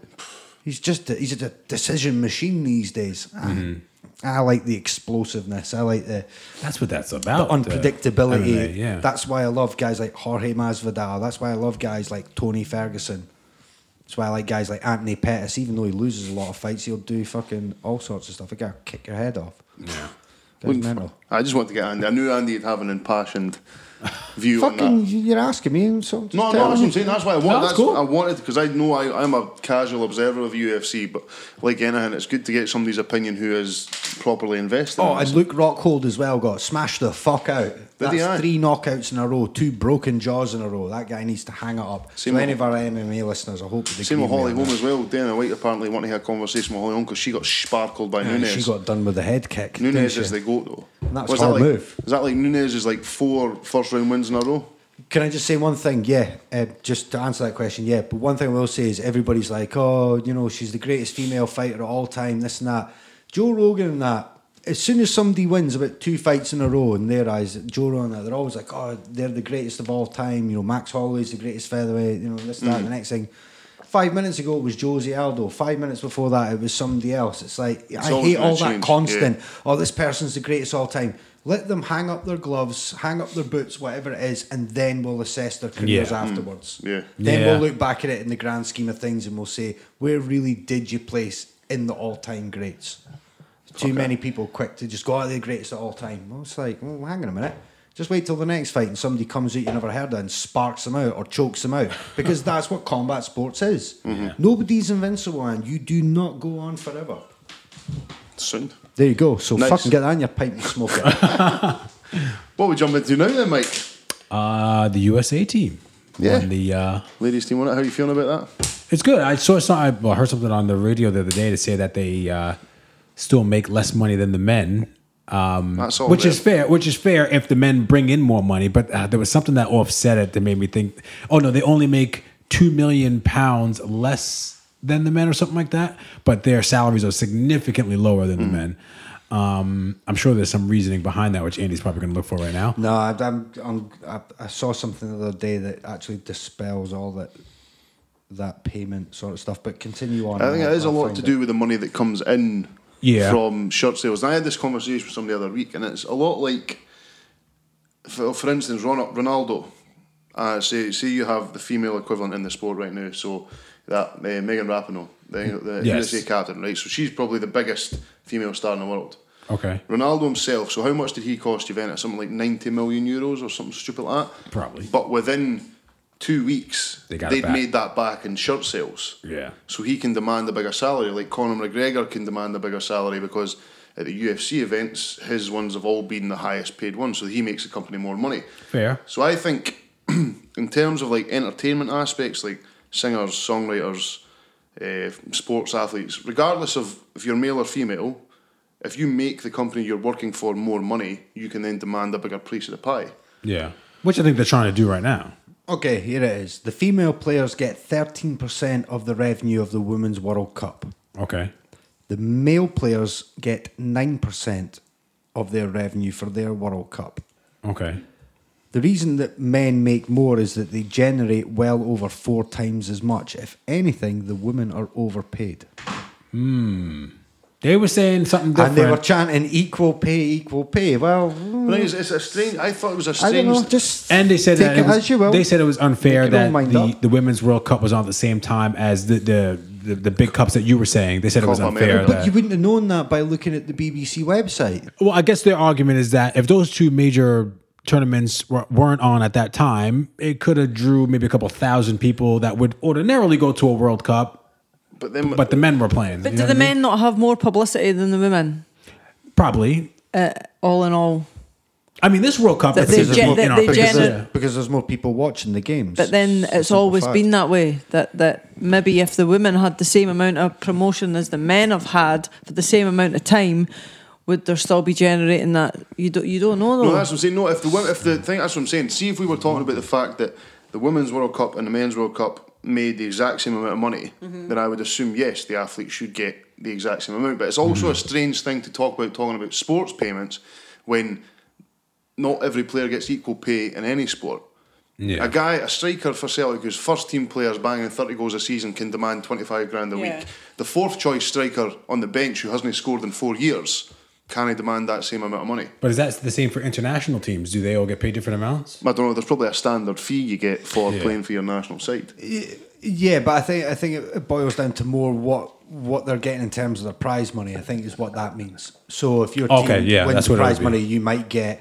S5: He's just a, he's a decision machine these days. I-
S2: Mm-hmm.
S5: I like the explosiveness. I like the
S2: That's what that's about. uh,
S5: unpredictability.
S2: MMA, yeah.
S5: That's why I love guys like Jorge Masvidal. That's why I love guys like Tony Ferguson. That's why I like guys like Anthony Pettis. Even though he loses a lot of fights, he'll do fucking all sorts of stuff. A guy will kick your head off. Yeah.
S3: Wouldn't- I just want to get Andy. I knew Andy would have an impassioned view on
S5: Fucking,
S3: that.
S5: you're asking me, and so I'm just
S3: No, no,
S5: telling
S3: that's
S5: you.
S3: what I'm saying. That's why I wanted.
S2: No, that's
S3: that's
S2: cool.
S3: what I wanted because I know I, I'm a casual observer of UFC, but like anything, it's good to get somebody's opinion who is properly invested.
S5: Oh,
S3: in
S5: and
S3: this.
S5: Luke Rockhold as well got smashed the fuck out. That's
S3: he, aye?
S5: three knockouts in a row, two broken jaws in a row. That guy needs to hang it up.
S3: Same
S5: so
S3: with-
S5: any of our MMA listeners, I hope they
S3: same
S5: agree
S3: with Holly
S5: me on
S3: Holm as well. Dana White apparently wanted to have a conversation with Holly Holm because she got sparkled by
S5: that.
S3: Nunes.
S5: She got done with the head kick. didn't
S3: Nunes
S5: she?
S3: is the goat though.
S5: That's
S3: Was that
S5: her
S3: like,
S5: move.
S3: Is that like Nunes is like four first round wins in a row?
S5: Can I just say one thing? Yeah, uh, just to answer that question, yeah. But one thing I will say is everybody's like, oh, you know, she's the greatest female fighter of all time, this and that. Joe Rogan and that, as soon as somebody wins about two fights in a row in their eyes, Joe Rogan, and that, they're always like, oh, they're the greatest of all time. You know, Max Holloway's the greatest featherweight, you know, this, that,
S3: Mm.
S5: and the next thing. Five minutes ago, it was Josie Aldo. Five minutes before that, it was somebody else. It's like, I
S3: always
S5: hate
S3: gonna
S5: all that
S3: change,
S5: constant
S3: yeah.
S5: oh, this person's the greatest all time. Let them hang up their gloves, hang up their boots, whatever it is, and then we'll assess their careers
S2: Yeah. Mm.
S5: afterwards.
S3: Yeah.
S5: Then
S2: Yeah.
S5: we'll look back at it in the grand scheme of things and we'll say, where really did you place in the all time greats? Too many people quick to just go, oh, they're the greatest at all time. Well, it's like, well, hang on a minute. Just wait till the next fight and somebody comes out you never heard of and sparks them out or chokes them out because that's what combat sports is. Nobody's invincible and you do not go on forever.
S3: Sound.
S5: There you go. So
S3: Nice.
S5: fucking get that in your pipe and smoke it.
S3: What are we jump into now then, Mike?
S2: Uh, the USA team.
S3: Yeah.
S2: Won the uh,
S3: Ladies team, on it. how are you feeling about that?
S2: it's good. I saw some, I well, heard something on the radio the other day to say that they uh, still make less money than the men.
S3: That's all.
S2: which
S3: there.
S2: is fair. Which is fair if the men bring in more money. But uh, there was something that offset it that made me think. Oh no, they only make two million pounds less than the men, or something like that. But their salaries are significantly lower than the men. Um, I'm sure there's some reasoning behind that, which Andy's probably going to look for right now.
S5: No, I, I'm, I'm, I, I saw something the other day that actually dispels all that that payment sort of stuff. But continue on.
S3: I think
S5: I'll-
S3: it is a
S5: I'll
S3: lot
S5: find
S3: to
S5: it.
S3: do with the money that comes in
S2: Yeah.
S3: from shirt sales. And I had this conversation with somebody the other week, and it's a lot like, for, for instance, Ron- Ronaldo. Uh, say, say you have the female equivalent in the sport right now, so that uh, Megan Rapinoe, the, the
S2: Mm. Yes.
S3: USA captain, right? So she's probably the biggest female star in the world.
S2: Okay.
S3: Ronaldo himself. So how much did he cost Juventus? Something like ninety million euros or something stupid like that.
S2: Probably.
S3: But within two weeks,
S2: They
S3: they
S2: got it
S3: would
S2: back.
S3: made that back in shirt sales.
S2: Yeah.
S3: So he can demand a bigger salary, like Conor McGregor can demand a bigger salary because at the UFC events, his ones have all been the highest paid ones, so he makes the company more money.
S2: Fair.
S3: So I think, in terms of like entertainment aspects, like singers, songwriters, uh, sports athletes, regardless of if you're male or female, if you make the company you're working for more money, you can then demand a bigger piece of the pie.
S2: Yeah. Which I think they're trying to do right now.
S5: Okay, here it is. The female players get 13% of the revenue of the Women's World Cup.
S2: Okay.
S5: The male players get 9% of their revenue for their World Cup.
S2: Okay.
S5: The reason that men make more is that they generate well over four times as much. If anything, the women are overpaid.
S2: They were saying something different.
S5: And they were chanting equal pay, equal pay. Well,
S3: I think it's, it's a strange. I thought it was a
S5: I
S3: strange.
S5: don't know. Just
S2: and they said
S5: take
S2: that
S5: it,
S2: it was,
S5: as you will.
S2: they said it was unfair
S5: Make your
S2: that
S5: own mind
S2: the,
S5: up.
S2: the women's World Cup was on at the same time as the the, the, the big cups that you were saying. They said it was
S3: Copa
S2: unfair.
S3: America.
S5: But
S2: that-
S5: you wouldn't have known that by looking at the BBC website.
S2: well, I guess their argument is that if those two major tournaments were, weren't on at that time, it could have drew maybe a couple thousand people that would ordinarily go to a World Cup,
S3: but then,
S2: but the men were playing.
S4: But
S2: you
S4: do
S2: know
S4: the
S2: what I mean?
S4: men not have more publicity than the women?
S2: Probably.
S4: Uh, all in all,
S2: I mean, this World Cup
S4: That
S2: it's
S4: they
S2: just
S4: gen-
S2: in
S4: that
S2: our
S4: they
S2: face.
S5: Because,
S4: gener-
S2: Yeah.
S5: there's, because there's more people watching the games.
S4: but then
S5: a
S4: it's
S5: simple
S4: always
S5: fact.
S4: been that way. That that maybe if the women had the same amount of promotion as the men have had for the same amount of time, would there still be generating that? You don't you don't know though.
S3: No, that's what I'm saying. No, if the wo- if the thing that's what I'm saying. See, if we were talking about the fact that the women's World Cup and the men's World Cup made the exact same amount of money, then I would assume yes, the athlete should get the exact same amount. But it's also a strange thing to talk about talking about sports payments when not every player gets equal pay in any sport.
S2: Yeah.
S3: A guy, a striker for Celtic whose first team players banging 30 goals a season can demand 25 grand a
S4: Yeah.
S3: week. The fourth choice striker on the bench who hasn't scored in four years can he demand that same amount of money?
S2: But is that the same for international teams? Do they all get paid different amounts?
S3: I don't know. There's probably a standard fee you get for
S2: Yeah.
S3: playing for your national side.
S5: Yeah, but I think I think it- it boils down to more what what they're getting in terms of their prize money. I think is what that means. So if your team
S2: Okay, yeah,
S5: wins
S2: that's
S5: the
S2: what it
S5: prize
S2: would be.
S5: money, you might get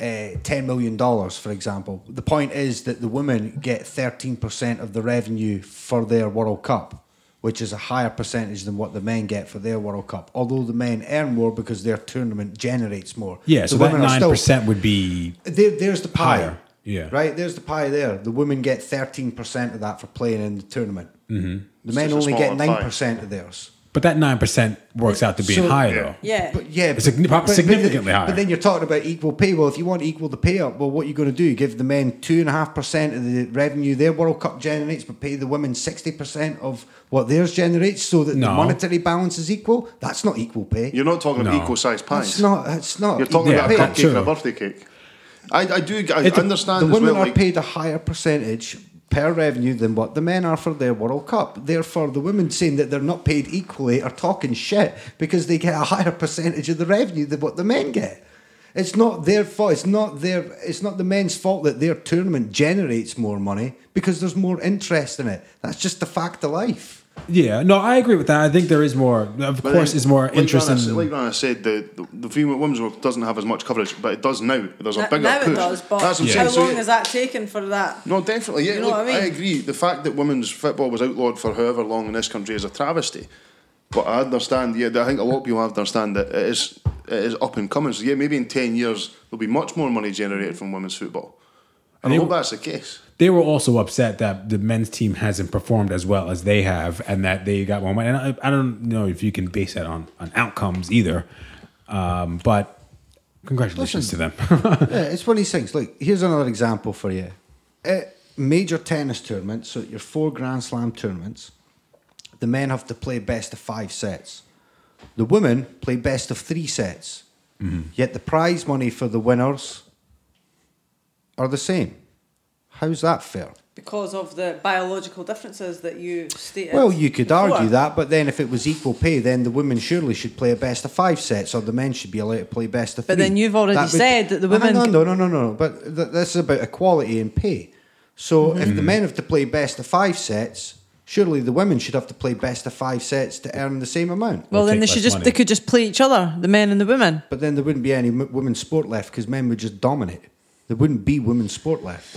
S5: uh, ten million dollars, for example. The point is that the women get thirteen percent of the revenue for their World Cup, which is a higher percentage than what the men get for their World Cup. Although the men earn more because their tournament generates more.
S2: Yeah,
S5: The
S2: so that
S5: women are
S2: nine
S5: still-
S2: percent would be
S5: there, there's the pie.
S2: Higher, yeah.
S5: Right? There's the pie there. The women get 13% of that for playing in the tournament. Mm-hmm. The men
S3: just a
S5: only get
S3: smaller pie.
S5: 9% of theirs.
S2: But that nine percent works out to being
S5: So-
S2: high,
S3: Yeah.
S2: though.
S4: yeah,
S5: But yeah,
S2: It's signi- probably significantly higher.
S5: But then you're talking about equal pay. Well, if you want equal the pay up, well, what are you going to do? Give the men two and a half percent of the revenue their World Cup generates, but pay the women sixty percent of what theirs generates, so that
S2: No.
S5: the monetary balance is equal. That's not equal pay.
S3: You're not talking
S2: No.
S3: about equal sized pies.
S5: That's not. That's not.
S3: You're talking
S5: equal
S2: Yeah,
S3: about a
S5: pay.
S2: that's
S3: cupcake and a
S2: true.
S3: birthday cake. I, I do. I
S2: It-
S3: understand.
S5: the
S3: as
S5: women
S3: well,
S5: are
S3: like,
S5: paid a higher percentage per revenue than what the men are for their World Cup. Therefore, the women saying that they're not paid equally are talking shit because they get a higher percentage of the revenue than what the men get. It's not their fault. It's not their. It's not the men's fault that their tournament generates more money because there's more interest in it. That's just the fact of life.
S2: Yeah, no, I agree with that. I think there is more. Of
S3: But
S2: course,
S3: then,
S2: is more
S3: like
S2: interest
S3: Rana,
S2: in.
S3: s- Like Rana said, the, the, the female women's world doesn't have as much coverage, but it does now. There's a
S4: Now-
S3: bigger
S4: now
S3: push.
S4: it does. But
S3: That's what I'm saying.
S4: how
S3: So
S4: long
S3: it-
S4: is that taken for that?
S3: No, definitely. Yeah,
S4: You know
S3: look,
S4: what I
S3: I,
S4: mean?
S3: agree. The fact that women's football was outlawed for however long in this country is a travesty. But I understand. Yeah, I think a lot of people have to understand that it is it is up and coming. So yeah, maybe in ten years there'll be much more money generated from women's football. And I
S2: They-
S3: hope that's the case.
S2: they were also upset that the men's team hasn't performed as well as they have, and that they got one win. And I, I don't know if you can base that on on outcomes either, um, but congratulations to them.
S5: Yeah, it's one of these things. Look, here's another example for you. At major tennis tournaments, so at your four Grand Slam tournaments, the men have to play best of five sets. The women play best of three sets. Yet the prize money for the winners are the same. How's that fair?
S4: because of the biological differences that you stated.
S5: Well, you could
S4: before.
S5: argue that, but then if it was equal pay, then the women surely should play a best of five sets, or the men should be allowed to play best of three.
S4: But then you've already said that the
S5: Well, hang
S4: women-
S5: on, No, no, no, no, no. But th- this is about equality in pay. So
S4: Mm-hmm.
S5: if the men have to play best of five sets, surely the women should have to play best of five sets to earn the same amount.
S4: Well,
S2: We'll
S4: then
S2: take
S4: they
S2: less
S4: should just
S2: money.
S4: they could just play each other, the men and the women.
S5: But then there wouldn't be any m- women's sport left because men would just dominate. There wouldn't be women's sport left.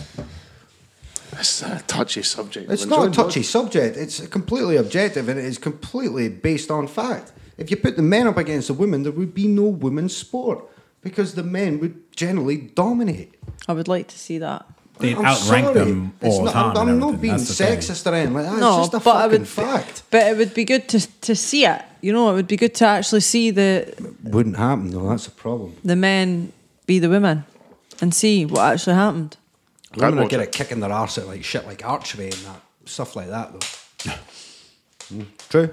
S3: It's a touchy subject.
S5: It's
S3: I've
S5: not a
S3: enjoyed that.
S5: touchy subject. It's completely objective and it is completely based on fact. If you put the men up against the women, there would be no women's sport because the men would generally dominate.
S4: I would like to see that.
S2: They
S5: I'm
S2: outrank
S5: sorry.
S2: them
S5: It's
S2: all the
S5: not-
S2: time.
S5: I'm-
S2: and
S5: I'm, not
S2: everything.
S5: being
S2: That's the thing.
S5: sexist or anything like that.
S4: no,
S5: it's just a
S4: but I
S5: fucking
S4: would
S5: fact.
S4: But it would be good to to see it. You know, it would be good to actually see the
S5: Wouldn't happen though. That's a problem.
S4: the men be the women and see what actually happened.
S5: Women would
S3: watch
S5: get
S3: it.
S5: a kick in their arse at like shit like archery and that stuff like that though. Mm, True.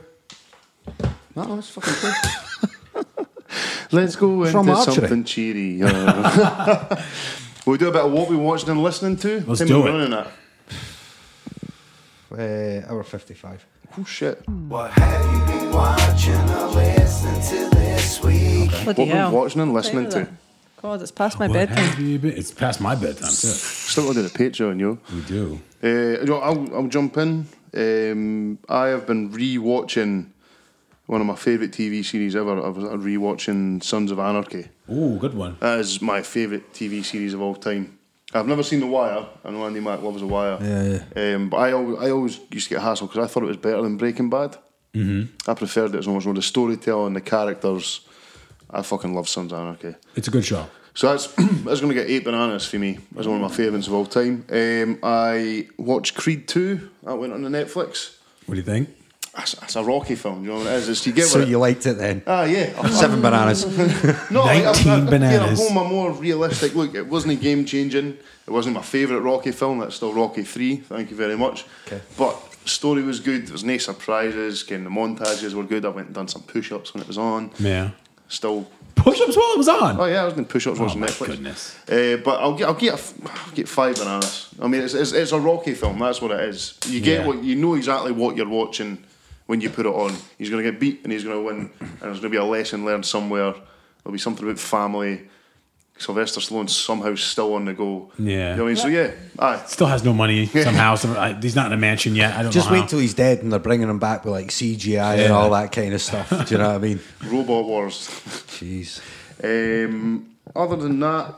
S5: No, it's fucking true.
S3: Let's go into
S5: From archery.
S3: something cheery. Uh, we'll do a bit of what we watching and listening to.
S2: Let's
S3: Time
S2: do
S3: we're
S2: it.
S3: running at.
S5: uh, hour fifty-five.
S3: Oh shit!
S8: What have you been watching or listening to this week?
S4: Bloody
S3: What we're
S4: hell.
S3: watching and
S4: What
S3: listening
S4: time is
S3: to.
S4: it? God, it's past my
S2: What
S4: bedtime.
S2: have you been- It's past my bedtime, too.
S3: Still going to do the Patreon, yo.
S2: We do.
S3: Uh, you know, I'll, I'll jump in. Um, I have been re-watching one of my favourite TV series ever. I was re-watching Sons of Anarchy.
S2: Ooh, good one.
S3: That is my favourite TV series of all time. I've never seen The Wire. I know Andy Mack loves The Wire.
S5: Yeah,
S3: Um, but I always, I always used to get hassled because I thought it was better than Breaking Bad. Mm-hmm. I preferred it as much more. The storytelling, the characters. I fucking love Sons of Anarchy.
S2: It's a good show.
S3: So that's that's going to get eight bananas for me. That's one of my favourites of all time. Um, I watched Creed two. That went on the Netflix.
S2: What do you think?
S3: That's, that's a Rocky film. You know what it is? It's, you get
S5: So
S3: with it.
S5: you liked it then?
S3: Ah, yeah.
S5: Seven bananas.
S3: No, like, I'm- I'm-
S2: 19
S3: I'm-
S2: bananas.
S3: Yeah, I'm a more realistic look. It wasn't game changing. It wasn't my favourite Rocky film. That's still Rocky Three. Thank you very much.
S5: Okay.
S3: But story was good. There was no surprises. Again, the montages were good. I went and done some push ups when it was on.
S2: Yeah.
S3: Still
S2: Push ups while it was on.
S3: Oh yeah, I was doing push-ups watching
S2: my
S3: Netflix.
S2: goodness.
S3: Uh, but I'll get I'll get a f- I'll get five bananas. I mean, it's, it's it's a Rocky film. That's what it is. You get
S2: Yeah.
S3: what you know exactly what you're watching when you put it on. He's going to get beat and he's going to win, and there's going to be a lesson learned somewhere. There'll be something about family. Sylvester Stallone's somehow still on the go.
S2: Yeah.
S3: you know what I mean. So yeah, aye.
S2: Still has no money somehow. Some, I, he's not in a mansion yet. I don't
S5: Just
S2: know.
S5: wait
S2: how.
S5: till he's dead and they're bringing him back with like CGI and all that kind of stuff. Do you know what I mean?
S3: Robot Wars.
S5: Jeez.
S3: Um, other than that,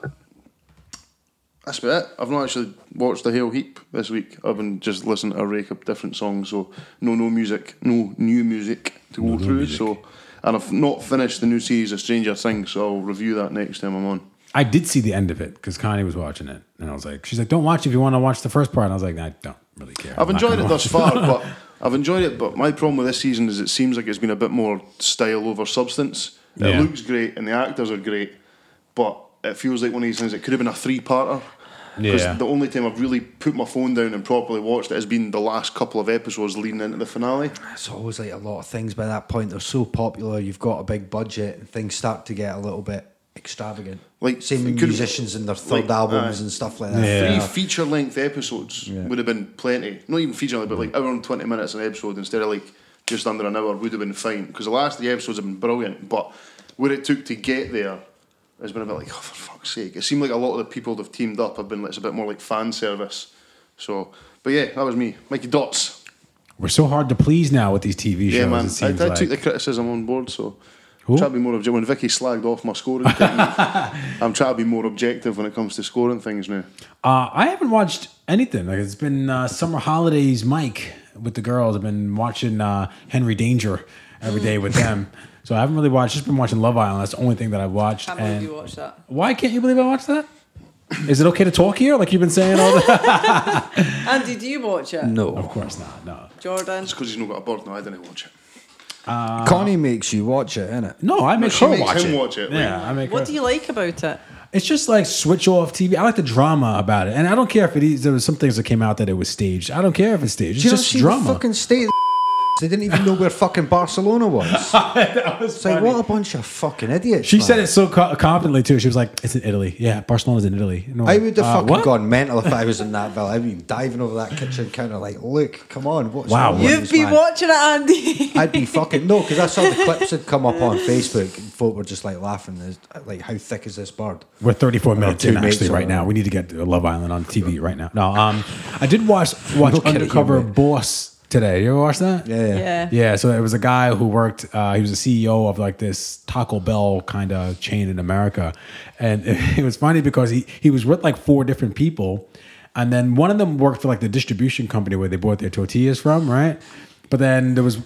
S3: that's about it. I've not actually watched a whole heap this week. I've been just listening to a rake of different songs, so no no music, no new music to go through. So, and I've not finished the new series of Stranger Things, so I'll review that next time I'm on.
S2: I did see the end of it because Connie was watching it, and I was like, "She's like, don't watch if you want to watch the first part." And I was like, "I don't really care."
S3: I've
S2: I'm not
S3: enjoyed
S2: gonna
S3: it
S2: watch
S3: thus far, but I've enjoyed it. But my problem with this season is it seems like it's been a bit more style over substance.
S2: Yeah.
S3: It looks great and the actors are great, but it feels like one of these things. It could have been a three-parter. Because
S2: Yeah.
S3: the only time I've really put my phone down and properly watched it has been the last couple of episodes leading into the finale.
S5: It's always like a lot of things by that point. They're so popular, you've got a big budget, and things start to get a little bit extravagant.
S3: Like,
S5: same with
S3: it could-
S5: musicians and their third
S3: like, uh,
S5: albums
S3: aye.
S5: and stuff like that.
S2: Yeah.
S3: Three feature-length episodes would have been plenty. Not even feature-length, but like hour and twenty minutes an episode instead of like just under an hour would have been fine. Because the last three episodes have been brilliant, but what it took to get there has been a bit like, oh, for fuck's sake! It seemed like a lot of the people that've teamed up have been. It's a bit more like fan service. So, but yeah, that was me, Mikey Dots.
S2: We're so hard to please now with these TV shows.
S3: Yeah,
S2: It
S3: man. I, I
S2: seems like.
S3: took the criticism on board, so
S2: Who?
S3: try to be more objective. When Vicky slagged off my scoring technique, I'm trying to be more objective when it comes to scoring things now.
S2: Uh, I haven't watched anything. Like it's been uh, summer holidays. Mike with the girls. I've been watching uh, Henry Danger every day with them. So I haven't really watched. Just been watching Love Island. That's the only thing that I've watched.
S4: Can't believe
S2: And-
S4: you watched that.
S2: Why can't you believe I watched that? Is it okay to talk here? Like you've been saying all that?
S4: Andy, do you watch it?
S2: of
S5: No,
S2: course not. No,
S4: Jordan.
S3: It's because he's not got a bird. No, I didn't watch it.
S5: Connie makes you watch it, innit?
S2: no. I make
S3: she
S2: her
S3: makes
S2: watch
S3: him
S2: it.
S3: watch it, like-
S2: Yeah, I make her.
S4: What do you like about it?
S2: It's just like switch off TV. I like the drama about it, and I don't care if it is. There was some things that came out that it was staged. I don't care if it's staged. It's
S5: Do you know
S2: just
S5: she
S2: drama.
S5: fucking state They didn't even know where fucking Barcelona was.
S2: that was
S5: It's like,
S2: funny.
S5: what a bunch of fucking idiots.
S2: She
S5: man.
S2: said it so co- confidently too. She was like, "It's in Italy. Yeah, Barcelona's in Italy." No,
S5: I would have
S2: uh,
S5: fucking
S2: what?
S5: gone mental if I was in that villa. I'd be diving over that kitchen counter, like, look, come on, what's
S2: Wow.
S5: wrong with
S4: You've
S5: this
S4: been
S5: man?
S4: watching it, Andy.
S5: I'd be fucking no, because I saw the clips that come up on Facebook, and folk were just like laughing, There's, like, how thick is this bird?
S2: We're 34 minutes
S5: two
S2: in
S5: mates
S2: actually
S5: or
S2: right now.
S5: whatever.
S2: We need to get to Love Island on TV right now. No, um, I did watch watch
S5: Look at you,
S2: Undercover
S5: mate.
S2: Boss today. You ever watch that?
S4: yeah.
S2: Yeah, so there was a guy who worked. Uh, he was a CEO of like this Taco Bell kind of chain in America, and it, was funny because he he was with like four different people, and then one of them worked for like the distribution company where they bought their tortillas from, right? But then there was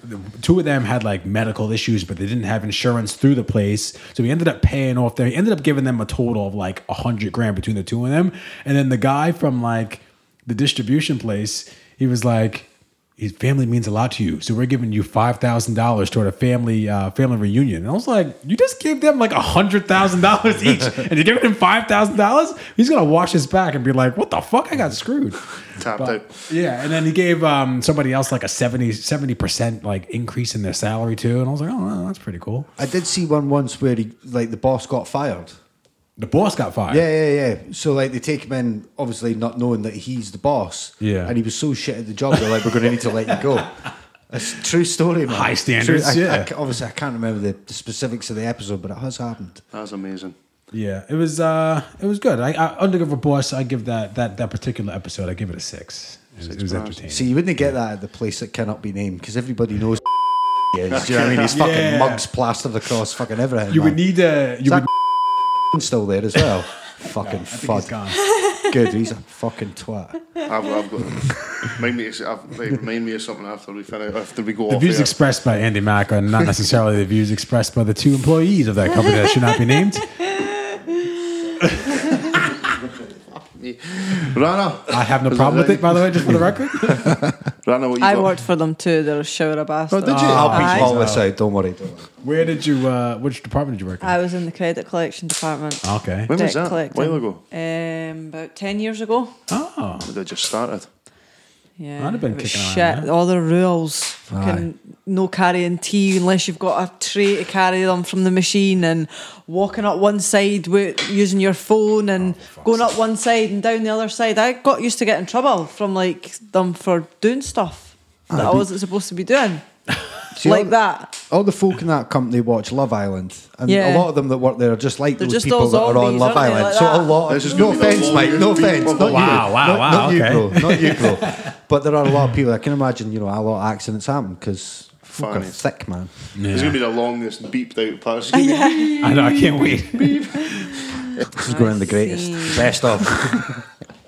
S2: two of them had like medical issues, but they didn't have insurance through the place, so he ended up paying off there. He ended up giving them a total of like a hundred grand between the two of them, and then the guy from like the distribution place, he was like his family means a lot to you. So we're giving you five thousand dollars toward a family uh, family reunion. And I was like, you just gave them like hundred thousand dollars each, and you're giving him five thousand dollars. He's gonna wash his back and be like, what the fuck? I got screwed.
S3: Tapped
S2: But-
S3: out.
S2: Yeah, and then he gave um, somebody else like a 70 percent like increase in their salary too. And I was like, oh, well, that's pretty cool.
S5: I did see one once where he, like, the boss got fired.
S2: The boss got fired.
S5: Yeah, yeah, yeah. So like they take him in, obviously not knowing that he's the boss.
S2: Yeah.
S5: And he was so shit at the job, they're like, "We're going to need to let you go." It's a true story, man.
S2: High
S5: True-
S2: standards,
S5: I- I
S2: yeah.
S5: ca- obviously, I can't remember the, the specifics of the episode, but it has happened.
S3: That's amazing.
S2: yeah. It was uh, it was good. I, I undercover boss. I give that that that particular episode. I give it a six. It was, it was
S3: bars.
S2: entertaining.
S5: See, you wouldn't get that at the place that cannot be named because everybody knows. Is, do you know what I mean? He's fucking
S2: Yeah.
S5: mugs plastered across fucking everything.
S2: you would
S5: man.
S2: need a you
S5: Is
S2: would.
S5: that still there as well. fucking
S2: I think he's
S5: fud.
S2: gone.
S5: Good, he's a fucking twat.
S3: I've, I've got. remind me. Of, I've, like, remind me of something after we finish. After we go
S2: The
S3: off.
S2: views
S3: air.
S2: expressed by Andy Mack are not necessarily the views expressed by the two employees of that company that should not be named.
S3: Rana.
S2: I have no
S3: Was
S2: problem with
S3: that-
S2: it, by the way, just for the record.
S3: Rana, what you
S4: I
S3: got?
S4: worked for them too. They're a shower of
S3: Oh,
S4: bastards.
S5: Did you?
S2: Ah,
S5: I'll
S4: Aye.
S5: beat all this out. Don't worry. Don't worry.
S2: Where did you? Uh, which department did you work in?
S4: I was in the credit collection department.
S2: Okay.
S3: When was
S4: debt
S3: that? A while ago.
S4: Um, about ten years ago.
S2: Oh,
S3: I just started.
S4: Yeah,
S2: I'd have been
S4: it was
S2: kicking
S4: shit.
S2: around, yeah.
S4: All the rules, fucking no carrying tea unless you've got a tray to carry them from the machine, and walking up one side with using your phone,
S2: Oh,
S4: and going up one side and down the other side. I got used to getting trouble from like them for doing stuff that I wasn't supposed to be doing,
S5: See,
S4: like
S5: all-
S4: that.
S5: All the folk in that company watch Love Island, and
S4: Yeah.
S5: a lot of them that work there are just like
S4: They're
S5: those
S4: just
S5: people
S4: all
S5: that are on
S4: zombies,
S5: Love
S4: aren't they,
S5: Island.
S4: like
S5: so a
S4: that?
S5: lot.
S3: This is gonna
S5: no
S3: be the
S5: offense, Mike. No
S3: longest
S5: offense.
S3: people.
S5: Not you.
S2: Wow, wow,
S5: not,
S2: wow,
S5: Not you,
S2: okay.
S5: bro. Not you, bro. but there are a lot of people. I can imagine. You know, a lot of accidents happen because fucking
S3: Funny.
S5: thick man.
S3: It's gonna be the longest beeped out part. It's gonna be-
S2: I know. I can't wait.
S5: This is going in the greatest,
S4: see.
S5: best of.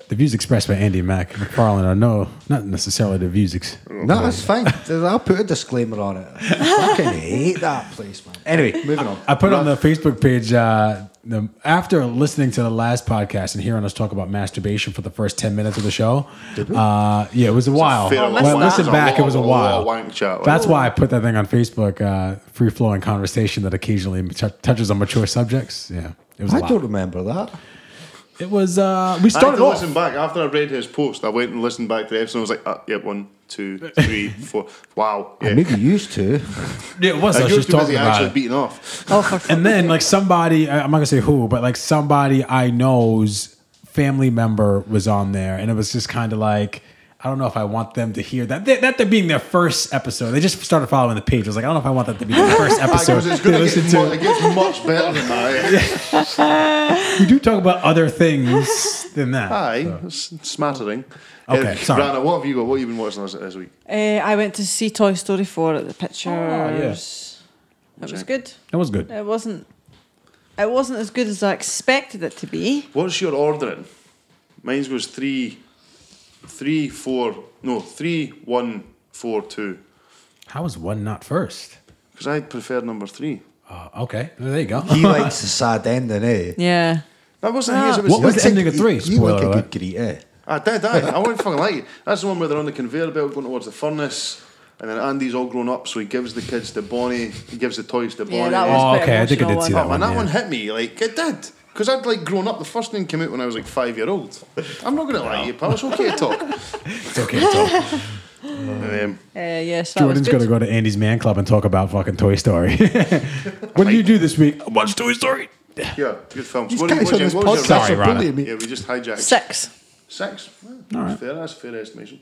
S2: The views expressed by Andy Mack McFarlane are no, not necessarily the views. Ex-
S5: no, that's fine. I'll put a disclaimer on it. I fucking hate that place, man. Anyway, moving on.
S2: I put on the Facebook page uh, the, after listening to the last podcast and hearing us talk about masturbation for the first ten minutes of the show. Uh, yeah, it was a while.
S3: fair
S2: When I
S3: amount.
S2: listened
S3: That's a
S2: back, it
S3: lot-
S2: was
S3: a
S2: a
S3: lot
S2: while.
S3: of wank chat, like.
S2: That's why I put that thing on Facebook. Uh, Free flowing conversation that occasionally t- touches on mature subjects. Yeah, it was. a
S5: I
S2: lot.
S5: don't remember that.
S2: It was. Uh,
S3: I
S2: we
S3: had
S2: started
S3: to
S2: off.
S3: listen back after I read his post. I went and listened back to the episode. I was like, ah, yeah, one, two, three, four. Wow, yeah.
S5: Maybe you used to.
S2: Yeah, it was.
S3: I
S2: I
S3: was
S2: was just
S3: too busy
S2: talking about
S3: actually
S2: it.
S3: beating off.
S4: Oh, for
S2: and then like somebody I- i'm not gonna say who but like somebody i know's family member was on there and it was just kind of like i don't know if i want them to hear that They- that they're being their first episode they just started following the page i was like i don't know if i want that to be their first episode
S3: Because it's
S2: they
S3: gonna
S2: listen
S3: get
S2: to
S3: mu- it gets much better than that. eh?
S2: we do talk about other things than that
S3: Aye, it's smattering.
S2: Okay,
S3: Eh,
S2: sorry.
S3: Rana, what have you got? What have you been watching this, this week?
S4: Uh, I went to see Toy Story 4
S2: Oh,
S4: at the pictures. It was good.
S2: that was good
S4: It wasn't. It wasn't as good as I expected it to be.
S3: What's your ordering? Mine's goes three, three, four, no, three, one, four, two.
S2: how was one not first
S3: Because I prefer number three.
S2: uh, okay well, there you go
S5: He likes the sad ending, eh?
S4: Yeah.
S3: That wasn't his. It was
S2: Ah. What was
S5: You
S2: the
S5: like
S2: ending
S5: a-
S2: of three?
S5: You like
S2: Spoiler
S5: a
S2: alert.
S5: good greet, eh?
S3: I did, aye. I wouldn't fucking like it. That's the one where they're on the conveyor belt going towards the furnace, and then Andy's all grown up, so he gives the kids to Bonnie, he gives the toys to Bonnie.
S4: Yeah, that was
S2: Oh,
S4: a bit
S2: okay, I think I
S4: emotional
S2: did see
S3: Oh,
S2: that
S3: and that
S2: yeah.
S3: one hit me, like, it did. Because I'd like grown up, the first thing came out when I was like five year old. I'm not going to lie to you, pal, it's okay to talk.
S2: it's okay it's all-
S3: Um,
S4: Uh, yes, that was
S2: Jordan's gonna
S4: good.
S2: go to Andy's Man Club and talk about fucking Toy Story. what did you do this week? Watch Toy Story.
S3: yeah, good films.
S9: These
S3: What-
S9: guys
S3: what-
S9: on this
S3: what was
S9: podcast
S3: your-
S2: Sorry,
S9: are
S2: Rana.
S9: bullying me.
S3: Yeah, we just hijacked
S4: Six.
S3: Six. Well, that's
S2: right.
S3: fair. That's a fair estimation.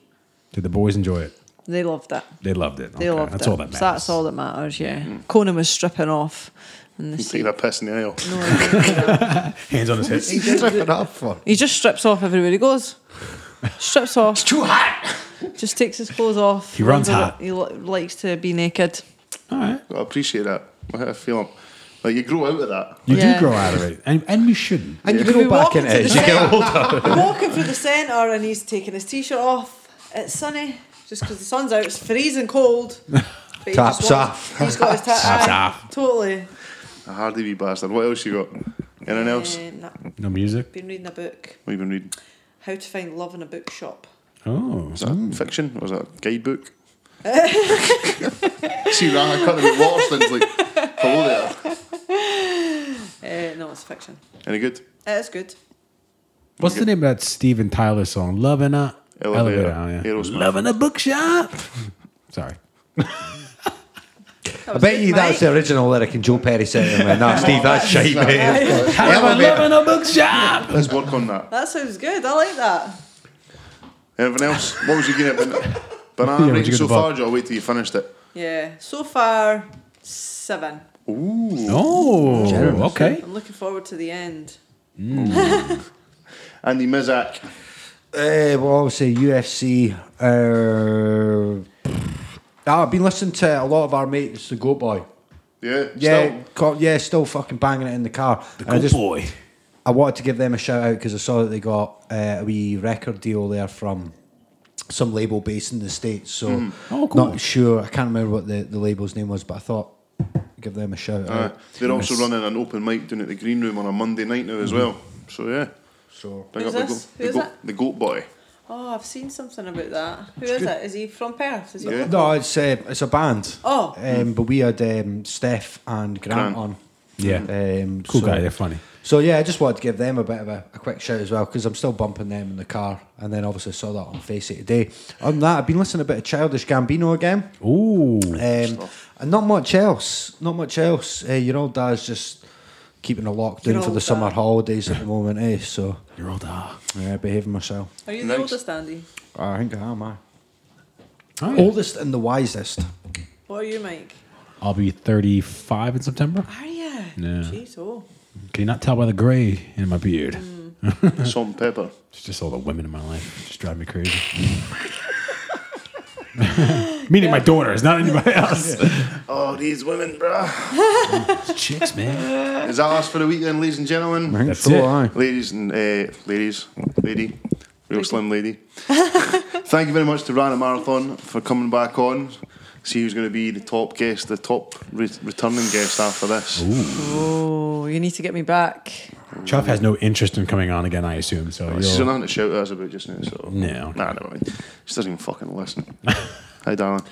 S2: Did the boys enjoy it?
S4: They loved it.
S2: They loved it.
S4: They
S2: Okay,
S4: loved
S2: that's
S4: it.
S2: all that matters.
S4: So that's all that matters. Yeah. Conan was stripping off, and the
S3: Taking
S4: scene.
S3: a piss in the aisle.
S2: Hands on his hips.
S9: He's tripping up for.
S4: He just strips off everywhere he goes. Strips off.
S3: Too hot.
S4: just takes his clothes off.
S2: He runs
S4: with it.
S2: hot.
S4: He li- likes to be naked.
S2: all right.
S3: I appreciate that. I had a feeling like you grow out of that.
S2: You
S4: Yeah.
S2: do grow out of it, and, and you shouldn't.
S5: And you
S4: When we
S5: go back
S4: walked
S5: into
S4: into the
S5: it. You get
S4: centre-
S5: older.
S4: We're walking through the centre and he's taking his t-shirt off. It's sunny, just because the sun's out. It's freezing cold. But he
S5: Taps
S4: just walks-
S5: off.
S4: He's got his ta-
S2: Taps
S4: aye,
S2: off.
S4: Totally.
S3: A hardy wee bastard. What else you got? Anything else?
S4: Um, no,
S2: No music.
S4: been reading a book,
S3: What have you been reading?
S4: How to Find Love in a Bookshop.
S2: Oh,
S3: Is that fiction or is that a guidebook? See, Rana cutting the water things like, hello there.
S4: Uh, no, it's fiction.
S3: Any good?
S4: It is good.
S2: what's the name of that Steven Tyler song? Loving a
S3: Elevator.
S2: elevator. Oh, yeah.
S3: Aerosmith.
S2: Loving a bookshop. Sorry.
S5: I bet you that's the original lyric, and Joe Perry said to him, "Man, "Nah, Steve, that's shite, mate."
S2: Loving a bookshop.
S3: Let's work on that.
S4: That sounds good. I like that.
S3: Anything else? What was you getting at? Ban- Banana
S2: Yeah,
S3: rating
S2: what'd you get
S3: so
S2: at the bar?
S3: far, Joe? Wait till you finished it.
S4: Yeah. So far, seven.
S2: Oh, okay.
S4: I'm looking forward to the end.
S3: Andy Mizak.
S5: Uh, well, obviously UFC. Uh, ah, I've been listening to a lot of our mates, the Goat Boy.
S3: Yeah.
S5: Yeah,
S3: Still.
S5: co- yeah, still fucking banging it in the car. The I just,
S2: boy.
S5: I wanted to give them a shout out because I saw that they got uh, a wee record deal there from some label based in the states. So
S2: Oh, cool.
S5: not sure. I can't remember what the, the label's name was, but I thought give them a shout
S3: Uh,
S5: out.
S3: they're also running an open mic down at the Green Room on a Monday night now as well.
S2: Mm-hmm.
S3: So yeah.
S5: So
S3: Big
S4: Who's
S3: up
S4: this?
S3: the,
S4: Who's
S3: goat,
S4: that?
S3: the, goat, the Goat Boy.
S4: Oh, I've seen something about that. Who is it? Is he from Perth? Is he
S3: Yeah.
S5: no, it's uh, it's a band.
S4: Oh.
S5: um, but we had um, Steph and
S3: Grant.
S5: Grant, on.
S2: Yeah.
S5: Um,
S2: Cool
S5: so-
S2: guy. They're funny.
S5: So yeah, I just wanted to give them a bit of a, a quick shout as well because I'm still bumping them in the car, and then obviously saw that on Face It today. On that, I've been listening a bit of Childish Gambino again,
S2: Ooh.
S5: um, and not much else. Not much else. Uh, your old dad's just keeping a
S4: Your
S5: lockdown for
S4: old
S5: the summer
S4: dad.
S5: holidays at the moment, eh? So
S2: You're old. Ah.
S5: yeah, behaving myself.
S4: Are you
S3: Nice.
S4: the oldest, Andy?
S5: I think I am. I
S2: All right.
S5: oldest and the wisest.
S4: What are you, Mike?
S2: I'll be 35 in September.
S4: Are you?
S2: No.
S4: Jeez, oh.
S2: Can you not tell by the gray in my beard?
S3: Salt and pepper.
S2: It's just all the women in my life. It just drive me crazy. Meaning my daughter is not anybody else.
S3: Oh, these women, bruh.
S2: Chicks, man.
S3: Is that us for the weekend, ladies and gentlemen?
S5: I think
S2: That's
S5: so,
S2: it.
S5: aye.
S3: Ladies and uh, ladies, lady, real slim lady. Thank you very much to Rana Marathon for coming back on. See who's going to be the top guest, the top re- returning guest after this.
S4: Oh, you need to get me back.
S2: Chuff has no interest in coming on again, I assume. So
S3: Oh, She's
S2: you'll-
S3: not to shout at us about just now, so
S2: No.
S3: nah, never mind. She doesn't even fucking listen. Hi, darling.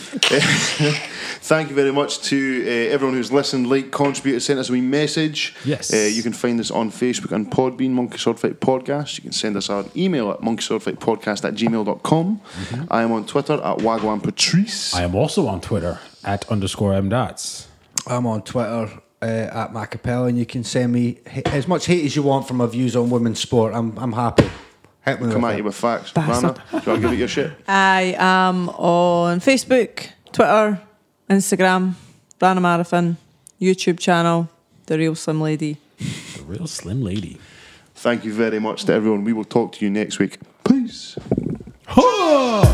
S3: Thank you very much to uh, everyone who's listened, liked, contributed, sent us a wee message.
S2: Yes.
S3: Uh, you can find us on Facebook and Podbean, Monkey Sword Fight Podcast. You can send us an email at monkeyswordfightpodcast at gmail.com. I am on Twitter at Wagwan Patrice.
S2: Mm-hmm. I am also on Twitter at underscore m dots.
S5: I'm on Twitter uh, at Macapella, and you can send me h- as much hate as you want from my views on women's sport. I'm I'm happy. Hit me
S3: Come
S5: with
S3: at
S5: it.
S3: you with facts. Rana, do you want to give it your shit?
S4: I am on Facebook, Twitter, Instagram, Rana Marathon, YouTube channel, The Real Slim Lady.
S2: The real slim lady.
S3: Thank you very much to everyone. We will talk to you next week. Peace.
S2: Oh!